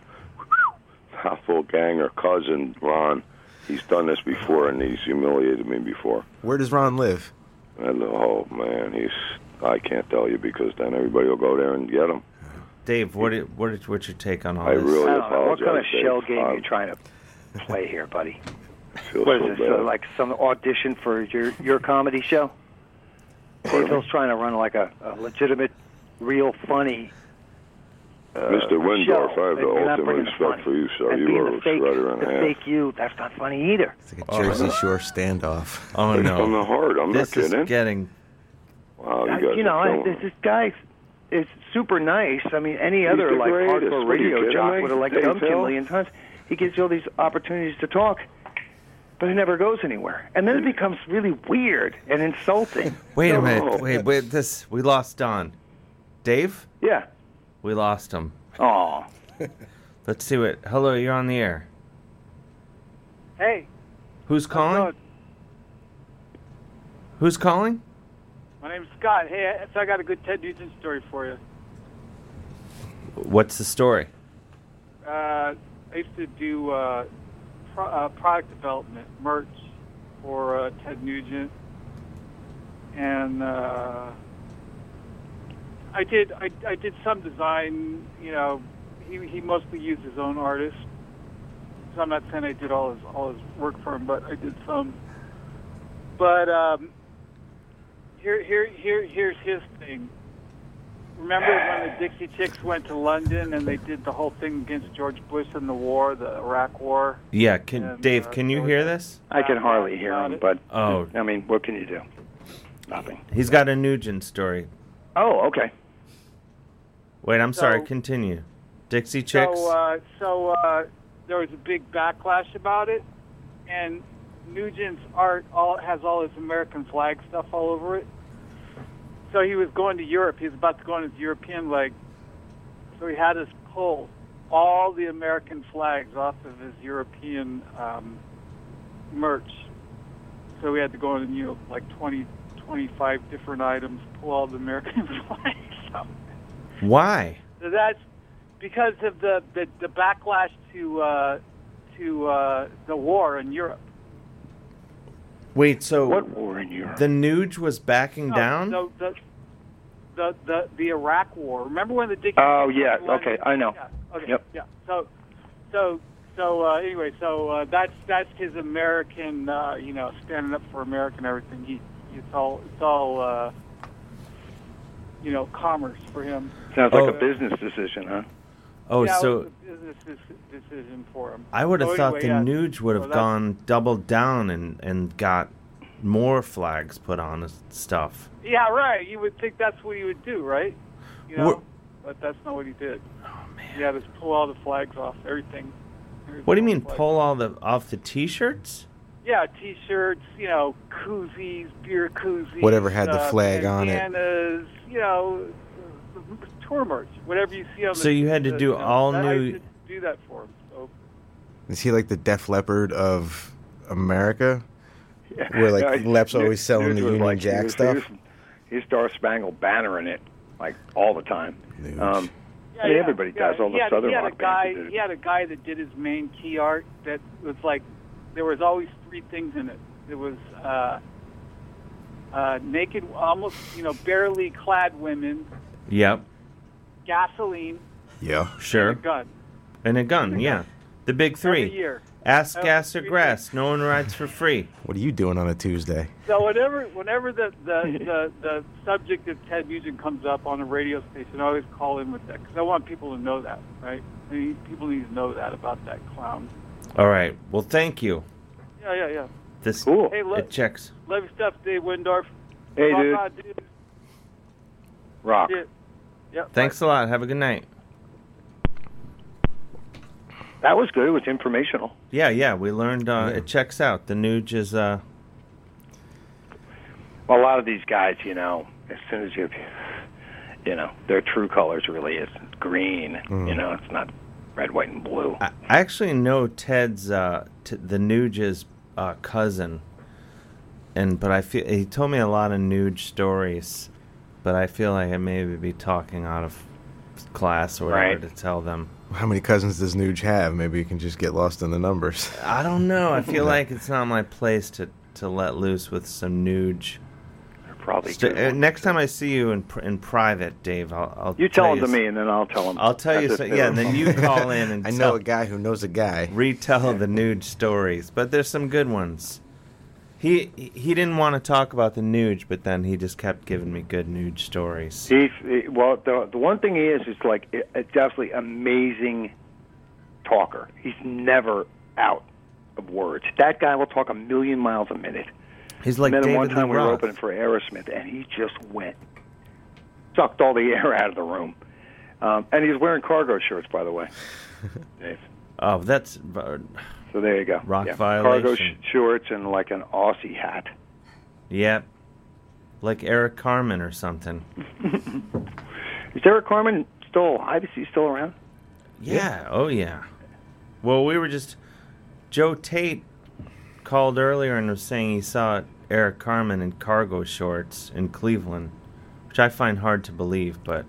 doppelganger cousin Ron. He's done this before, and he's humiliated me before.
Where does Ron live?
And oh man, he's I can't tell you because then everybody will go there and get him.
Dave, what i- what is, what's your take on all
I
this?
really
I don't know. What kind of
apologize, Dave.
shell game
I'm-
you trying to play here, buddy?
feel
what
so
is this?
bad.
uh, like some audition for your your comedy show? Dave Hill's trying to run like a, a legitimate, real funny. Uh,
Mr. Windorf,
show.
I have the
You're not
ultimate
bringing the
respect
funny.
for you, sir.
And
You
being
are
the
a
fake,
shredder and a
the
half.
fake you. That's not funny either.
Jersey Shore standoff.
Oh
It's from the heart. I'm
this
not
is
kidding.
getting.
Wow, Oh, you
I-
guys
you know, I,
are killing
this,
me.
this guy is super nice. I mean, any
He's
other
the
like
greatest. What are
hardcore
you
radio
kidding
jock
me?
would have like
Dave
dumped him a
Hill?
million times. He gives you all these opportunities to talk, but it never goes anywhere. And then it becomes really weird and insulting.
Wait a
No.
minute. Wait, wait. This we lost Don. Dave.
Yeah.
We lost him.
Aw.
Let's see what. Hello, you're on the air.
Hey,
Who's calling? Who's calling?
my name's Scott. Hey, I- so I got a good Ted Nugent story for you.
What's the story?
Uh, I used to do uh, pro- uh, product development, merch for uh, Ted Nugent, and uh, I did I, I did some design. You know, he he mostly used his own artists, so I'm not saying I did all his all his work for him, but I did some. But um, here here here here's his thing. Remember when the Dixie Chicks went to London and they did the whole thing against George Bush and the war, the Iraq War?
Yeah, can
And,
Dave?
uh,
Can you hear this?
I can hardly hear him, but
Oh.
I mean, what can you do? Nothing.
He's got a Nugent story.
Oh, okay.
Wait, I'm sorry.
So-
Continue. Dixie Chicks.
So, uh, so uh, there was a big backlash about it, and Nugent's art all has all his American flag stuff all over it. So he was going to Europe. He was about to go on his European leg. So he had us pull all the American flags off of his European um, merch. So we had to go in, you know, like 20, 25 different items, pull all the American flags off.
Why?
So that's because of the the, the backlash to uh, to uh, the war in Europe.
Wait. So
what war in Europe?
The Nuge was backing down.
No, the, the the the Iraq War. Remember when the Dixie?
Oh,
Chicks
yeah.
went to London?
Okay, I know.
Yeah. Okay.
Yep.
Yeah. So so so uh, anyway, so uh, that's that's his American. Uh, you know, standing up for America and everything. He it's all it's all. Uh, you know, commerce for him.
Sounds like
Oh.
a business decision, huh?
Oh,
yeah, it
so
was a business dec- decision for him.
I would have
So
thought
anyway,
the
yeah.
Nuge would have
So that's-
gone doubled down and and got more flags put on and stuff.
Yeah, right. You would think that's what he would do, right? You know,
What-
but that's not what he did. Oh man! Yeah, just pull all the flags off everything.
What do you mean pull all the off the t-shirts?
Yeah, t-shirts, you know, koozies, beer koozies,
Whatever had the
uh,
flag on it.
bandanas, you know, tour merch, whatever you see on.
So
the,
you had to
the-
do
know,
all
that- I
new-
used to do that for him. So
Is he like the Def Leopard of America? Where like
Yeah,
Lep's
Nuge-
always selling
Nuge
the
was
Union
like- he
Jack
was- He
stuff.
was, he was Star Spangled bannering it like all the time. Um,
Yeah,
I mean,
yeah,
everybody
yeah.
does. All the
he had,
southern
he had
rock
a guy,
bands. that did it.
He had a guy that did his main key art that was like, there was always three things in it. There was uh, uh, naked, almost you know, barely clad women,
Yep.
gasoline,
Yeah.
Sure.
and a gun.
And a gun. Yeah. The big
Every
three.
year.
Ask
That was
gas or
three
grass. No one rides for free.
What are you doing on a Tuesday?
So whenever whenever the the, the, the subject of Ted Nugent comes up on a radio station, I always call in with that because I want people to know that, right? I mean, people need to know that about that clown.
All right. Well, thank you.
Yeah, yeah, yeah.
This
Cool. Hey, look.
it checks.
Love your stuff, Dave Windorf.
Hey,
Rock
dude.
on, dude.
Rock.
Yeah. Yep.
Thanks a lot. Have a good night.
That was good. It was informational.
Yeah, yeah. We learned uh, it checks out. The Nuge is uh
A lot of these guys, you know, as soon as you, you know, their true colors really is green.
Hmm. Mm.
You know, it's not red, white, and blue.
I I actually know Ted's uh, t- the Nuge's uh, cousin, and but I feel he told me a lot of Nuge stories, but I feel like I maybe be talking out of class or whatever
Right.
to tell them.
How many cousins does Nuge have? Maybe you can just get lost in the numbers.
I don't know. I feel like it's not my place to, to let loose with some nuge.
Probably.
St- uh, next time I see you in pr- in private, Dave, I'll, I'll
You tell
you
them to
s-
me, and then I'll tell them.
I'll tell you. So, yeah, and then you call in and
I know a guy who knows a guy.
Retell the nude stories, but there's some good ones. He he didn't want to talk about the nude, but then he just kept giving me good nude stories.
He, he- eh, well, the the one thing is, is like eh, a a definitely amazing talker. He's never out of words. That guy will talk a million miles a minute.
He's like
Met him
David
one
Lee
time we were
Roth.
opening for Aerosmith, and he just went sucked all the air out of the room. Um, and he's wearing cargo shorts, by the way. Dave.
Oh, that's
So there you go.
Rock
Yeah. Cargo
violation.
sh- shorts and like an Aussie hat.
Yep, like Eric Carmen or something.
Is Eric Carmen still alive? Is he still around?
Yeah. Oh yeah. Well, we were just Joe Tate called earlier and was saying he saw Eric Carmen in cargo shorts in Cleveland, which I find hard to believe, but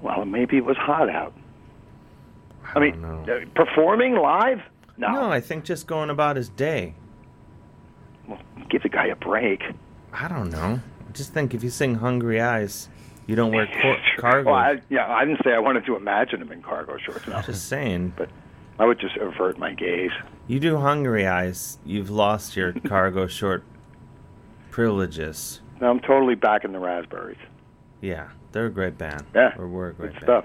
Well, maybe it was hot out. I, mean, uh, performing live? No.
I think just going about his day.
Well, give the guy a break.
I don't know. I just think if you sing "Hungry Eyes," you don't wear cor- cargo.
Well, I, yeah, I didn't say I wanted to imagine him in cargo shorts. No.
Just saying.
But I would just avert my gaze.
You do "Hungry Eyes," you've lost your cargo short privileges.
No, I'm totally back in the raspberries.
Yeah, they're a great band.
Yeah,
or were a great band.
Stuff.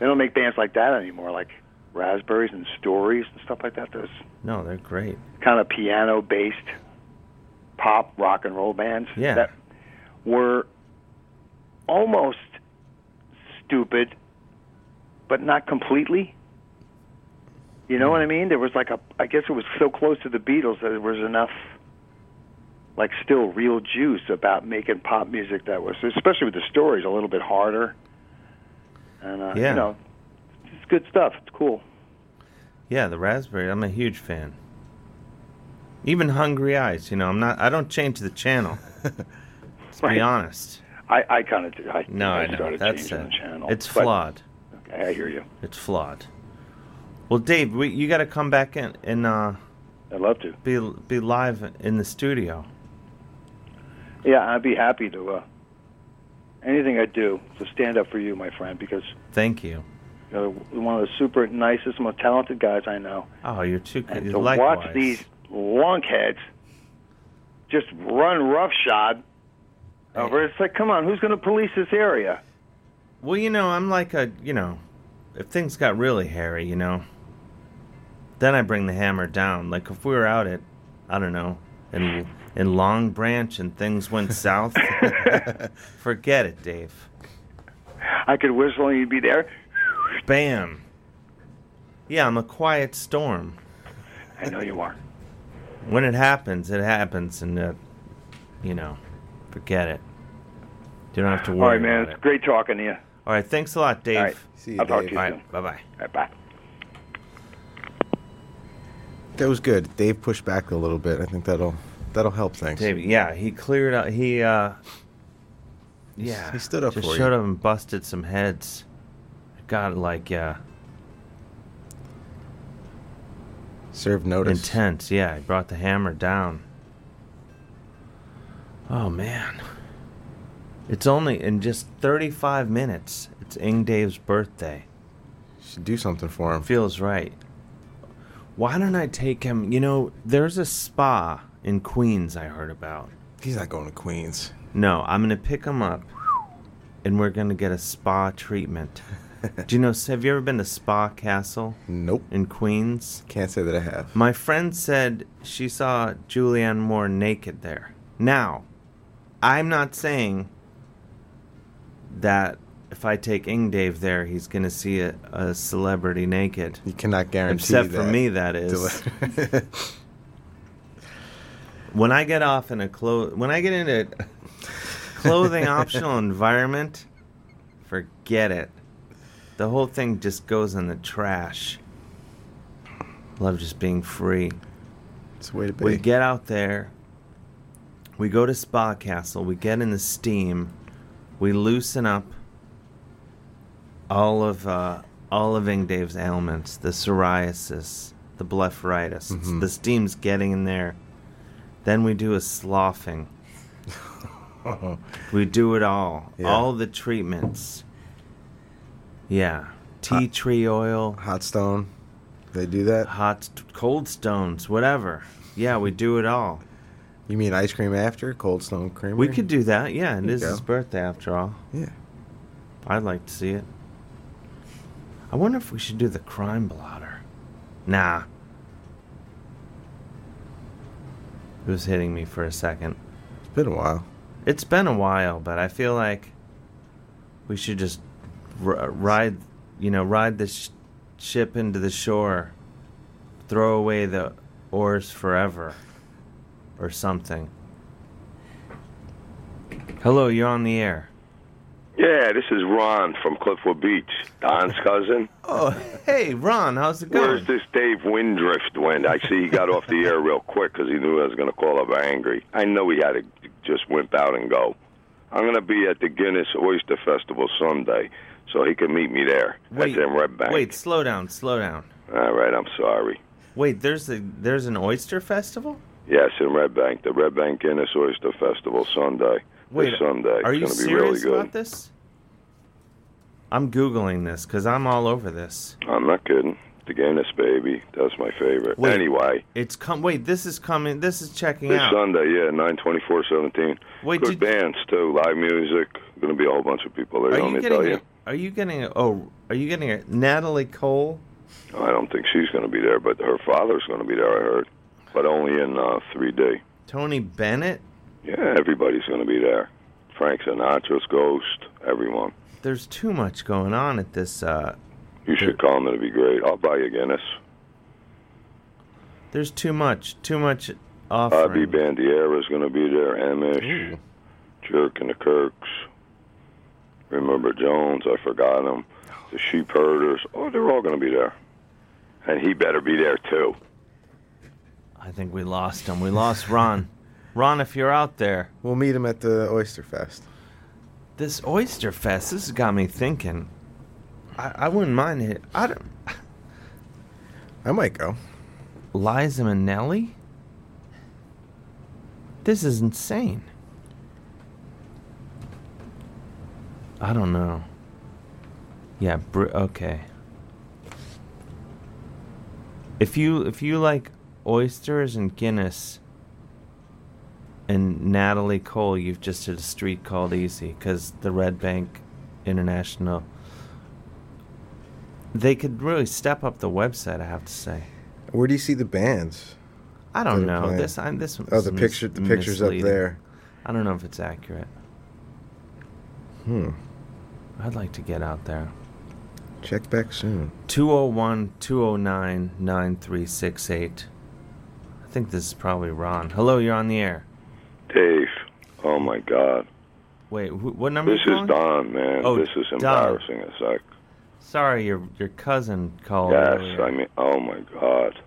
They don't make bands like that anymore, like raspberries and stories and stuff like that. Those
No, they're great.
kind of piano-based pop rock and roll bands
Yeah.
that were almost stupid, but not completely. You know what I mean? There was like a, I guess it was so close to the Beatles that there was enough, like, still real juice about making pop music that was, especially with the stories, a little bit harder. And, uh,
Yeah.
you know, it's good stuff. It's cool.
Yeah, the raspberry. I'm a huge fan. Even "Hungry Eyes," you know, I'm not. I don't change the channel. Let's
Right.
be honest.
I, I kind of, I,
No,
I,
I know.
started
That's
changing
it.
the channel.
It's
but-
flawed.
Okay, I hear you.
It's flawed. Well, Dave, we, you got to come back in and uh,
I'd love to
be be live in the studio.
Yeah, I'd be happy to. Uh, anything I do to stand up for you, my friend, because
Thank you.
you're one of the super nicest, most talented guys I know.
Oh, you're too.
And
you
to
likewise.
watch these lunkheads just run roughshod over, it's like, come on, who's going to police this area?
Well, you know, I'm like a you know, if things got really hairy, you know, then I bring the hammer down. Like if we were out at, I don't know, in in Long Branch and things went south, forget it, Dave.
I could whistle and you'd be there.
Bam. Yeah, I'm a quiet storm.
I know you are.
When it happens, it happens, and uh, you know, forget it. You don't have to
All
worry.
right, man,
about it.
it's great talking to you.
All right, thanks a lot, Dave.
All right, See you, I'll talk Dave. to you
All right,
soon.
bye-bye.
bye.
That was good. Dave pushed back a little bit. I think that'll that'll help things.
Dave, yeah, he cleared out. He, uh,
He s-
yeah,
he stood up
Just
for you.
showed up and busted some heads. Got like uh,
Serve notice.
intense. Yeah, he brought the hammer down. Oh man, it's only in just 35 minutes. It's Ing Dave's birthday.
Should do something for him.
Feels right. Why don't I take him? You know, there's a spa in Queens I heard about.
He's not going to Queens.
No, I'm gonna pick him up, and we're gonna get a spa treatment. Do you know? Have you ever been to Spa Castle?
Nope.
In Queens.
Can't say that I have.
My friend said she saw Julianne Moore naked there. Now, I'm not saying that if I take Ing Dave there, he's gonna see a, a celebrity naked.
You cannot guarantee.
Except for
that.
me, that is.
Del-
when I get off in a clo- when I get into a clothing optional environment, forget it. The whole thing just goes in the trash. Love just being free.
It's a way to be.
We get out there. We go to Spa Castle. We get in the steam. We loosen up. all of uh, all of Ing Dave's ailments, the psoriasis, the blepharitis.
Mhm.
The steam's getting in there. Then we do a sloughing. we do it all.
Yeah.
All the treatments. Yeah. Tea tree oil.
Hot stone. They do that?
Hot, cold stones, whatever. Yeah, we do it all.
You mean ice cream after? Cold stone cream?
We could do that. Yeah, it
There you
is
go.
his birthday after all.
Yeah.
I'd like to see it. I wonder if we should do the crime blotter. Nah. It was hitting me for a second. It's
been a while.
It's been a while, but I feel like we should just r- ride, you know, ride this sh- ship into the shore, throw away the oars forever, or something. Hello, you're on the air.
Yeah, this is Ron from Clifford Beach, Don's cousin.
Oh, hey, Ron, how's it
Where's this Dave Windrift went? I see he got off the air real quick because he knew I was going to call up angry. I know he had to just wimp out and go. I'm going to be at the Guinness Oyster Festival Sunday, so he can meet me there.
Wait,
That's in Red Bank.
Wait, slow down, slow down.
All right, I'm sorry.
Wait, there's a there's an oyster festival?
Yes, in Red Bank, the Red Bank Guinness Oyster Festival Sunday.
Wait,
this Sunday.
Are you
it's going to be really
serious
good.
about this? I'm googling this because I'm all over this.
I'm not kidding. The Guinness baby, that's my favorite.
Wait,
anyway,
It's come. Wait, this is coming. This is checking
this
out.
Sunday, yeah, nine twenty four seventeen.
Wait,
good bands too, live music. Going to be a whole bunch of people there.
Are
Let
you
me
getting?
tell
a-
you.
Are you getting? A, oh, are you getting a Natalie Cole?
I don't think she's going to be there, but her father's going to be there. I heard, but only in uh, three D.
Tony Bennett?
Yeah, everybody's going to be there. Frank Sinatra's Ghost, everyone.
There's too much going on at this. Uh,
You should come. It'll be great. I'll buy you a Guinness.
there's too much. Too much offering.
Bobby Bandiera's going to be there. Amish, Jerk and the Kirks. Remember Jones? I forgot him. The Sheep Herders. Oh, they're all going to be there, and he better be there too.
I think we lost him. We lost Ron. Ron, if you're out there,
We'll meet him at the Oyster Fest.
This oyster fest, this has got me thinking. I, I wouldn't mind it. I don't.
I might go.
Liza Minnelli. This is insane. I don't know. Yeah. Br- okay. If you if you like oysters and Guinness and Natalie Cole, you've just hit a street called easy because the Red Bank International. They could really step up the website. I have to say.
Where do you see the bands?
I don't
that are
know.
playing?
This I'm this
Oh,
one's
the
mis-
picture. The picture's
misleading.
up there.
I don't know if it's accurate.
Hmm.
I'd like to get out there.
Check back soon.
201 209 9368. I think this is probably Ron. Hello, you're on the air.
Dave. Oh my God.
Wait, wh- what number
This
you
is
calling?
Don, man.
Oh,
this is
Don.
embarrassing. It's like,
Sorry, your your cousin called.
yes,
earlier.
I mean, oh my God.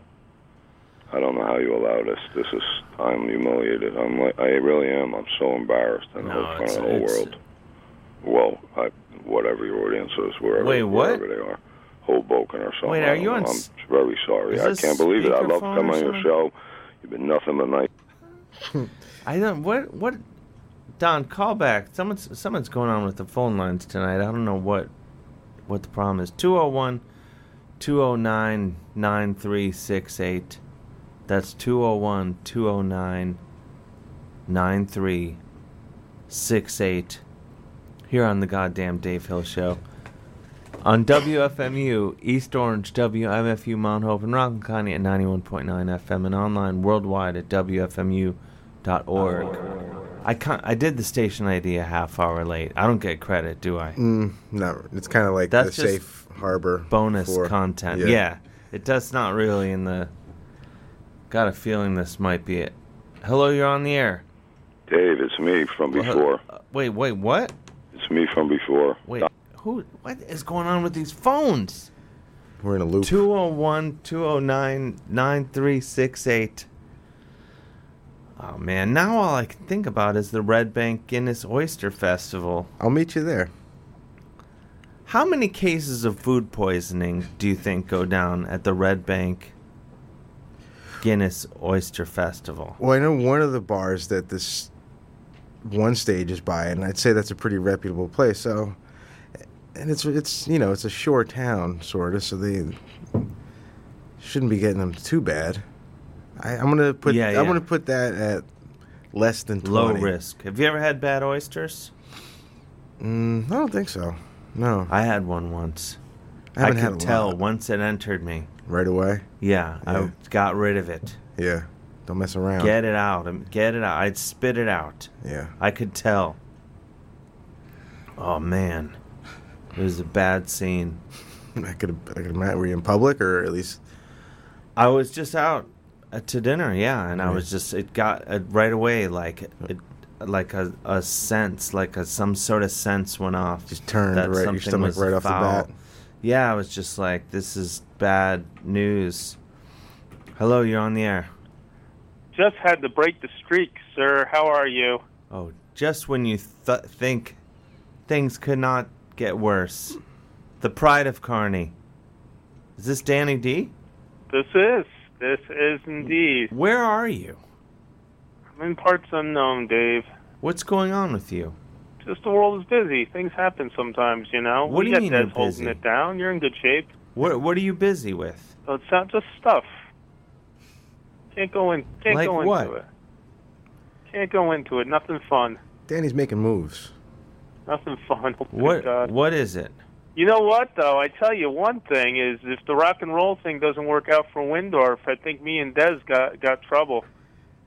I don't know how you allow this. This is, I'm humiliated. I'm like, I really am. I'm so embarrassed. I know in front of the whole
it's-
world. Well, I, whatever your audience is, wherever,
Wait, what?
wherever they are, Hoboken or something.
Wait,
I
are
don't
you
know.
on
I'm
s-
very sorry.
is
I
this
can't believe it. I
speakerphone
love
or
coming on your
something?
show. You've been nothing but nice.
I don't. What? What? Don, call back. Someone's someone's going on with the phone lines tonight. I don't know what what the problem is. 201 209 9368. That's 201 209 9368. Here on the goddamn Dave Hill Show. On WFMU, East Orange, WMFU, Mount Hope, and Rockland County at 91.9 FM and online worldwide at WFMU.org. I, can I did the station ID a half hour late. I don't get credit, do I?
Mm, no, it's kind of like
That's
the
just
safe harbor
bonus
for-
content. Yeah. it does not really in the. Got a feeling this might be it. Hello, you're on the air.
Dave, it's me from
Well,
before.
uh, wait, wait, what?
It's me from before.
Wait, who? What is going on with these phones?
We're in a loop.
201 209 9368. Oh, man. Now all I can think about is the Red Bank Guinness Oyster Festival.
I'll meet you there.
How many cases of food poisoning do you think go down at the Red Bank Guinness Oyster Festival?
Well, I know one of the bars that this one stage is by, and I'd say that's a pretty reputable place. So, and it's it's you know it's a shore town sort of, so they shouldn't be getting them too bad. I, I'm gonna put
Yeah,
I'm
yeah.
gonna put that at less than 20.
Low risk. Have you ever had bad oysters?
Mm, I don't think so. No,
I had one once.
I haven't
could
had a
tell
lot.
once it entered me.
right away.
Yeah,
Yeah.
I got rid of it.
Yeah, don't mess around.
Get it out. um, Get it out. I'd spit it out.
Yeah.
I could tell. Oh man, it was a bad scene.
I could. I could imagine. Were you in public or at least?
I was just out uh, to dinner. Yeah, and I was just. It got uh, right away. Like it, like a, a sense, like a some sort of sense went off. Just
turned right- your stomach right off the bat.
Yeah, I was just like, this is bad news. Hello, you're on the air.
Just had to break the streak, sir. How are you?
Oh, just when you th- think things could not get worse. The pride of Carney. Is this Danny D?
This is. This is indeed.
Where are you?
I'm in parts unknown, Dave.
What's going on with you?
Just the world is busy. Things happen sometimes, you know. we
What do you
got
mean
Des
you're busy?
holding it down. You're in good shape.
What What are you busy with?
So it's not just stuff. Can't go in. Can't
Like
go into
what?
it. Can't go into it. Nothing fun.
Danny's making moves.
Nothing fun. Oh, my
What
God.
What is it?
You know what, though? I tell you one thing is if the rock and roll thing doesn't work out for Windorf, I think me and Dez got, got trouble.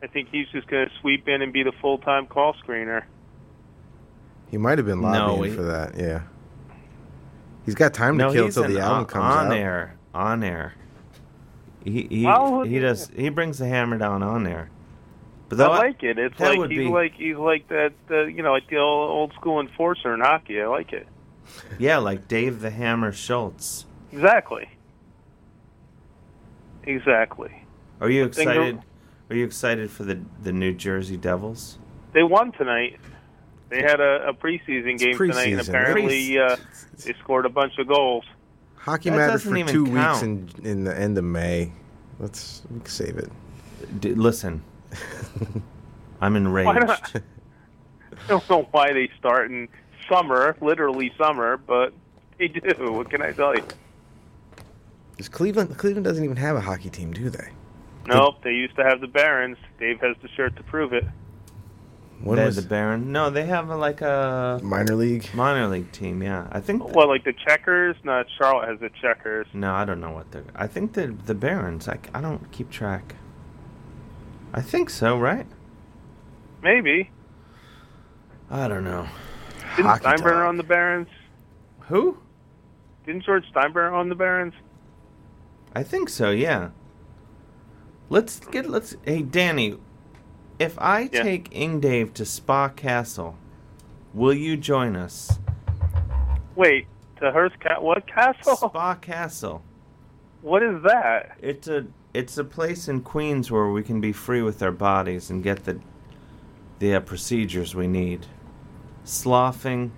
I think he's just going to sweep in and be the full time call screener.
He might have been
No,
lobbying
he-
for that. Yeah. He's got time to
no,
kill
he's
till
an
the album
on,
comes
on
out.
air. On air. He he,
Well,
he does he brings the hammer down on air.
I like it. It's
that
like
would
he's
be-
like he's like that uh, you know like the old, old school enforcer in hockey. I like it
yeah, like Dave the Hammer Schultz.
exactly. Exactly.
Are you
think they're-
excited? Are you excited for the the New Jersey Devils?
They won tonight. They had a, a preseason game tonight, and
preseason.
apparently uh, they scored a bunch of goals.
Hockey
That
matters
doesn't
for
even
two
count.
weeks in in the end of May. Let's we can save it.
D- listen, I'm
Why
enraged.
not? I don't know why they start in summer, literally summer, but they do. What can I tell you?
Does Cleveland Cleveland doesn't even have a hockey team, do they?
Nope, they used to have the Barons. Dave has the shirt to prove it.
When
They're
was-
the Baron? No, they have a, like a
minor league
minor league team. Yeah, I think.
Well, like the Checkers? Not Charlotte has the Checkers.
No, I don't know what they're. I think the the Barons. I, c- I don't keep track. I think so, right?
Maybe.
I don't know.
Didn't Steinbrenner own the Barons?
Who?
Didn't George Steinbrenner own the Barons?
I think so. Yeah. Let's get. Let's. Hey, Danny. If I
Yeah.
take Ing Dave to Spa Castle, will you join us?
Wait, to Hearst Ca- what castle?
Spa Castle.
What is that?
It's a it's a place in Queens where we can be free with our bodies and get the the uh, procedures we need. Sloughing.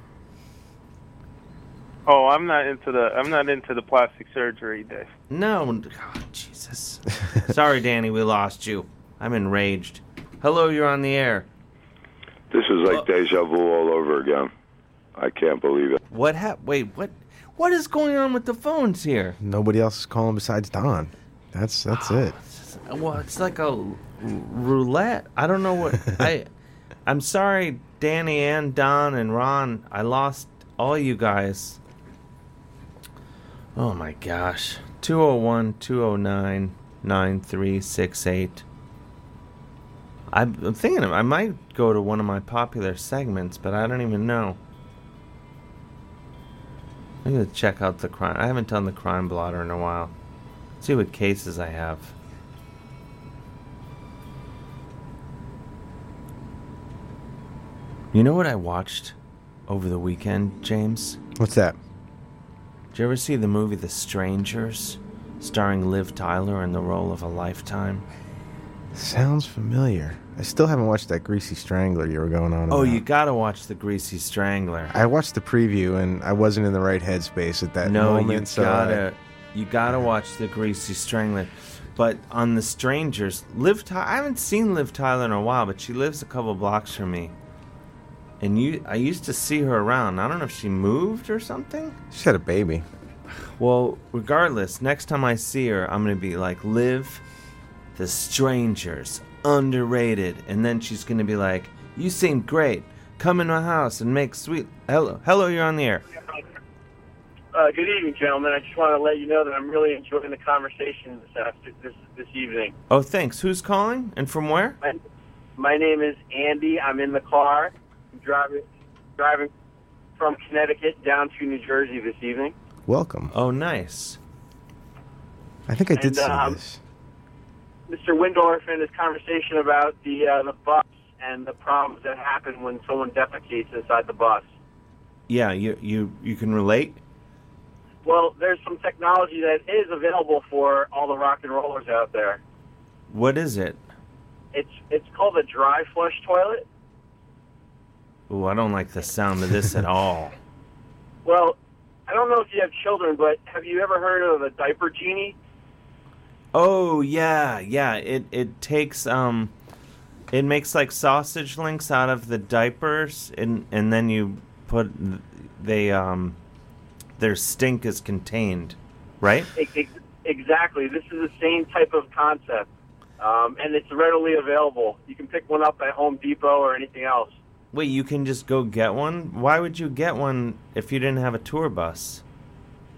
Oh, I'm not into the I'm not into the plastic surgery, Dave.
No, God, Jesus. Sorry, Danny, we lost you. I'm enraged. Hello, you're on the air.
This is
Uh,
like deja vu all over again. I can't believe it.
What hap? Wait, what? What is going on with the phones here? Ah.
Nobody else is calling besides Don. That's that's it.
Well, it's like a r- roulette. I don't know what I. I'm sorry, Danny and Don and Ron. I lost all you guys. Oh my gosh. 201 209 9368. I'm I'm thinking I might go to one of my popular segments, but I don't even know. I'm going to check out the crime. I haven't done the crime blotter in a while. See what cases I have. You know what I watched over the weekend, James?
What's that?
Did you ever see the movie The Strangers, starring Liv Tyler in the role of a lifetime?
Sounds familiar. I still haven't watched that Greasy Strangler you were going on.
Oh,
about.
you gotta watch The Greasy Strangler.
I watched the preview and I wasn't in the right headspace at that
no,
moment. uh,
you
so
gotta, you gotta watch The Greasy Strangler. But on The Strangers, Liv, Ty- I haven't seen Liv Tyler in a while, but she lives a couple blocks from me. And you, I used to see her around. I don't know if she moved or something.
I, she had a baby.
Well, regardless, next time I see her, I'm gonna be like, "Live, the strangers, underrated," and then she's gonna be like, "You seem great. Come in my house and make sweet hello, hello. You're on the air."
Uh, good evening, gentlemen. I just want to let you know that I'm really enjoying the conversation this after, this this evening.
Oh, thanks. Who's calling and from where?
My, my name is Andy. I'm in the car, I'm driving driving from Connecticut down to New Jersey this evening.
Welcome.
Oh, nice.
I think I did
And,
see
um,
this.
Mr. Windorf and his conversation about the uh, the bus and the problems that happen when someone defecates inside the bus.
Yeah, you you you can relate.
Well, there's some technology that is available for all the rock and rollers out there.
What is it?
It's it's called a dry flush toilet.
Ooh, I don't like the sound of this at all.
Well, I don't know if you have children, but have you ever heard of a diaper genie?
Oh yeah, yeah. It it takes um, it makes like sausage links out of the diapers, and and then you put they um, their stink is contained, right?
Ex- ex- Exactly. This is the same type of concept, um, and it's readily available. You can pick one up at Home Depot or anything else.
Wait, you can just go get one. Why would you get one if you didn't have a tour bus?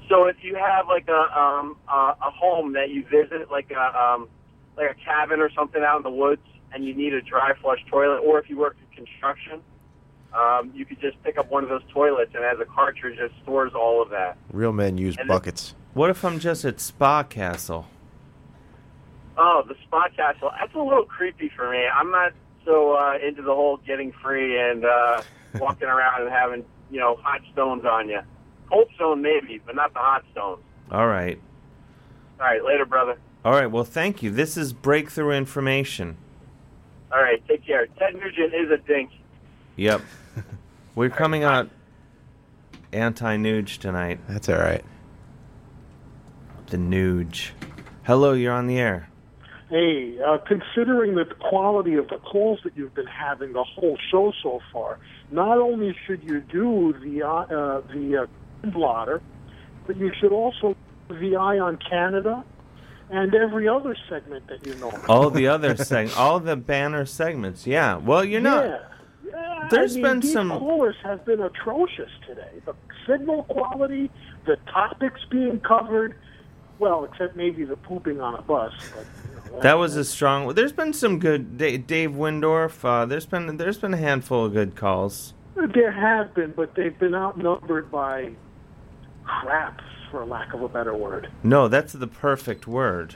So if you have like a um, a, a home that you visit, like a um, like a cabin or something out in the woods, and you need a dry flush toilet, or if you work in construction, um, you could just pick up one of those toilets, and as a cartridge, it stores all of that.
Real men use
And it-
buckets.
What if I'm just at Spa Castle?
Oh, the spa castle. That's a little creepy for me. I'm not so uh, into the whole getting free and uh, walking around and having you know hot stones on you. Cold stone maybe, but not the hot stones.
All right,
All right, later, brother.
all right. Well, thank you. This is breakthrough information.
All right, take care. Ted Nugent is a dink.
Yep, we're coming out anti-nuge tonight.
That's all right.
The nuge. Hello, you're on the air.
Hey, uh, considering the quality of the calls that you've been having the whole show so far, not only should you do the uh, uh, the uh, blotter, but you should also do the eye on Canada and every other segment that you know. of.
All the other seg, all the banner segments. Yeah. Well, you're not.
Yeah. Yeah,
There's
I mean,
been
these
some-
callers have been atrocious today. The signal quality, the topics being covered, well, except maybe the pooping on a bus. But, you know,
That was a strong. There's been some good Da- Dave Windorf. Uh, there's been there's been a handful of good calls.
There have been, but they've been outnumbered by craps, for lack of a better word.
No, that's the perfect word.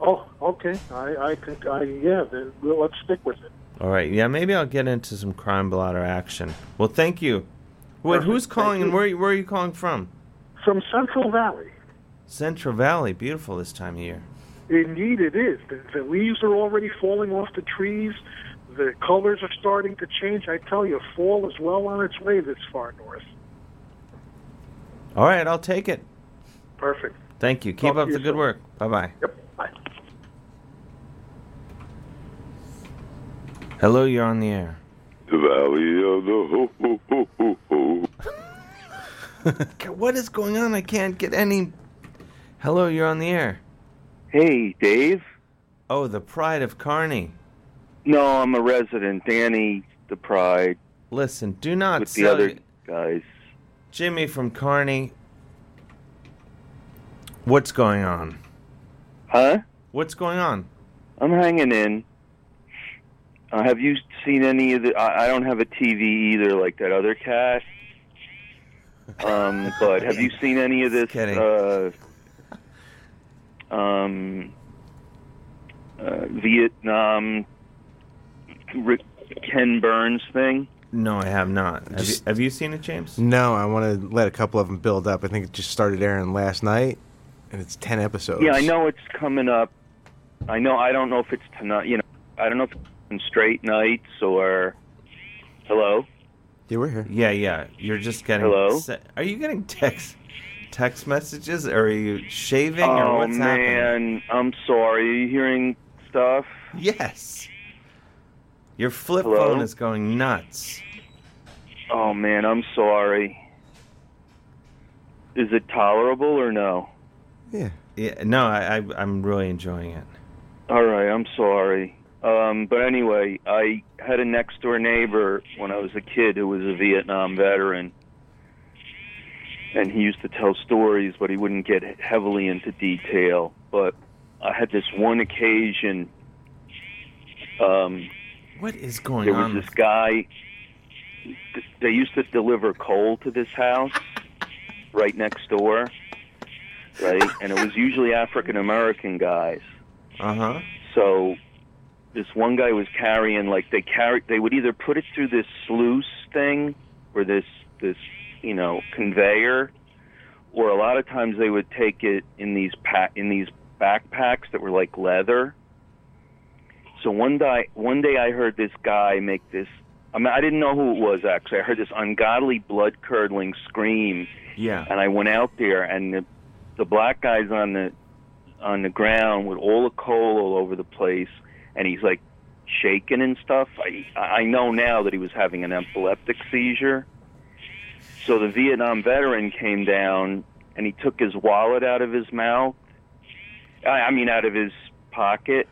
Oh, okay. I, I, could, I yeah. Then well, let's stick with it.
All right. Yeah, maybe I'll get into some crime blotter action. Well, thank you. Wait, who's calling and where you- where are you calling from?
From Central Valley.
Central Valley, beautiful this time of year.
Indeed, it is. The, the leaves are already falling off the trees. The colors are starting to change. I tell you, fall is well on its way this far north.
All right, I'll take it.
Perfect.
Thank you. Keep up the good work. Bye bye. Yep.
Bye.
Hello, you're on the air.
The Valley of the Ho Ho Ho Ho Ho.
what is going on? I can't get any. Hello, you're on the air.
Hey, Dave.
Oh, the pride of Carney.
No, I'm a resident. Danny, the pride.
Listen, do not
with the
sell
other
you-
guys.
Jimmy from Carney. What's going on?
Huh?
What's going on?
I'm hanging in. Uh, have you seen any of the? I, I don't have a TV either, like that other cat. Um, but have you seen any of this? Uh, um, uh, Vietnam, Rick, Ken Burns thing.
No, I have not. Have, you, have you seen it, James?
No, I want to let a couple of them build up. I think it just started airing last night, and it's ten episodes.
Yeah, I know it's coming up. I know. I don't know if it's tonight. You know, I don't know if it's and straight nights or hello?
Yeah, we're here.
Yeah, yeah. You're just getting.
Hello?
se- Are you getting text text messages, or are you shaving, or
oh
what's happening?
man, I'm sorry. Are you hearing stuff?
Yes. Your flip
Hello?
phone is going nuts.
Oh man, I'm sorry. Is it tolerable or no?
Yeah.
Yeah. No, I, I I'm really enjoying it.
All right, I'm sorry. Um, but anyway, I had a next door neighbor when I was a kid who was a Vietnam veteran. And he used to tell stories, but he wouldn't get heavily into detail. But I had this one occasion. Um,
What is going
there
on?
was this guy. th- They used to deliver coal to this house right next door, right? And it was usually African American guys.
Uh huh.
So this one guy was carrying like they carry they would either put it through this sluice thing or this this you know conveyor or a lot of times they would take it in these pa- in these backpacks that were like leather. So one day one day I heard this guy make this I mean I didn't know who it was actually. I heard this ungodly blood curdling scream
Yeah.
and I went out there, and the, the black guy's on the on the ground with all the coal all over the place, and he's like shaking and stuff. I I know now that he was having an epileptic seizure. So the Vietnam veteran came down, and he took his wallet out of his mouth. I, I mean, out of his pocket,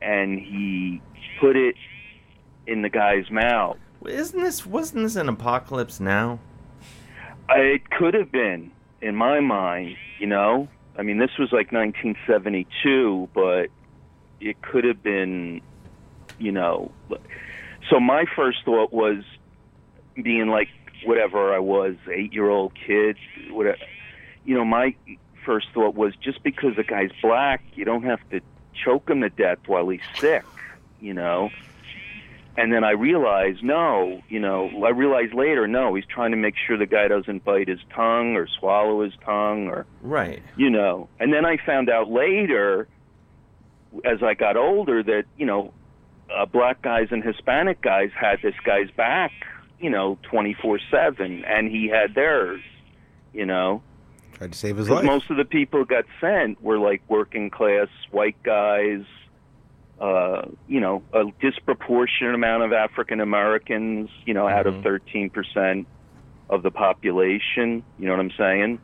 and he put it in the guy's mouth.
Isn't this wasn't this an apocalypse now?
It could have been, in my mind, you know. I mean, this was like 1972, but it could have been, you know. So my first thought was being like whatever I was, eight year old kid, whatever. You know, my first thought was just because a guy's black, you don't have to choke him to death while he's sick, you know. And then I realized, no, you know, I realized later, no, he's trying to make sure the guy doesn't bite his tongue or swallow his tongue or,
Right.
you know. And then I found out later, as I got older, that, you know, uh, black guys and Hispanic guys had this guy's back, you know, 24 7, and he had theirs, you know.
Tried to save his
Because
life.
most of the people got sent were like working class white guys, uh, you know, a disproportionate amount of African Americans, you know, out of
Mm-hmm.
13% of the population, you know what I'm saying?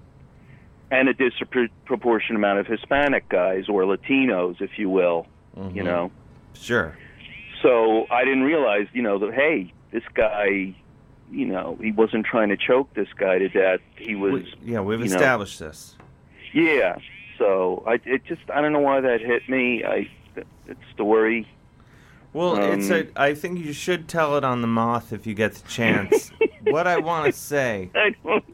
And a disproportionate amount of Hispanic guys or Latinos, if you will,
Mm-hmm.
you know.
Sure.
So I didn't realize, you know, that hey, this guy, you know, he wasn't trying to choke this guy to death. He was,
Yeah, we've
You know.
established this.
yeah. So I, it just, I don't know why that hit me. I, that story.
Well, it's a.
Um,
I think you should tell it on the moth if you get the chance. what I Uh, want to say.
I don't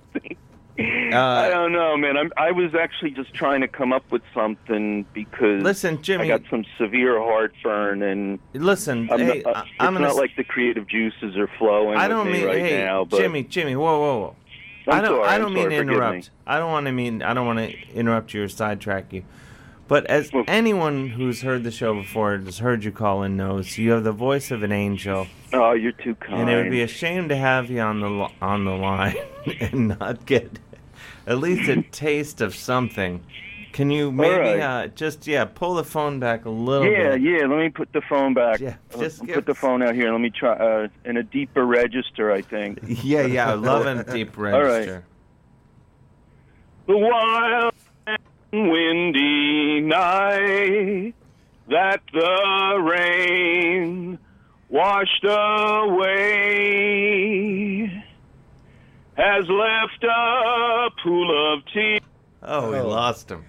think. I don't know, man. I'm, I was actually just trying to come up with something because
Listen, Jimmy-
I got some severe heartburn and
listen.
I'm
hey,
not,
I-
it's
I'm gonna
not
s-
like the creative juices are flowing.
I
with
don't
me
mean.
right
hey,
now, but
Jimmy, Jimmy, whoa, whoa, whoa.
I'm
I don't.
sorry,
I
I'm
don't mean
sorry,
to
forgive me.
interrupt. I don't want to mean. I don't want to interrupt you or sidetrack you. But as anyone who's heard the show before, has heard you call in, knows you have the voice of an angel.
Oh, you're too kind.
And it would be a shame to have you on the li- on the line and not get at least a taste of something. Can you maybe
right.
uh, just yeah pull the phone back a little
yeah,
bit?
yeah. Let me put the phone back.
Yeah,
Let-
just
let me
give-
put the phone out here. Let me try uh, in a deeper register. I think.
Yeah, yeah, I love a deep register.
The wild and windy night that the rain washed away has left a pool of tears.
Oh, we lost him.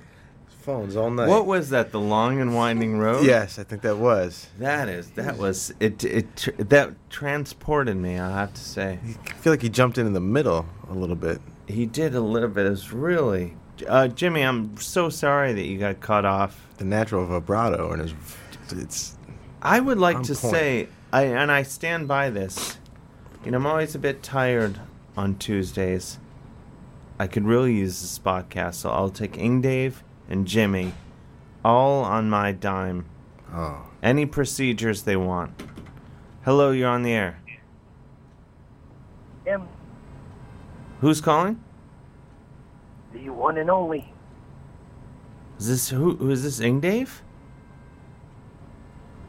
Phones all night.
What was that? The long and winding road.
Yes, I think that was.
That is. That was it. It tr- that transported me. I have to say.
I feel like he jumped in in the middle a little bit.
He did a little bit. It was really. Uh, Jimmy, I'm so sorry that you got cut off.
The natural vibrato and his. It's.
I would like
On
to
point.
say, I, and I stand by this. You know, I'm always a bit tired on Tuesdays. I could really use this podcast, so I'll take Ing Dave and Jimmy, all on my dime.
Oh.
Any procedures they want. Hello, you're on the air.
Him,
Who's calling?
the one and only.
Is this who? Who is this? Ing Dave?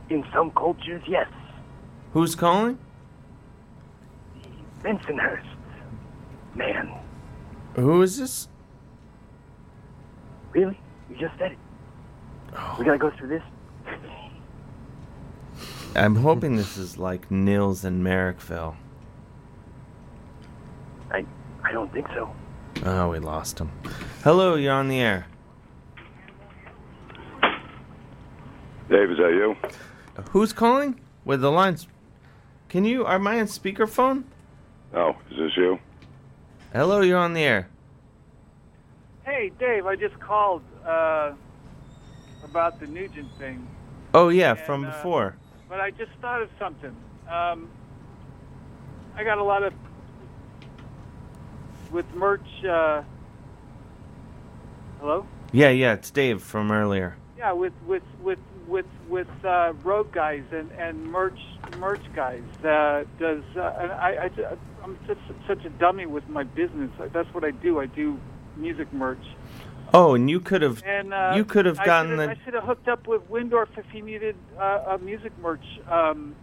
In some cultures, yes.
Who's calling?
Bensonhurst. Man,
Who is this?
really? You just said it. We gotta go through this?
I'm hoping this is like Nils and Merrickville.
I, I don't think so.
Oh, we lost him. Hello, you're on the air.
Dave, is that you?
Who's calling? With the lines. Can you? Are my on speakerphone?
Oh, is this you?
Hello, you're on the air.
Hey, Dave, I just called uh, about the Nugent thing,
Oh yeah, from
uh,
before.
but I just thought of something. Um, I got a lot of with merch. Uh, hello.
Yeah, yeah, it's Dave from earlier.
Yeah, with with with with with uh, road guys and and merch merch guys. Uh, does uh, and I, I ju- I'm such such a dummy with my business. That's what I do. I do music merch.
Oh, and you could have
And uh,
you could have
I
gotten
should've-
the
I should have hooked up with Windorf if he needed uh, a music merch um,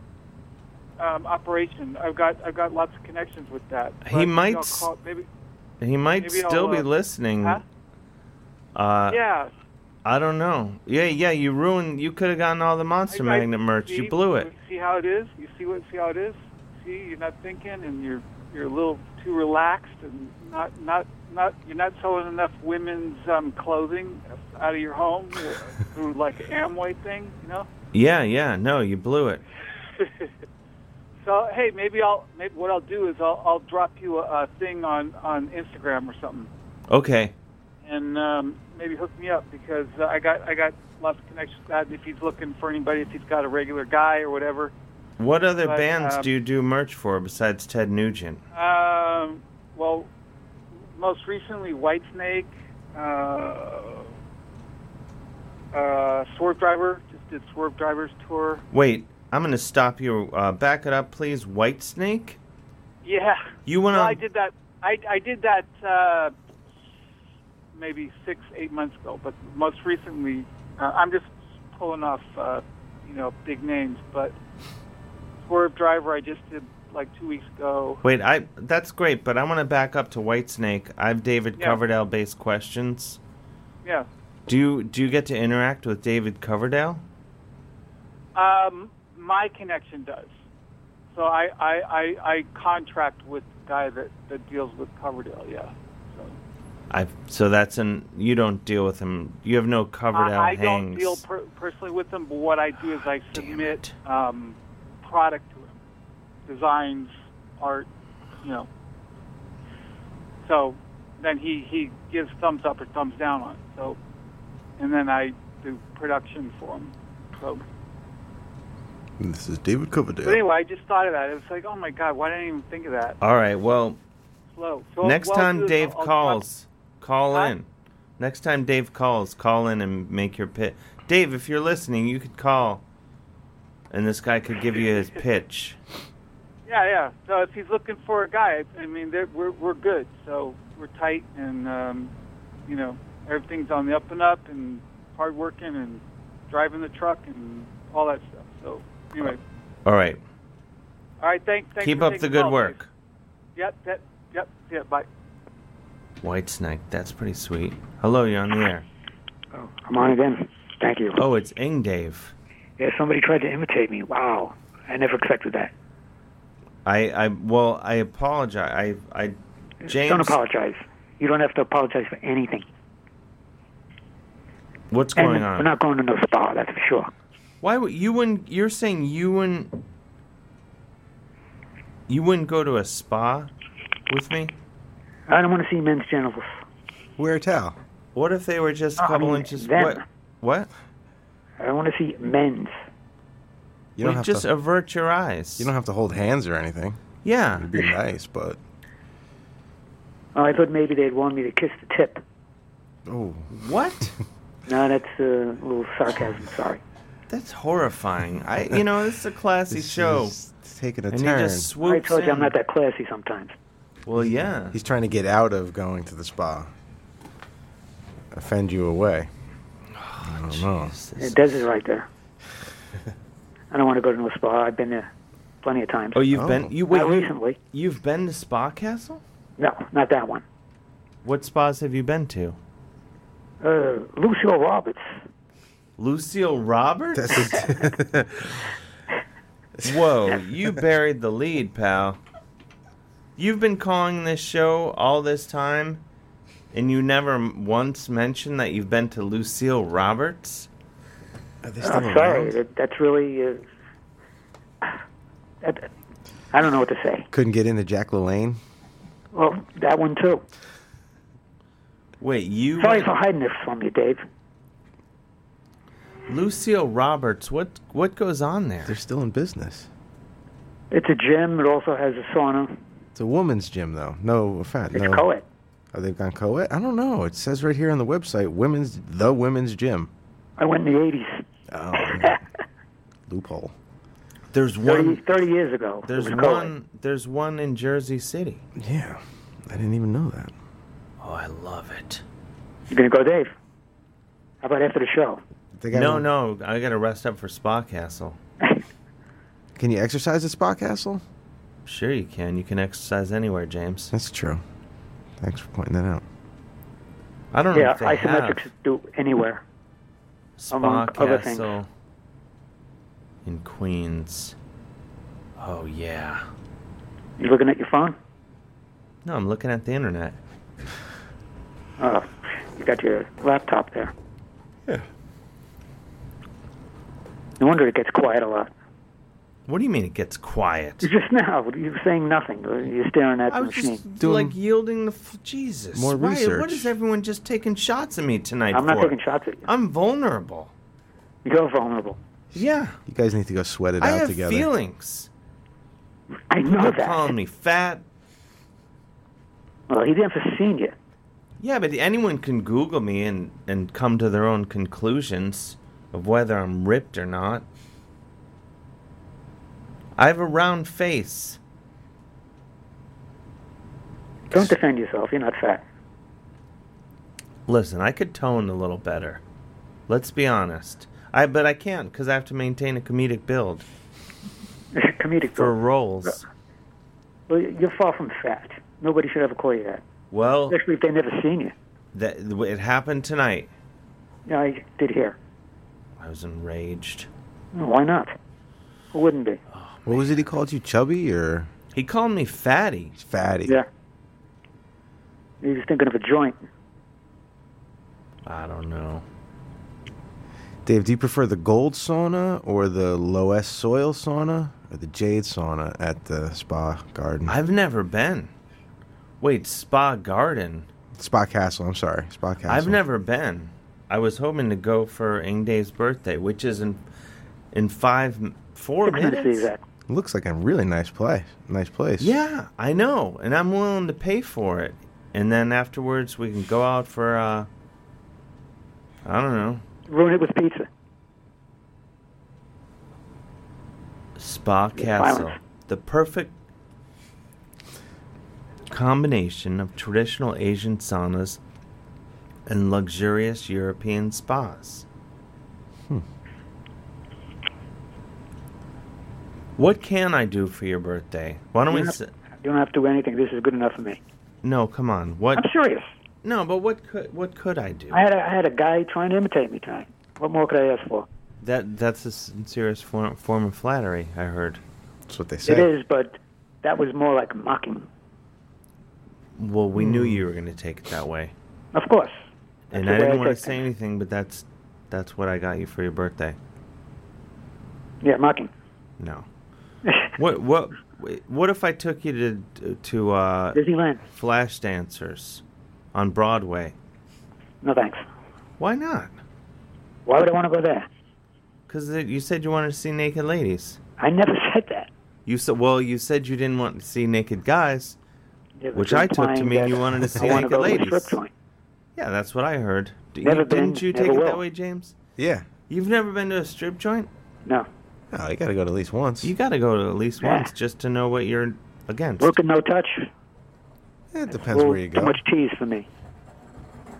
um, operation. I've got I've got lots of connections with that.
He
But maybe
might
I'll
s-
call- maybe,
he might
maybe I'll,
still be
uh,
listening.
huh?
Uh,
yeah.
I don't know. Yeah, yeah, you ruined. You could have gotten all the Monster
I-
Magnet merch.
see-
You blew it.
See how it is. You see what see how it is. See, you're not thinking, and you're you're a little too relaxed, and not not not you're not selling enough women's um, clothing out of your home uh, through like Amway thing, you know.
Yeah, yeah, no, you blew it.
so hey, maybe I'll maybe what I'll do is I'll I'll drop you a, a thing on on Instagram or something,
Okay.
and um, maybe hook me up because uh, I got I got lots of connections. with that. If he's looking for anybody, if he's got a regular guy or whatever.
What other
But,
bands
um,
do you do merch for besides Ted Nugent?
Um, well, most recently Whitesnake, uh, uh, Swerve Driver just did Swerve Driver's tour.
Wait, I'm gonna stop you. Uh, back it up, please. White Snake.
Yeah.
You went
Well, I
on.
did that. I I did that uh, maybe six eight months ago, but most recently uh, I'm just pulling off uh, you know big names, but Swerve Driver I just did like two weeks ago.
Wait, I. That's great, but I want to back up to White Snake. I have David
Yeah.
Coverdale based questions.
Yeah.
Do you do you get to interact with David Coverdale?
Um, my connection does. So I, I, I, I contract with the guy that, that deals with Coverdale, yeah.
I. So that's an. You don't deal with him. You have no Coverdale
I, I don't
hangs.
deal per- personally with him, but what I do is I submit um, product to him, designs, art, you know. So then he, he gives thumbs up or thumbs down on it. So, and then I do production for him. So.
This is David
But
Coverdale.
anyway, I just thought of that. It was like, oh my god, why didn't I even think of that?
All right. Well,
Slow. So
next
what I'll do
time
is
Dave
I'll- I'll
calls, call in. Next time Dave calls, call in and make your pitch. Dave, if you're listening, you could call, and this guy could give you his pitch.
Yeah, yeah. So if he's looking for a guy, I mean, they're- we're we're good. So we're tight, and um, you know, everything's on the up and up, and hard working, and driving the truck, and all that stuff. So anyway,
All right.
all right. Thanks. thanks
Keep
for
up
taking
the good
call,
work.
Dave. Yep. That, yep. Yeah. Bye.
White Snake. That's pretty sweet. Hello, you're on the air.
Oh, I'm on again. Thank you.
Oh, it's Ing Dave.
Yeah, somebody tried to imitate me. Wow. I never expected that.
I, I well, I apologize. I, I, James.
Don't apologize. You don't have to apologize for anything.
What's
And
going
We're
on?
not going to no spa, that's for sure.
Why would you wouldn't? You're saying you wouldn't. You wouldn't go to a spa with me?
I don't want to see men's genitals.
Wear a towel. What if they were just a
No, I
couple
mean
inches?
them.
What? What?
Ah, I don't want to see men's.
You
Well,
don't have
just
to,
avert your eyes.
You don't have to hold hands or anything.
Yeah.
It'd be nice, but
Oh, I thought maybe they'd want me to kiss the tip.
oh,
What?
No, that's uh, a little sarcasm. Sorry.
That's horrifying. I, you know, this is a classy
This
show.
is taking a
and
turn.
He just swoops
I told you I'm
in.
not that classy sometimes.
Well, yeah.
He's trying to get out of going to the spa. Offend you away. I don't know.
It does it right there. I don't want to go to a spa. I've been there plenty of times.
Oh, you've been you wait
Not
you-
recently.
You've been to Spa Castle?
No, not that one.
What spas have you been to?
Uh, Lucille Roberts.
Lucille Roberts? Whoa, you buried the lead, pal. You've been calling this show all this time, and you never m- once mentioned that you've been to Lucille Roberts?
I'm sorry. That, that's really. Uh, that, I don't know what to say.
Couldn't get into Jack LaLanne.
Well, that one too.
Wait, you.
Sorry for hiding it from you, Dave.
Lucille Roberts, what what goes on there? They're
still in business.
It's a gym. It also has a sauna.
It's a woman's gym, though. No offense.
It's
no.
co-ed.
Oh, they've gone co-ed. I don't know. It says right here on the website, women's the women's gym.
I went in the '80s.
Oh, man. loophole.
There's
30,
one.
30 years ago.
There's
it was co-ed.
one. There's one in Jersey City.
Yeah, I didn't even know that.
Oh, I love it.
You gonna go, Dave? How about after the show?
no, no, I gotta rest up for Spa Castle.
Can you exercise at Spa Castle?
Sure, you can. You can exercise anywhere, James.
That's true. Thanks for pointing that out.
I don't know
yeah,
if they
isometrics
have
do anywhere.
Spa
among other things.
Castle in Queens. Oh yeah.
You looking at your phone?
No, I'm looking at the internet.
Oh, you got your laptop there.
Yeah.
No wonder it gets quiet a lot.
What do you mean it gets quiet?
You're just now you're saying nothing. You're staring at
I
the
was
machine.
just like yielding the f- Jesus.
More
why-
research.
What is everyone just taking shots at me tonight?
I'm not
for?
taking shots at you.
I'm vulnerable.
You're vulnerable.
Yeah.
You guys need to go sweat it
I
out
have
together.
feelings.
I know
You're
that.
calling me fat.
Well, he's emphysema.
Yeah, but anyone can Google me and, and come to their own conclusions of whether I'm ripped or not. I have a round face.
Don't defend yourself. You're not fat.
Listen, I could tone a little better. Let's be honest. I but I can't because I have to maintain a comedic build
Comedic.
for
build.
roles.
Well, you're far from fat. Nobody should ever call you that,
Well,
especially if they never seen you.
that it happened tonight.
Yeah, I did hear.
I was enraged.
Why not? Who wouldn't be?
What was it he called you, chubby or?
He called me fatty.
Fatty.
Yeah. He was thinking of a joint.
I don't know.
Dave, do you prefer the gold sauna or the Loess soil sauna or the jade sauna at the spa garden?
I've never been. Wait, Spa Garden.
Spa Castle. I'm sorry, Spa Castle.
I've never been. I was hoping to go for Ingday's birthday, which is in in five m- four minutes.
Looks like a really nice place. Nice place.
Yeah, I know, and I'm willing to pay for it. And then afterwards, we can go out for uh, I don't know,
Ruin it with pizza.
Spa
Yeah,
Castle,
silence.
the perfect combination of traditional Asian saunas and luxurious European spas.
Hmm.
What can I do for your birthday? Why don't we?
you don't
s-
Have, you don't have to do anything. This is good enough for me.
No, come on. What?
I'm serious.
No, but what could what could I do?
I had a, I had a guy trying to imitate me tonight. What more could I ask for?
That that's a sincerest form, form of flattery. I heard.
That's what they
It is, but that was more like mocking.
Well, we knew
Hmm.
you were going to take it that way,
Of course.
and
the
I
way I
didn't want
take
to say anything, but that's that's what I got you for your birthday.
Yeah, mocking.
No. what what what if I took you to to uh,
Disneyland.
Flash Dancers on Broadway?
No thanks.
Why not?
Why would I want to go there?
Because you said you wanted to see naked ladies.
I never said that.
You said well, you said you didn't want to see naked guys,
It was
which I took to
implying
mean
that
you wanted to
I
see
wanna
naked
go to a
ladies.
strip joint.
Yeah, that's what I heard. D-
Never
you-
been,
didn't you
never
take it
will.
that way, James?
Yeah. Oh,
You've never been to a strip joint?
No.
No, you got to go to at least once. You got to go to at least
Yeah.
once just to know what you're against.
Look and no touch.
It
A
depends
little
where you go.
Too much cheese for me.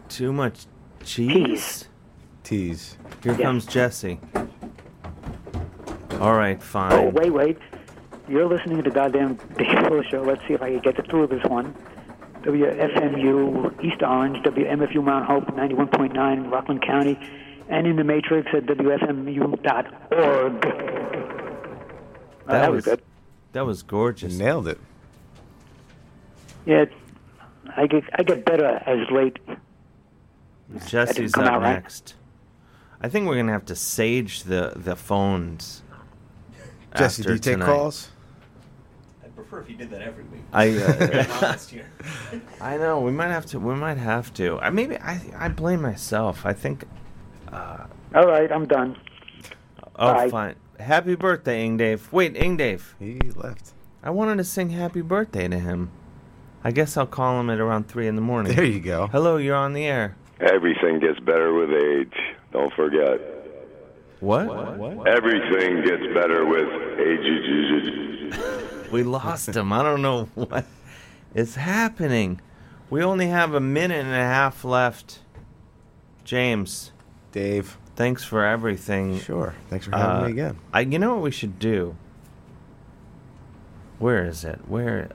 Too much cheese. Tease. Here
Yeah.
comes Jesse. All right, fine.
Oh, wait, wait. You're listening to the goddamn Big Full Show. Let's see if I can get through this one. WFMU East Orange, WMFU Mount Hope, 91.9 Rockland County, and in the Matrix at WFMU.org.
that, was, good. That was gorgeous. Nailed it.
Yeah, I get I get better as late.
Jesse's
come
up
out right.
next. I think we're gonna have to sage the the phones.
Jesse, do
after
you take
tonight.
calls?
I'd prefer if you did that every week.
I
Very
uh,
honest here.
I know we might have to. We might have to. I maybe I I blame myself. I think. Uh,
All right, I'm done.
oh,
Bye.
fine. Happy birthday, Ing Dave. Wait, Ing Dave. He left. I wanted to sing happy birthday to him. I guess I'll call him at around three in the morning. There you go. Hello, you're on the air.
Everything gets better with age. Don't forget.
What?
Everything gets better with age.
We lost him. I don't know what is happening. We only have a minute and a half left. James. Dave. Thanks for everything. Sure. Thanks
for having me again.
I, you know what we should do? Where is it? Where?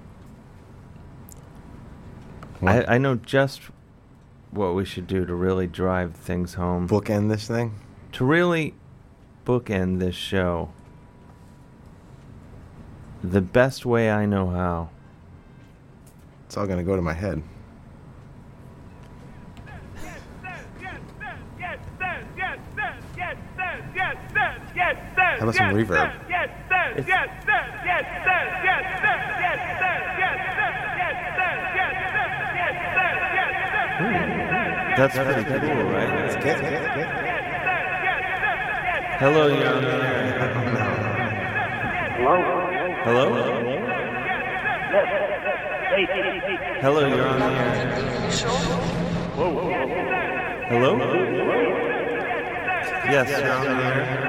I, I know just what we should do to really drive things home. Bookend this thing? To really bookend this show the best way I know how. It's all going to go to my head.
How
about some reverb?
Yes, yes, yes, yes, yes, yes, yes, yes,
That's pretty cool, right? Hello, you're on the air.
Hello?
Hello? Hello, you're on the air. Hello? Yes, you're on the air.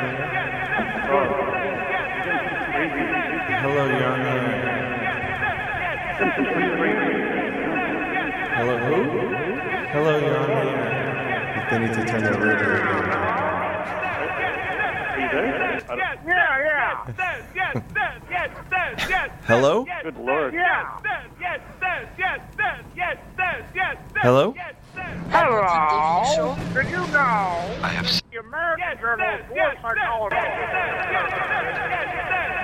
Hello, you're on the air. Hello, who? Hello, you're on the air. They need to turn their Oh,
Yeah, yeah. Yes, yes, yes, yes, yes.
Hello?
Good lord. Yeah. Yes, yes, yes, yes, yes, yes, yes.
Hello?
Hello. Did you know
I have.
the American Journal of War Psychology?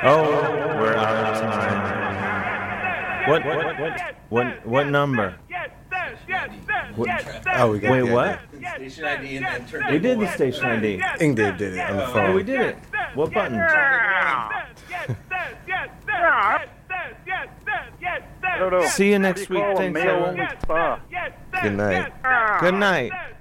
Oh, we're out of time. What? What? What? What, what number? What?
Oh, we got
Wait,
the
what?
Station ID and then turn
We
it
did the
on.
station ID.
Ing Dave did it on the phone.
Oh, we did it. What button? See you next week. Thanks, everyone.
Yes,
Good night.
Good night.